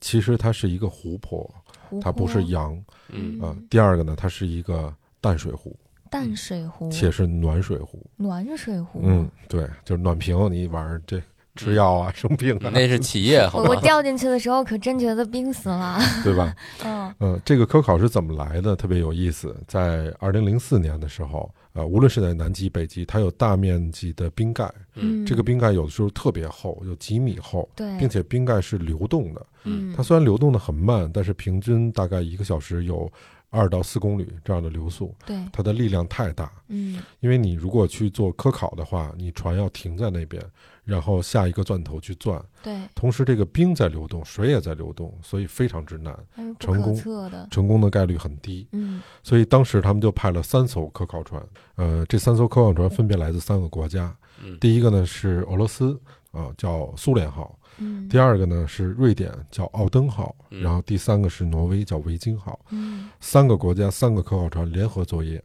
[SPEAKER 3] 其实它是一个湖泊，
[SPEAKER 1] 湖
[SPEAKER 3] 它不
[SPEAKER 1] 泊
[SPEAKER 3] 是洋
[SPEAKER 2] 嗯，
[SPEAKER 3] 啊、
[SPEAKER 1] 嗯
[SPEAKER 3] 第二个呢，它是一个淡水湖，
[SPEAKER 1] 淡水湖、
[SPEAKER 3] 且是暖水湖。
[SPEAKER 1] 暖水湖。
[SPEAKER 3] 嗯，对，就是暖瓶，你晚上这吃药
[SPEAKER 1] 嗯
[SPEAKER 3] 啊，生病
[SPEAKER 2] 你
[SPEAKER 3] 啊，
[SPEAKER 2] 那是企业好
[SPEAKER 1] 我
[SPEAKER 2] 吧
[SPEAKER 1] 我？掉进去的时候可真觉得冰死了。
[SPEAKER 3] 对吧？
[SPEAKER 1] 嗯
[SPEAKER 3] 嗯，这个科考是怎么来的？特别有意思。在二零零四年的时候，呃，无论是在南极、北极，它有大面积的冰盖，
[SPEAKER 2] 嗯
[SPEAKER 3] 这个冰盖有的时候特别厚，有几米厚，
[SPEAKER 1] 对，
[SPEAKER 3] 并且冰盖是流动的。
[SPEAKER 1] 嗯
[SPEAKER 3] 它虽然流动的很慢，但是平均大概一个小时有二到四公里这样的流速，
[SPEAKER 1] 对，
[SPEAKER 3] 它的力量太大。
[SPEAKER 1] 嗯
[SPEAKER 3] 因为你如果去做科考的话，你船要停在那边，然后下一个钻头去钻，
[SPEAKER 1] 对，
[SPEAKER 3] 同时这个冰在流动，水也在流动，所以非常之难，
[SPEAKER 1] 它是不
[SPEAKER 3] 成
[SPEAKER 1] 可
[SPEAKER 3] 功
[SPEAKER 1] 测的。
[SPEAKER 3] 成功的概率很低。
[SPEAKER 1] 嗯
[SPEAKER 3] 所以当时他们就派了三艘科考船，呃，这三艘科考船分别来自三个国家，
[SPEAKER 2] 嗯
[SPEAKER 3] 第一个呢是俄罗斯，啊、叫苏联号；
[SPEAKER 1] 嗯，
[SPEAKER 3] 第二个呢是瑞典，叫奥登号；
[SPEAKER 2] 嗯
[SPEAKER 3] 然后第三个是挪威，叫维京号。
[SPEAKER 1] 嗯
[SPEAKER 3] 三个国家三个科考船联合作业，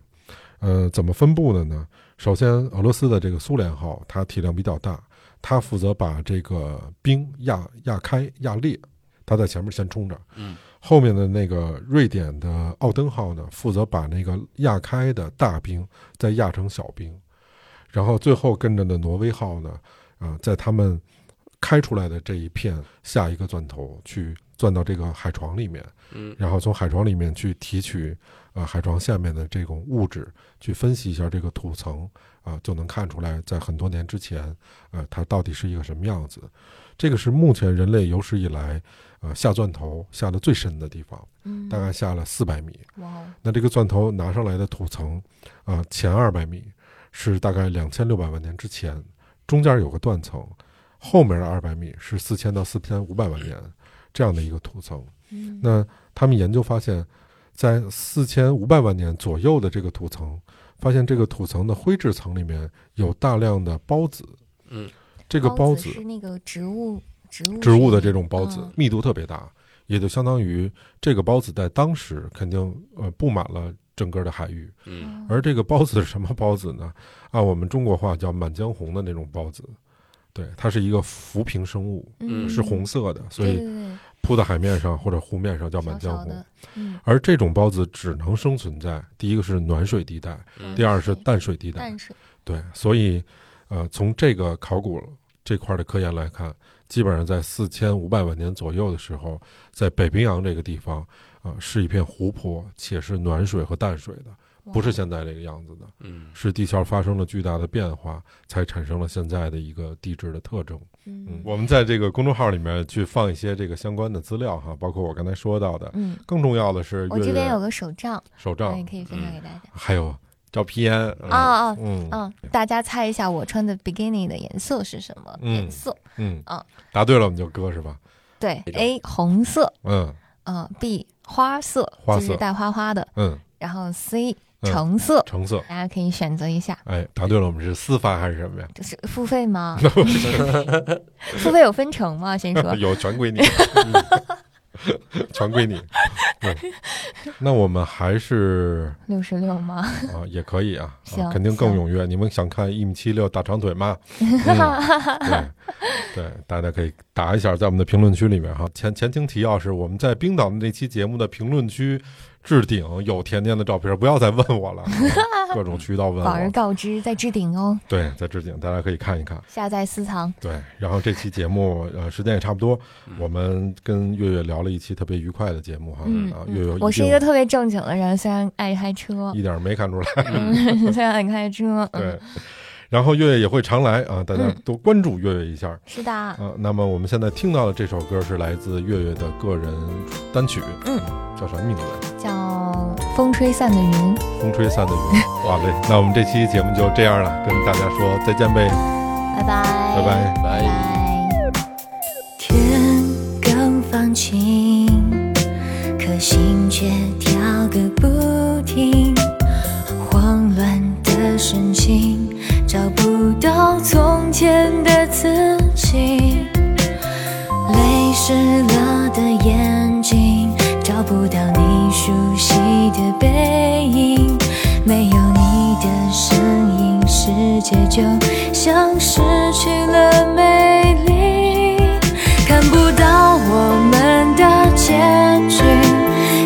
[SPEAKER 3] 呃，怎么分布的呢？首先，俄罗斯的这个苏联号，它体量比较大，它负责把这个冰压压开、压裂，它在前面先冲着。
[SPEAKER 2] 嗯，
[SPEAKER 3] 后面的那个瑞典的奥登号呢，负责把那个压开的大冰再压成小冰，然后最后跟着的挪威号呢，啊、在他们开出来的这一片下一个钻头去钻到这个海床里面。
[SPEAKER 2] 嗯
[SPEAKER 3] 然后从海床里面去提取呃海床下面的这种物质，去分析一下这个土层啊、就能看出来在很多年之前，呃，它到底是一个什么样子。这个是目前人类有史以来，呃，下钻头下的最深的地方，
[SPEAKER 1] 嗯，
[SPEAKER 3] 大概下了四百米。
[SPEAKER 1] 哇哦，
[SPEAKER 3] 那这个钻头拿上来的土层，啊、前二百米是大概两千六百万年之前，中间有个断层，后面的二百米是四千到四千五百万年这样的一个土层。
[SPEAKER 1] 嗯
[SPEAKER 3] 那他们研究发现，在四千五百万年左右的这个土层，发现这个土层的灰质层里面有大量的孢子，
[SPEAKER 2] 嗯，
[SPEAKER 3] 这个孢
[SPEAKER 1] 孢
[SPEAKER 3] 子
[SPEAKER 1] 是那个植物植物
[SPEAKER 3] 植物的
[SPEAKER 1] 是
[SPEAKER 3] 这种孢子
[SPEAKER 1] 嗯
[SPEAKER 3] 密度特别大，也就相当于这个孢子在当时肯定呃布满了整个的海域。
[SPEAKER 2] 嗯
[SPEAKER 1] 哦
[SPEAKER 3] 而这个孢子是什么孢子呢？ 按我们中国话叫《满江红》的那种孢子，对，它是一个浮萍生物，
[SPEAKER 2] 嗯
[SPEAKER 3] 是红色的，所
[SPEAKER 1] 对
[SPEAKER 3] 以
[SPEAKER 1] 对对，
[SPEAKER 3] 铺到海面上或者湖面上叫满江
[SPEAKER 1] 小小
[SPEAKER 3] 红。
[SPEAKER 1] 的，嗯，
[SPEAKER 3] 而这种孢子只能生存在第一个是暖水地带，
[SPEAKER 2] 嗯
[SPEAKER 3] 第二是淡水地带。
[SPEAKER 1] 淡水，
[SPEAKER 3] 对，所以，呃，从这个考古这块的科研来看，基本上在四千五百万年左右的时候，在北冰洋这个地方，啊、是一片湖泊，且是暖水和淡水的，
[SPEAKER 1] 哇
[SPEAKER 3] 不是现在这个样子的，
[SPEAKER 2] 嗯
[SPEAKER 3] 是地壳发生了巨大的变化，才产生了现在的一个地质的特征。嗯
[SPEAKER 1] 嗯，
[SPEAKER 3] 我们在这个公众号里面去放一些这个相关的资料哈，包括我刚才说到的。
[SPEAKER 1] 嗯，
[SPEAKER 3] 更重要的是，
[SPEAKER 1] 我
[SPEAKER 3] 月
[SPEAKER 1] 这边
[SPEAKER 3] 月
[SPEAKER 1] 有个手账，
[SPEAKER 3] 手
[SPEAKER 1] 那
[SPEAKER 3] 账
[SPEAKER 1] 哎也可以分
[SPEAKER 3] 嗯
[SPEAKER 1] 享给大家。
[SPEAKER 3] 还有照片
[SPEAKER 1] 啊啊
[SPEAKER 3] 嗯
[SPEAKER 1] 嗯，大家猜一下我穿的 bikini 的颜色是什么
[SPEAKER 3] 嗯
[SPEAKER 1] 颜色？
[SPEAKER 3] 嗯
[SPEAKER 1] 啊
[SPEAKER 3] 答对了我们就割是吧？
[SPEAKER 1] 对
[SPEAKER 2] 这种
[SPEAKER 1] ，A 红色，
[SPEAKER 3] 嗯
[SPEAKER 1] 嗯，B 花色，
[SPEAKER 3] 花
[SPEAKER 1] 就是
[SPEAKER 3] 色
[SPEAKER 1] 带花花的，
[SPEAKER 3] 嗯，
[SPEAKER 1] 然后 C
[SPEAKER 3] 嗯
[SPEAKER 1] 橙色，
[SPEAKER 3] 橙色，
[SPEAKER 1] 大家可以选择一下，
[SPEAKER 3] 哎，答对了我们是私发还是什么呀？
[SPEAKER 1] 就是付费
[SPEAKER 3] ，
[SPEAKER 1] 吗？付费有分成吗？先说
[SPEAKER 3] 有全归你。 全归你。嗯，那我们还是
[SPEAKER 1] 六十六吗？
[SPEAKER 3] 啊，也可以啊，
[SPEAKER 1] 行
[SPEAKER 3] 啊肯定更
[SPEAKER 1] 行
[SPEAKER 3] 踊跃。你们想看一米七六大长腿 吗？嗯、对对，大家可以打一下，在我们的评论区里面哈。前前情提要是我们在冰岛的那期节目的评论区置顶有甜甜的照片，不要再问我了，啊各种渠道问
[SPEAKER 1] 保而
[SPEAKER 3] 我。
[SPEAKER 1] 告之，在置顶哦，
[SPEAKER 3] 对，在置顶，大家可以看一看。
[SPEAKER 1] 下载私藏。
[SPEAKER 3] 对，然后这期节目呃时间也差不多，我们跟月月聊了一期特别愉快的节目哈。
[SPEAKER 1] 嗯
[SPEAKER 3] 啊，月月
[SPEAKER 1] 我
[SPEAKER 3] 一
[SPEAKER 1] 是一
[SPEAKER 3] 定
[SPEAKER 1] 个特别正经的人，虽然爱开车，
[SPEAKER 3] 一点儿没看出来。
[SPEAKER 1] 虽然爱开车，嗯，
[SPEAKER 3] 对，然后月月也会常来啊，大家
[SPEAKER 1] 嗯
[SPEAKER 3] 多关注月月一下儿。
[SPEAKER 1] 是的，
[SPEAKER 3] 啊，那么我们现在听到的这首歌是来自月月的个人单曲，
[SPEAKER 1] 嗯，
[SPEAKER 3] 叫什么名字来？
[SPEAKER 1] 叫《风吹散的云》，
[SPEAKER 3] 风吹散的云。哇嘞，那我们这期节目就这样了，跟大家说再见呗，
[SPEAKER 1] 拜拜，
[SPEAKER 3] 拜拜。
[SPEAKER 1] 拜拜。
[SPEAKER 7] 天刚放晴，可心却跳个不停，慌乱的神情找不到从前的自己，泪湿了的眼睛找不到你熟悉的背影，没有你的身影，世界就像失去了美丽。看不到我们的结局，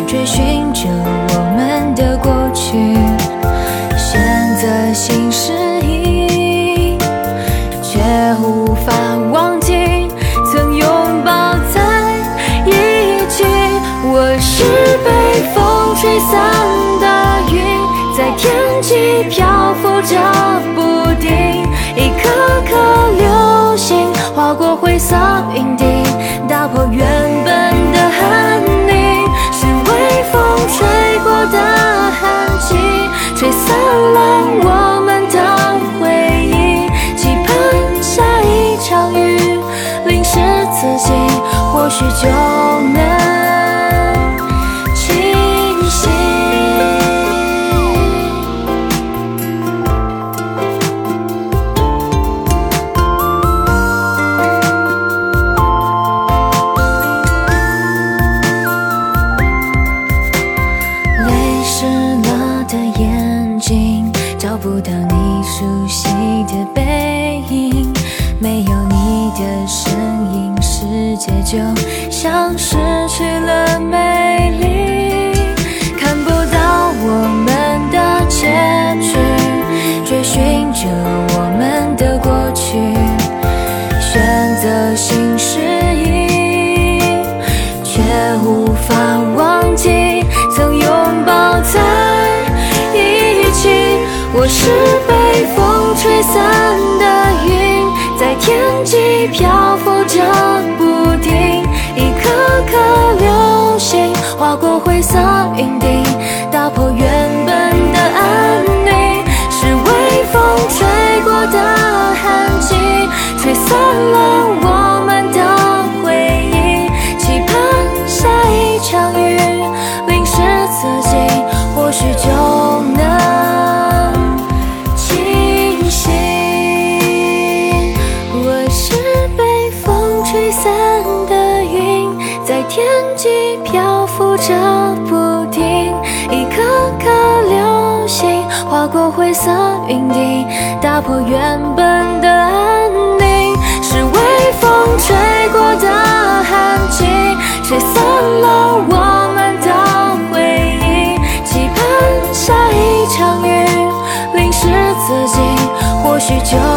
[SPEAKER 7] 追寻着我们的过去，选择性失忆，却无法忘记曾拥抱在一起。我是被风吹散的云，在天际漂浮着不定，一颗颗流星划过灰色云顶，打破原本的安宁，是微风吹过的痕迹，吹散了我们的回忆，期盼下一场雨淋湿自己，或许就能清醒。泪湿了的眼睛，找不到你熟悉的背影，没有你的身影，世界就像失去了美丽，看不到我们的结局，追寻着我们的过去，选择性失忆。却无法忘记曾拥抱在一起。我是被风吹散的云，在天际漂浮着不定，一颗颗流星划过灰色云顶，打破原本的安宁，是微风吹过的痕迹，吹散了我们的回忆。期盼下一场雨淋湿自己，或许就能清醒。我是被风吹散的云，在天际漂浮着不定，一颗颗流星划过灰色云顶，打破原本的安宁，是微风吹过的痕迹，吹散了我们的回忆，期盼下一场雨淋湿自己，或许就。